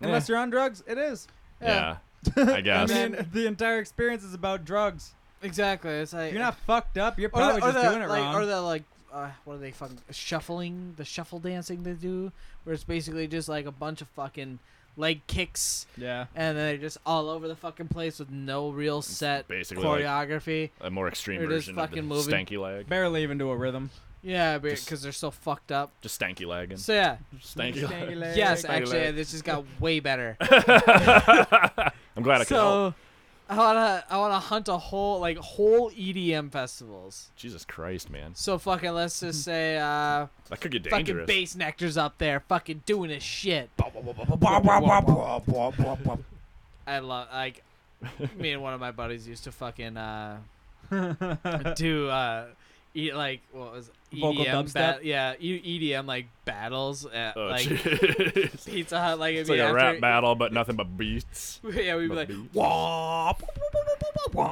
Speaker 1: Unless you're on drugs, it is.
Speaker 2: yeah. I guess.
Speaker 1: I mean, the entire experience is about drugs.
Speaker 4: Exactly. It's like
Speaker 1: You're not fucked up. You're
Speaker 4: or the-
Speaker 1: probably
Speaker 4: or
Speaker 1: just
Speaker 4: the,
Speaker 1: doing it
Speaker 4: like,
Speaker 1: wrong.
Speaker 4: Or the like, uh, what are they fucking shuffling? The shuffle dancing they do, where it's basically just like a bunch of fucking leg kicks,
Speaker 1: yeah.
Speaker 4: and they're just all over the fucking place with no real set
Speaker 2: basically like
Speaker 4: choreography.
Speaker 2: a more extreme
Speaker 4: Or just
Speaker 2: version of the
Speaker 4: fucking moving.
Speaker 2: stanky lag.
Speaker 1: Barely even to a rhythm.
Speaker 4: Yeah, because
Speaker 2: Just-
Speaker 4: they're so fucked up.
Speaker 2: Just stanky lagging.
Speaker 4: So yeah,
Speaker 2: Stanky, lag.
Speaker 4: yes,
Speaker 2: Stanky
Speaker 4: actually,
Speaker 2: leg.
Speaker 4: this just got way better.
Speaker 2: I'm glad I could help.
Speaker 4: so I wanna, I wanna hunt a whole like whole EDM festivals.
Speaker 2: Jesus Christ, man.
Speaker 4: So fucking let's just
Speaker 1: Mm-hmm.
Speaker 4: say uh,
Speaker 2: That could get
Speaker 4: fucking
Speaker 2: dangerous.
Speaker 4: bass nectar's up there, fucking doing his shit. I love like me and one of my buddies used to fucking uh do uh eat like what was it?
Speaker 1: Vocal
Speaker 4: EDM
Speaker 1: dubstep?
Speaker 4: yeah E- EDM like battles at
Speaker 2: oh,
Speaker 4: like
Speaker 2: jeez.
Speaker 4: Pizza Hut like
Speaker 2: It's like a rap battle, but nothing but beats.
Speaker 4: yeah we'd be like
Speaker 2: Beats.
Speaker 4: we'd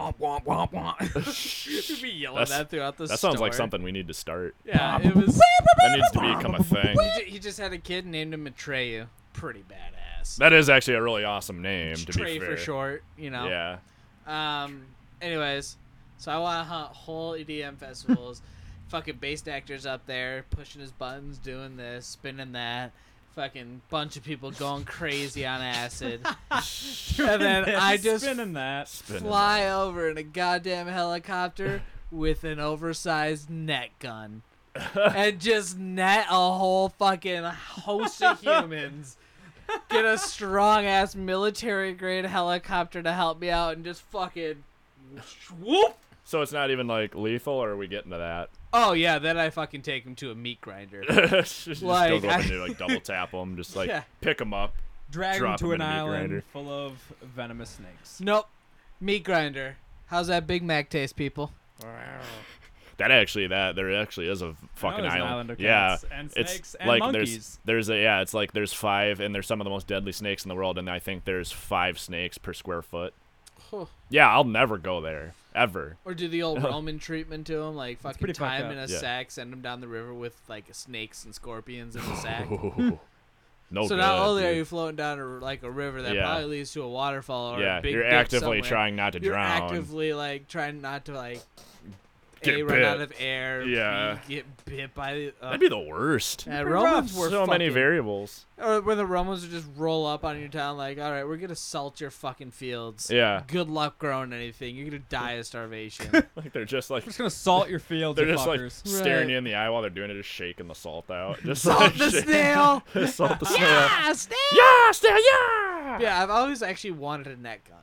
Speaker 4: be yelling
Speaker 2: That's-
Speaker 4: that throughout the
Speaker 2: That sounds like
Speaker 4: store.
Speaker 2: something we need to start.
Speaker 4: yeah it was
Speaker 2: That needs to become a thing.
Speaker 4: he, ju- he just had a kid named him Atreyu pretty badass
Speaker 2: That is actually a really awesome name, to
Speaker 4: Trey
Speaker 2: be fair.
Speaker 4: for short you know
Speaker 2: Yeah.
Speaker 4: Um. Anyways, so I want to hunt whole EDM festivals. fucking bass actors up there pushing his buttons, doing this, spinning that. Fucking bunch of people going crazy on acid. and then I just
Speaker 1: spinning that.
Speaker 2: Spinning.
Speaker 4: fly over in a goddamn helicopter with an oversized net gun. and just net a whole fucking host of humans. Get a strong ass military grade helicopter to help me out and just fucking whoop.
Speaker 2: So it's not even like lethal, or are we getting to that?
Speaker 4: Oh yeah, then I fucking take him to a meat grinder.
Speaker 2: just go
Speaker 4: Like,
Speaker 2: up
Speaker 4: I-
Speaker 2: and do, like double tap them, just like
Speaker 4: Yeah.
Speaker 2: pick them up.
Speaker 1: Drag him
Speaker 2: Drop
Speaker 1: to an
Speaker 2: him in a meat grinder.
Speaker 1: island full of venomous snakes.
Speaker 4: nope, meat grinder. How's that Big Mac taste, people?
Speaker 2: That actually, that there actually is a fucking
Speaker 1: there's an
Speaker 2: island.
Speaker 1: island of
Speaker 2: yeah,
Speaker 1: cats and snakes
Speaker 2: it's
Speaker 1: and
Speaker 2: like
Speaker 1: monkeys.
Speaker 2: there's there's a yeah, it's like there's five, and there's some of the most deadly snakes in the world, and I think there's five snakes per square foot.
Speaker 4: Huh.
Speaker 2: Yeah, I'll never go there ever.
Speaker 4: Or do the old Roman treatment to him, like fucking
Speaker 1: pretty fucked
Speaker 4: tie him
Speaker 1: up.
Speaker 4: in a
Speaker 2: Yeah.
Speaker 4: sack, send him down the river with like snakes and scorpions in the sack.
Speaker 2: no.
Speaker 4: Hmm.
Speaker 2: Oh,
Speaker 4: so not
Speaker 2: good,
Speaker 4: only are
Speaker 2: dude.
Speaker 4: you floating down a, like a river that
Speaker 2: Yeah.
Speaker 4: probably leads to a waterfall or
Speaker 2: yeah,
Speaker 4: a big
Speaker 2: you're
Speaker 4: ditch
Speaker 2: actively
Speaker 4: somewhere,
Speaker 2: trying not to
Speaker 4: You're
Speaker 2: drown.
Speaker 4: actively like trying not to like
Speaker 2: Get
Speaker 4: a run out
Speaker 2: bit.
Speaker 4: of air.
Speaker 2: Yeah.
Speaker 4: B, get bit by the. Uh,
Speaker 2: That'd be the worst.
Speaker 4: yeah,
Speaker 1: pretty
Speaker 4: Romans
Speaker 1: rough.
Speaker 4: were
Speaker 2: so many
Speaker 4: fucking-
Speaker 2: variables.
Speaker 4: Or where the Romans would just roll up on your town, like, all right, we're gonna salt your fucking fields.
Speaker 2: Yeah,
Speaker 4: Good luck growing anything. You're gonna die of starvation.
Speaker 2: like they're just like
Speaker 1: I'm just gonna salt your fields,
Speaker 2: They're
Speaker 1: you
Speaker 2: just like
Speaker 1: fuckers.
Speaker 2: staring
Speaker 4: Right.
Speaker 2: you in the eye while they're doing it, just shaking the salt out. Just
Speaker 4: Salt
Speaker 2: like,
Speaker 4: the
Speaker 2: shake-
Speaker 4: snail.
Speaker 2: salt the snail.
Speaker 4: yeah, snail.
Speaker 2: Yeah, snail, yeah.
Speaker 4: Yeah, I've always actually wanted a net gun.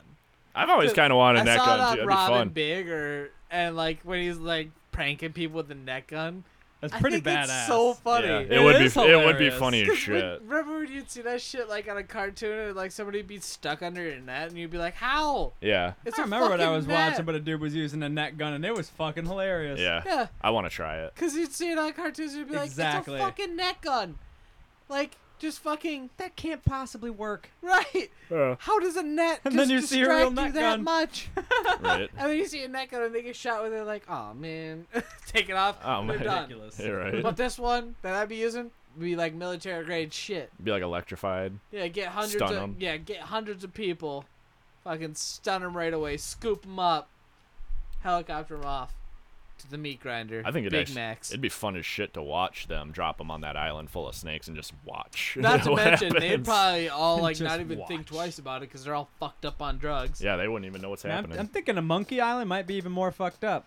Speaker 2: I've always kind of wanted
Speaker 4: I
Speaker 2: that
Speaker 4: saw
Speaker 2: gun
Speaker 4: it on
Speaker 2: too. That'd be
Speaker 4: Robin
Speaker 2: fun.
Speaker 4: Big or and like when he's like pranking people with the net gun.
Speaker 1: That's
Speaker 4: I
Speaker 1: pretty
Speaker 4: think
Speaker 1: badass.
Speaker 4: It's so funny.
Speaker 2: Yeah, it,
Speaker 1: It
Speaker 2: would be.
Speaker 1: is
Speaker 2: It would be
Speaker 1: hilarious.
Speaker 2: funny as
Speaker 4: 'Cause when-
Speaker 2: shit.
Speaker 4: remember when you'd see that shit like on a cartoon and like somebody be stuck under a net and you'd be like, "How?"
Speaker 2: Yeah,
Speaker 4: It's
Speaker 1: I
Speaker 4: a
Speaker 1: remember what I
Speaker 4: fucking
Speaker 1: was
Speaker 4: net.
Speaker 1: watching, but a dude was using a net gun, and it was fucking hilarious.
Speaker 2: yeah.
Speaker 4: yeah,
Speaker 2: I want to try it.
Speaker 4: because you'd see it on cartoons and you'd be like,
Speaker 1: Exactly.
Speaker 4: "It's a fucking net gun." Like just fucking
Speaker 1: That can't possibly work.
Speaker 4: right. How does a net
Speaker 1: And
Speaker 4: just
Speaker 1: then you see a
Speaker 4: distract
Speaker 1: real
Speaker 4: you
Speaker 1: net
Speaker 4: that
Speaker 1: gun.
Speaker 4: much?
Speaker 2: right.
Speaker 4: And then you see a net gun and they get shot with it like, "Oh man," take it off.
Speaker 2: Oh,
Speaker 4: and
Speaker 2: man.
Speaker 4: they're done.
Speaker 1: Ridiculous.
Speaker 2: Yeah, right.
Speaker 4: But this one that I'd be using would be like military grade shit.
Speaker 2: Be like electrified.
Speaker 4: Yeah, get hundreds
Speaker 2: Stun
Speaker 4: of
Speaker 2: 'em.
Speaker 4: yeah, get hundreds of people, fucking stun them right away, scoop them up, helicopter him off to the meat grinder.
Speaker 2: I think it
Speaker 4: Big
Speaker 2: actually-
Speaker 4: Macs.
Speaker 2: It'd be fun as shit to watch them drop them on that island full of snakes and just watch.
Speaker 4: Not to
Speaker 2: what
Speaker 4: mention, they'd
Speaker 2: happens.
Speaker 4: probably all like not
Speaker 1: Just
Speaker 4: even think
Speaker 1: watch.
Speaker 4: twice about it because they're all fucked up on drugs.
Speaker 2: Yeah, they wouldn't even know what's
Speaker 1: Man,
Speaker 2: happening.
Speaker 1: I'm, I'm thinking a monkey island might be even more fucked up.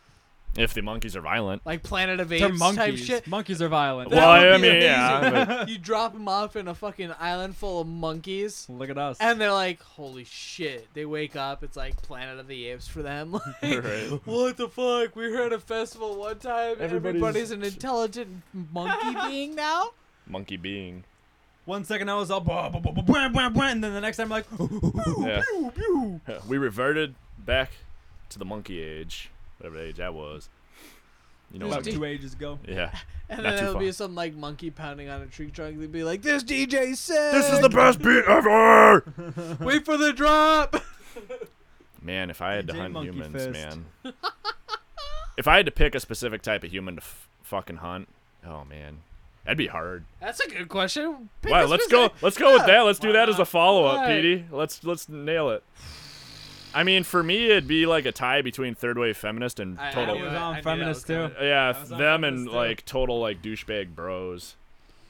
Speaker 2: if the monkeys are violent.
Speaker 4: Like Planet of
Speaker 1: They're
Speaker 4: Apes type
Speaker 1: monkeys.
Speaker 4: shit.
Speaker 1: Monkeys are violent.
Speaker 2: well,
Speaker 4: would
Speaker 2: I
Speaker 4: be
Speaker 2: mean, yeah. but-
Speaker 4: You drop them off in a fucking island full of monkeys,
Speaker 1: Look at us.
Speaker 4: and they're like, "Holy shit!" They wake up. It's like Planet of the Apes for them. Like,
Speaker 2: Right.
Speaker 4: what the fuck? We were at a festival one time. Everybody's,
Speaker 2: Everybody's-
Speaker 4: an intelligent monkey being now.
Speaker 2: Monkey being.
Speaker 1: One second I was all blah, blah, blah, blah, blah, blah, blah, and then the next time like
Speaker 2: Yeah. we reverted back to the monkey age, whatever age that was. You know what I
Speaker 1: about
Speaker 2: mean?
Speaker 1: two ages ago.
Speaker 2: Yeah.
Speaker 4: And
Speaker 2: Not
Speaker 4: then
Speaker 2: too
Speaker 4: it'll be
Speaker 2: far.
Speaker 4: some like monkey pounding on a tree trunk. They'd be like, "This DJ said,
Speaker 2: This is the best beat ever!
Speaker 4: wait for the drop."
Speaker 2: Man, if I had to
Speaker 1: DJ
Speaker 2: hunt
Speaker 1: Monkey
Speaker 2: humans,
Speaker 1: Fist.
Speaker 2: man. if I had to pick a specific type of human to f- fucking hunt, oh man, that'd be hard.
Speaker 4: That's a good question. Pick
Speaker 2: wow,
Speaker 4: a
Speaker 2: let's
Speaker 4: specific-
Speaker 2: go. Let's go with
Speaker 4: Yeah,
Speaker 2: that. Let's
Speaker 4: why
Speaker 2: do that as a
Speaker 4: not?
Speaker 2: follow up,
Speaker 4: Right.
Speaker 2: Petey. Let's let's nail it. I mean, for me, it'd be like a tie between third wave feminist and
Speaker 4: I- I
Speaker 2: total.
Speaker 4: knew
Speaker 1: was
Speaker 4: it.
Speaker 1: on
Speaker 4: I knew that
Speaker 1: feminist
Speaker 4: was coming.
Speaker 1: too.
Speaker 2: Uh, yeah,
Speaker 1: was on
Speaker 2: them
Speaker 1: feminist
Speaker 2: and
Speaker 1: too.
Speaker 2: like total like douchebag bros.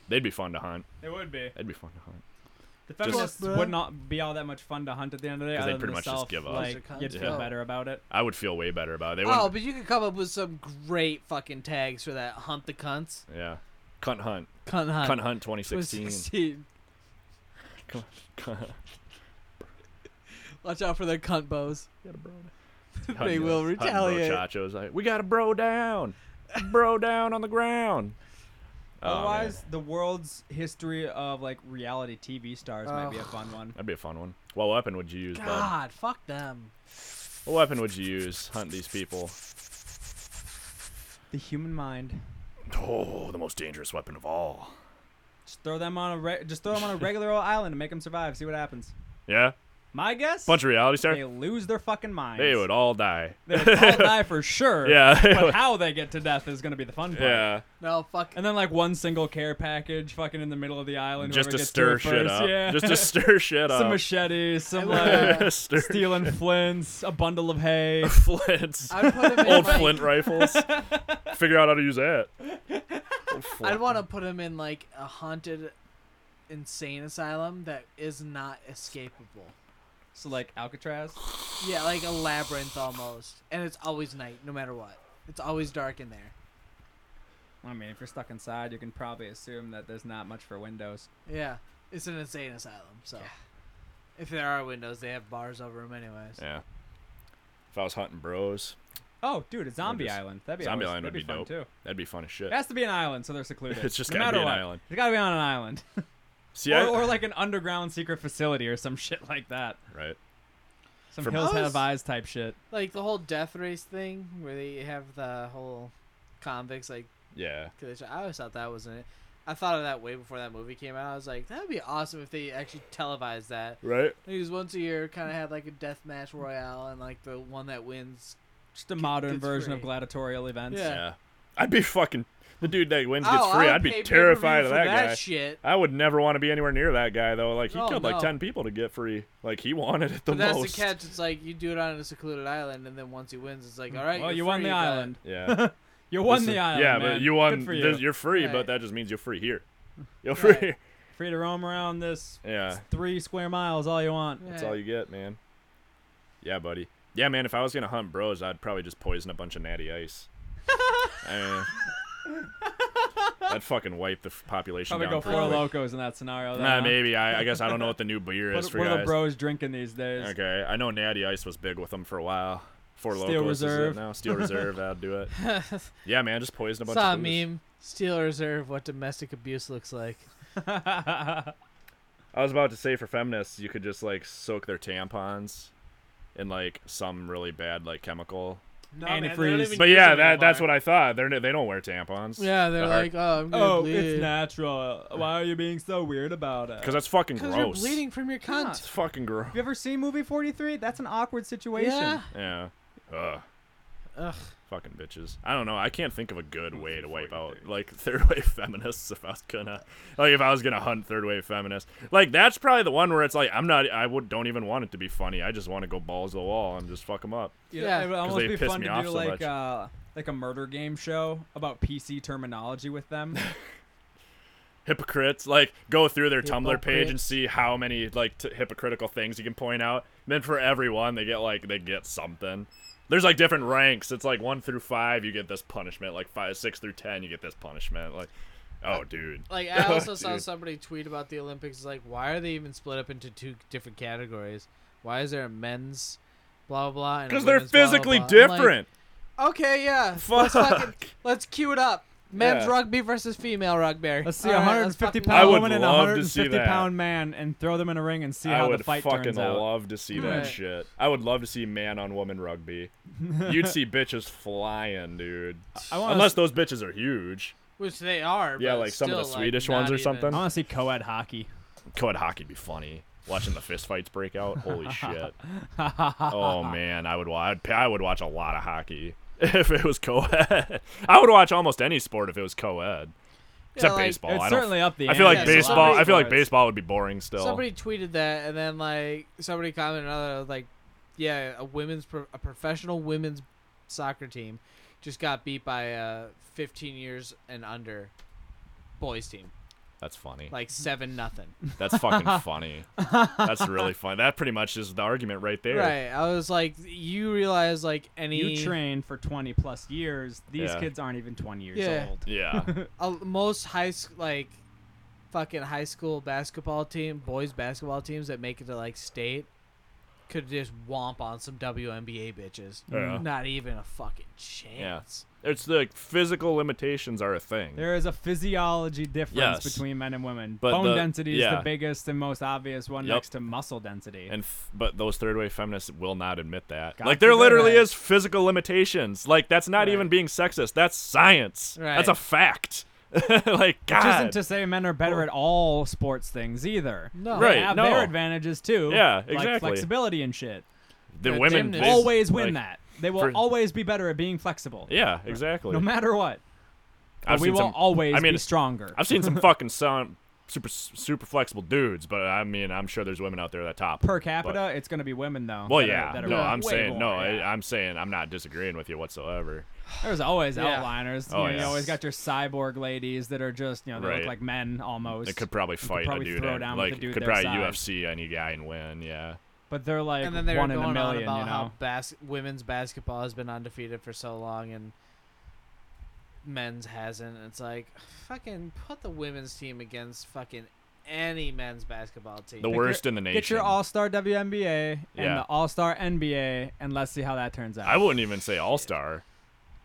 Speaker 2: They'd be fun to hunt.
Speaker 1: It would be.
Speaker 2: That'd be fun to hunt.
Speaker 1: The feminists would not be all that much fun to hunt at the end of the day.
Speaker 2: 'Cause they
Speaker 1: other than
Speaker 2: pretty
Speaker 1: the
Speaker 2: much just
Speaker 1: self,
Speaker 2: give up.
Speaker 1: Like,
Speaker 4: Those are
Speaker 1: you'd
Speaker 4: cunts.
Speaker 1: feel
Speaker 4: Yeah.
Speaker 1: better about it.
Speaker 2: I would feel way better about it. They
Speaker 4: Oh,
Speaker 2: wouldn't.
Speaker 4: but you could come up with some great fucking tags for that. Hunt the cunts.
Speaker 2: yeah, cunt hunt,
Speaker 4: Cunt hunt.
Speaker 2: cunt hunt
Speaker 4: Was
Speaker 2: 2016.
Speaker 4: 16. Watch out for their cunt bows. They will retaliate.
Speaker 2: Chachos, like, we got a bro down, bro down on the ground. Oh, man.
Speaker 1: Otherwise, the world's history of like reality TV stars might be a fun one.
Speaker 2: that'd be a fun one. What weapon would you use, bud?
Speaker 4: God, fuck them.
Speaker 2: What weapon would you use? Hunt these people.
Speaker 1: The human mind.
Speaker 2: Oh, the most dangerous weapon of all.
Speaker 1: Just throw them on a re- just throw them on a regular old island and make them survive. See what happens.
Speaker 2: Yeah,
Speaker 1: My guess.
Speaker 2: bunch of reality stars.
Speaker 1: they lose their fucking minds.
Speaker 2: They would all die.
Speaker 1: They would all die for sure.
Speaker 2: Yeah. they
Speaker 1: But
Speaker 2: would-
Speaker 1: how they get to death is gonna be the fun part.
Speaker 2: yeah.
Speaker 4: No, fuck.
Speaker 1: And then like one single care package, fucking in the middle of the island.
Speaker 2: Just
Speaker 1: whoever
Speaker 2: to
Speaker 1: gets
Speaker 2: stir
Speaker 1: it
Speaker 2: shit
Speaker 1: first.
Speaker 2: up.
Speaker 1: Yeah.
Speaker 2: Just to stir shit
Speaker 1: some
Speaker 2: up.
Speaker 1: machetes, some
Speaker 4: would,
Speaker 1: like
Speaker 2: Stir
Speaker 1: stealing flints, a bundle of hay.
Speaker 2: flints.
Speaker 4: I'd put him in
Speaker 2: Old
Speaker 4: like,
Speaker 2: flint rifles. Figure out how to use that. Old
Speaker 4: I'd
Speaker 2: flint.
Speaker 4: want to put him in like a haunted, insane asylum that is not escapable.
Speaker 1: So like Alcatraz.
Speaker 4: Yeah, like a labyrinth almost, and it's always night, no matter what. It's always dark in there.
Speaker 1: I mean, if you're stuck inside, you can probably assume that there's not much for windows.
Speaker 4: Yeah, it's an insane asylum, so. If there are windows, they have bars over them, anyways.
Speaker 2: Yeah. If I was hunting bros,
Speaker 1: Oh, dude, a zombie
Speaker 2: just-
Speaker 1: island. That'd be
Speaker 2: Zombie
Speaker 1: always-
Speaker 2: island
Speaker 1: that'd
Speaker 2: would be
Speaker 1: fun
Speaker 2: dope.
Speaker 1: too.
Speaker 2: that'd be fun as shit.
Speaker 1: It has to be an island, so they're secluded.
Speaker 2: It's just
Speaker 1: no
Speaker 2: gotta
Speaker 1: matter
Speaker 2: be an
Speaker 1: what.
Speaker 2: island.
Speaker 1: It's gotta be on an island,
Speaker 2: See,
Speaker 1: or,
Speaker 2: I,
Speaker 1: or like an underground secret facility or some shit like that.
Speaker 2: right.
Speaker 1: Some
Speaker 2: For-
Speaker 1: hills
Speaker 4: I was-
Speaker 1: have eyes type shit.
Speaker 4: Like the whole death race thing, where they have the whole convicts, like,
Speaker 2: Yeah.
Speaker 4: Cause I always thought that wasn't it. I thought of that way before that movie came out. I was like, that would be awesome if they actually televised that.
Speaker 2: Right.
Speaker 4: They just once a year kind of had like a death match royale, and like the one that wins.
Speaker 1: Just a modern
Speaker 4: gets
Speaker 1: version of
Speaker 4: free.
Speaker 1: gladiatorial events.
Speaker 4: Yeah.
Speaker 2: Yeah. I'd be fucking the dude that wins
Speaker 4: Oh,
Speaker 2: gets
Speaker 4: I
Speaker 2: free.
Speaker 4: would
Speaker 2: I'd
Speaker 4: pay
Speaker 2: be
Speaker 4: pay-per-view
Speaker 2: terrified of
Speaker 4: for
Speaker 2: that, guy.
Speaker 4: shit.
Speaker 2: I would never want to be anywhere near that guy though. Like he
Speaker 4: Oh,
Speaker 2: killed like
Speaker 4: no.
Speaker 2: ten people to get free. Like he wanted it the
Speaker 4: But that's
Speaker 2: most.
Speaker 4: the catch. It's like you do it on a secluded island, and then once he wins, it's
Speaker 2: Hmm.
Speaker 4: like, all right,
Speaker 1: Well,
Speaker 4: you're
Speaker 1: you won
Speaker 4: free,
Speaker 1: the
Speaker 4: but-
Speaker 1: island.
Speaker 2: Yeah.
Speaker 1: You won
Speaker 2: This
Speaker 1: the
Speaker 2: is-
Speaker 1: island.
Speaker 2: Yeah,
Speaker 1: man.
Speaker 2: but you
Speaker 1: Good
Speaker 2: won.
Speaker 1: for you.
Speaker 2: this- You're free,
Speaker 4: Right.
Speaker 2: but that just means you're free here. You're
Speaker 4: Right.
Speaker 2: free.
Speaker 1: free to roam around this
Speaker 2: Yeah.
Speaker 1: three square miles all you want.
Speaker 4: Yeah.
Speaker 2: That's all you get, man. Yeah, buddy. Yeah, man. If I was gonna hunt bros, I'd probably just poison a bunch of natty ice. I mean, I'd fucking wipe the f- population
Speaker 1: Probably
Speaker 2: down.
Speaker 1: go four
Speaker 2: pretty quick.
Speaker 1: locos in that scenario. though,
Speaker 2: Nah,
Speaker 1: huh?
Speaker 2: maybe. I, I guess I don't know what the new beer
Speaker 1: What,
Speaker 2: is for
Speaker 1: what are the
Speaker 2: guys.
Speaker 1: bros drinking these days?
Speaker 2: Okay, I know Natty Ice was big with them for a while. Four
Speaker 1: Steel
Speaker 2: Locos
Speaker 1: Reserve.
Speaker 2: is it now. Steel Reserve, I'd do it. Yeah, man, just poison a bunch
Speaker 4: Saw a
Speaker 2: of booze.
Speaker 4: meme. Steel Reserve. What domestic abuse looks like.
Speaker 2: I was about to say for feminists, you could just like soak their tampons in like some really bad like chemical.
Speaker 4: No,
Speaker 1: Antifreeze.
Speaker 2: But yeah, that that's what I thought. They're they don't wear tampons.
Speaker 4: Yeah, they're
Speaker 2: The hard-
Speaker 4: like, oh, I'm gonna
Speaker 1: oh,
Speaker 4: bleed.
Speaker 1: it's natural. Why are you being so weird about it?
Speaker 2: because that's fucking
Speaker 4: Because
Speaker 2: gross.
Speaker 4: you're bleeding from your
Speaker 1: Yeah.
Speaker 4: cunt.
Speaker 2: It's fucking gross.
Speaker 1: Have you ever seen movie 43? That's an awkward situation.
Speaker 4: Yeah.
Speaker 2: Yeah. Ugh.
Speaker 4: Ugh.
Speaker 2: Fucking bitches. I don't know. I can't think of a good way to wipe out like third wave feminists. If I was gonna, like, if I was gonna hunt third wave feminists, like that's probably the one where it's like I'm not. I would don't even want it to be funny. I just want to go balls to the wall and just fuck them up.
Speaker 1: yeah,
Speaker 4: Yeah.
Speaker 1: it would almost
Speaker 2: they
Speaker 1: be
Speaker 2: piss
Speaker 1: fun
Speaker 2: me
Speaker 1: to
Speaker 2: off
Speaker 1: do
Speaker 2: so
Speaker 1: like
Speaker 2: much.
Speaker 1: uh, like a murder game show about PC terminology with them.
Speaker 2: hypocrites like go through their tumblr page and
Speaker 4: Hypocrites.
Speaker 2: see how many like t- hypocritical things you can point out then for everyone they get like they get something there's like different ranks it's like one through five you get this punishment like five six through ten you get this punishment like oh dude
Speaker 4: Like I also saw
Speaker 2: Dude.
Speaker 4: somebody tweet about the Olympics. It's Like, why are they even split up into two different categories? Why is there a men's blah blah blah? and a
Speaker 2: because they're
Speaker 4: women's blah, blah,
Speaker 2: physically
Speaker 4: blah? I'm like,
Speaker 2: different
Speaker 4: okay, yeah.
Speaker 2: fuck
Speaker 4: Let's fucking let's cue it up. Men's
Speaker 2: Yeah.
Speaker 4: rugby versus female rugby.
Speaker 1: Let's see
Speaker 4: All
Speaker 1: a
Speaker 4: right,
Speaker 1: 150
Speaker 4: let's fucking-
Speaker 1: pound
Speaker 2: I would
Speaker 1: woman and a
Speaker 2: love to
Speaker 1: 150
Speaker 2: see
Speaker 1: fifty
Speaker 2: that.
Speaker 1: pound man and throw them in a ring and see
Speaker 2: I
Speaker 1: how
Speaker 2: would
Speaker 1: the fight
Speaker 2: fucking
Speaker 1: turns out.
Speaker 2: love to see that
Speaker 4: Right.
Speaker 2: shit. I would love to see man on woman rugby. You'd see bitches flying, dude.
Speaker 1: I want
Speaker 2: Unless
Speaker 1: to
Speaker 2: those bitches are huge.
Speaker 4: Which they are.
Speaker 2: Yeah,
Speaker 4: but
Speaker 2: like some of the
Speaker 4: still,
Speaker 2: Swedish ones
Speaker 4: not
Speaker 2: or something.
Speaker 1: I want to see co-ed hockey.
Speaker 2: co-ed hockey'd be funny. Watching the fist fights break out, holy shit! oh man, I would watch. I would watch a lot of hockey if it was co-ed. I would watch almost any sport if it was co-ed, except
Speaker 4: like,
Speaker 2: baseball.
Speaker 1: it's
Speaker 2: I don't.
Speaker 1: certainly up the.
Speaker 2: I feel like
Speaker 4: yeah,
Speaker 1: ante.
Speaker 4: there's a lot
Speaker 2: baseball.
Speaker 4: of
Speaker 2: I feel like
Speaker 1: sports.
Speaker 2: baseball would be boring still.
Speaker 4: Somebody tweeted that, and then like somebody commented on it, like, yeah, a women's pro- a professional women's soccer team just got beat by a 15 years and under boys team,
Speaker 2: That's funny.
Speaker 4: like
Speaker 1: Mm-hmm.
Speaker 4: seven nothing.
Speaker 2: That's fucking funny. That's really funny. That pretty much is the argument right there.
Speaker 4: Right. I was like, you realize like any
Speaker 1: You train for 20 plus years. These
Speaker 2: Yeah.
Speaker 1: kids aren't even 20 years
Speaker 4: Yeah.
Speaker 1: old.
Speaker 2: Yeah.
Speaker 4: a, most high school like fucking high school basketball team boys basketball teams that make it to like state could just womp on some WNBA bitches.
Speaker 2: Yeah.
Speaker 4: Not even a fucking chance.
Speaker 2: It's like physical limitations are a thing.
Speaker 1: There is a physiology difference
Speaker 2: Yes.
Speaker 1: between men and women.
Speaker 2: But
Speaker 1: Bone
Speaker 2: the-
Speaker 1: density is
Speaker 2: yeah.
Speaker 1: the biggest and most obvious one
Speaker 2: Yep.
Speaker 1: next to muscle density.
Speaker 2: and f- but those third wave feminists will not admit that.
Speaker 1: God
Speaker 2: like there
Speaker 1: forbid.
Speaker 2: literally
Speaker 1: Right.
Speaker 2: is physical limitations. Like that's not even being sexist. That's science. That's a
Speaker 4: Right.
Speaker 2: fact. like God.
Speaker 1: Which isn't to say men are better at all sports things either.
Speaker 4: No.
Speaker 1: They
Speaker 2: Right,
Speaker 1: have
Speaker 2: no.
Speaker 1: their advantages too.
Speaker 2: Yeah,
Speaker 1: Like
Speaker 2: exactly.
Speaker 1: flexibility and shit.
Speaker 2: the
Speaker 4: Yeah,
Speaker 2: women
Speaker 4: gymnasts.
Speaker 2: they-
Speaker 1: always win
Speaker 2: like-
Speaker 1: that. They will
Speaker 2: for-
Speaker 1: always be better at being flexible.
Speaker 2: Yeah, exactly.
Speaker 1: No matter what.
Speaker 2: I've
Speaker 1: we
Speaker 2: seen
Speaker 1: will
Speaker 2: some,
Speaker 1: always
Speaker 2: I mean,
Speaker 1: be stronger.
Speaker 2: I've seen some fucking sound super super flexible dudes, but I mean I'm sure there's women out there that top 'em,
Speaker 1: per
Speaker 2: but-
Speaker 1: capita, it's going to be women though.
Speaker 2: well,
Speaker 1: that are-
Speaker 2: yeah.
Speaker 1: that are
Speaker 2: No, I'm
Speaker 1: way
Speaker 2: saying
Speaker 1: more,
Speaker 2: no.
Speaker 1: yeah.
Speaker 2: I, I'm saying I'm not disagreeing with you whatsoever.
Speaker 1: There's always
Speaker 4: Yeah.
Speaker 1: outliners.
Speaker 2: Oh,
Speaker 1: you, know,
Speaker 2: yeah.
Speaker 1: you always got your cyborg ladies that are just, you know, they
Speaker 2: Right.
Speaker 1: look like men almost.
Speaker 2: It could probably fight
Speaker 1: probably
Speaker 2: a dude,
Speaker 1: throw
Speaker 2: and,
Speaker 1: down with
Speaker 2: like
Speaker 1: a dude
Speaker 2: could
Speaker 1: their
Speaker 2: probably
Speaker 1: size.
Speaker 2: UFC any guy and win. Yeah.
Speaker 1: but they're like
Speaker 4: and then they're
Speaker 1: one
Speaker 4: going
Speaker 1: in a
Speaker 4: on
Speaker 1: million,
Speaker 4: about
Speaker 1: you
Speaker 4: how
Speaker 1: know.
Speaker 4: bas- women's basketball has been undefeated for so long and men's hasn't. It's like fucking put the women's team against fucking any men's basketball team.
Speaker 2: The
Speaker 1: Pick
Speaker 2: worst in the nation.
Speaker 1: Get your all-star WNBA and
Speaker 2: Yeah.
Speaker 1: the all-star NBA, and let's see how that turns out.
Speaker 2: I wouldn't even say all star.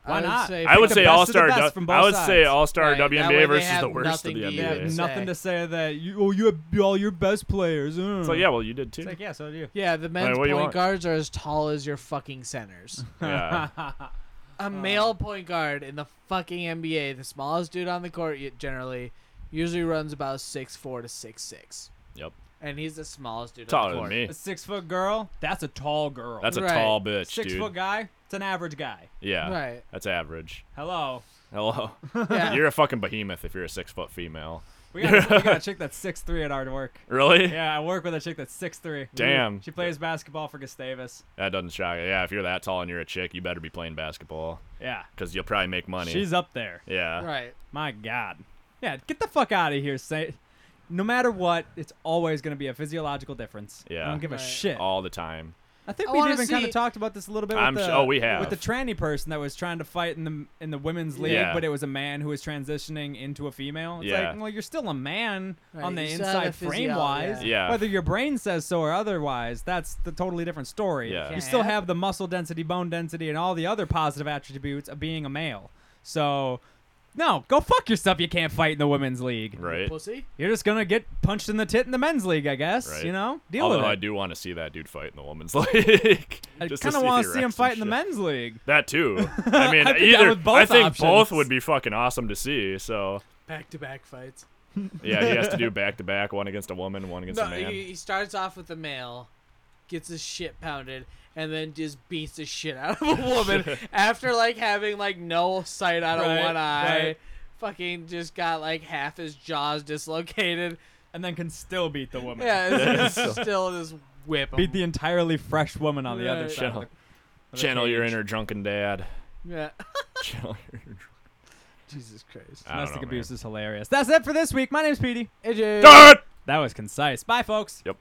Speaker 4: I
Speaker 1: Why
Speaker 4: would
Speaker 1: not?
Speaker 4: say
Speaker 1: I
Speaker 2: I
Speaker 1: pick
Speaker 2: would
Speaker 1: the
Speaker 2: say
Speaker 1: best of the
Speaker 2: All Star.
Speaker 1: best from both
Speaker 2: I would say
Speaker 1: sides.
Speaker 2: All Star
Speaker 4: Right, that way
Speaker 2: WNBA
Speaker 4: they
Speaker 2: versus
Speaker 4: have
Speaker 2: the worst of
Speaker 4: nothing
Speaker 2: the
Speaker 4: to
Speaker 1: You
Speaker 4: Yeah,
Speaker 1: have
Speaker 4: even
Speaker 2: NBA.
Speaker 4: say.
Speaker 1: nothing to say that you oh you have all your best players. uh.
Speaker 2: So yeah, well you did too.
Speaker 1: It's like yeah, so do you.
Speaker 4: Yeah, the men's
Speaker 2: what do you
Speaker 4: point
Speaker 2: want?
Speaker 4: guards are as tall as your fucking centers.
Speaker 2: yeah. Oh.
Speaker 4: A male point guard in the fucking NBA, the smallest dude on the court y- generally, usually runs about six four to six six,
Speaker 2: Yep.
Speaker 4: and he's the smallest dude. on
Speaker 2: Taller
Speaker 4: the
Speaker 2: than
Speaker 4: court.
Speaker 2: me.
Speaker 1: A six-foot girl, that's a tall girl.
Speaker 2: That's a
Speaker 4: Right.
Speaker 2: tall bitch, dude.
Speaker 1: six-foot guy, it's an average guy.
Speaker 2: Yeah.
Speaker 4: Right.
Speaker 2: That's average.
Speaker 1: Hello,
Speaker 2: Hello.
Speaker 4: Yeah.
Speaker 2: You're a fucking behemoth if you're a six foot female.
Speaker 1: we got, we got a chick that's six three at our work.
Speaker 2: Really?
Speaker 1: Yeah, I work with a chick that's six three.
Speaker 2: Damn.
Speaker 1: She plays basketball for Gustavus.
Speaker 2: That doesn't shock. Yeah, if you're that tall and you're a chick, you better be playing basketball
Speaker 1: Yeah,
Speaker 2: because you'll probably make money.
Speaker 1: she's up there.
Speaker 2: yeah.
Speaker 4: Right.
Speaker 1: My God. Yeah, get the fuck out of here. Say, no matter what, it's always going to be a physiological difference.
Speaker 2: Yeah.
Speaker 1: I don't give a
Speaker 4: Right.
Speaker 1: shit.
Speaker 2: All the time.
Speaker 1: I think
Speaker 4: I
Speaker 1: we've
Speaker 4: wanna
Speaker 1: even kind
Speaker 4: see-
Speaker 1: of talked about this a little bit. With
Speaker 2: I'm
Speaker 1: the,
Speaker 2: su- oh, we have.
Speaker 1: with the tranny person that was trying to fight in the in the women's league,
Speaker 2: Yeah.
Speaker 1: but it was a man who was transitioning into a female. It's
Speaker 2: Yeah.
Speaker 1: like, well, you're still a man
Speaker 4: Right,
Speaker 1: on the
Speaker 4: you still have
Speaker 1: inside,
Speaker 4: a physio-
Speaker 1: frame wise.
Speaker 2: yeah. Yeah.
Speaker 1: Whether your brain says so or otherwise, that's the totally different story.
Speaker 2: Yeah.
Speaker 1: You still have the muscle density, bone density, and all the other positive attributes of being a male. So. No, go fuck yourself. You can't fight in the women's league.
Speaker 2: Right.
Speaker 4: Pussy.
Speaker 1: You're just gonna get punched in the tit in the men's league, I guess.
Speaker 2: Right.
Speaker 1: You know, deal
Speaker 2: Although
Speaker 1: with it.
Speaker 2: I do want to see that dude fight in the women's league.
Speaker 1: I
Speaker 2: Just
Speaker 1: kind
Speaker 2: to
Speaker 1: of
Speaker 2: see
Speaker 1: want
Speaker 2: the
Speaker 1: to see him
Speaker 2: erects
Speaker 1: fight
Speaker 2: and
Speaker 1: in the
Speaker 2: shit.
Speaker 1: men's league.
Speaker 2: That too. I mean,
Speaker 1: I'd be down
Speaker 2: either
Speaker 1: with both
Speaker 2: I think both
Speaker 1: options.
Speaker 2: would be fucking awesome to see. So
Speaker 4: Back to back fights.
Speaker 2: yeah, he has to do back to back, one against a woman, one against
Speaker 4: No,
Speaker 2: a man.
Speaker 4: he, he starts off with the male, gets his shit pounded, and then just beats the shit out of a woman after like having like no sight out of
Speaker 1: Right,
Speaker 4: one eye.
Speaker 1: right.
Speaker 4: Fucking just got like half his jaws dislocated.
Speaker 1: and then can still beat the woman.
Speaker 4: Yeah, it's, it's still this whip. 'em.
Speaker 1: Oh Beat the entirely fresh woman on the other
Speaker 4: Right.
Speaker 1: side. of the-
Speaker 2: Channel,
Speaker 1: of the
Speaker 2: channel your
Speaker 1: cage.
Speaker 2: inner drunken dad.
Speaker 4: yeah.
Speaker 2: Channel your inner drunken
Speaker 4: Jesus Christ.
Speaker 2: I don't
Speaker 1: Domestic
Speaker 2: know, man.
Speaker 1: abuse is hilarious. That's it for this week. My name's Petey.
Speaker 4: AJ.
Speaker 2: Dad!
Speaker 1: That was concise. Bye, folks.
Speaker 2: Yep.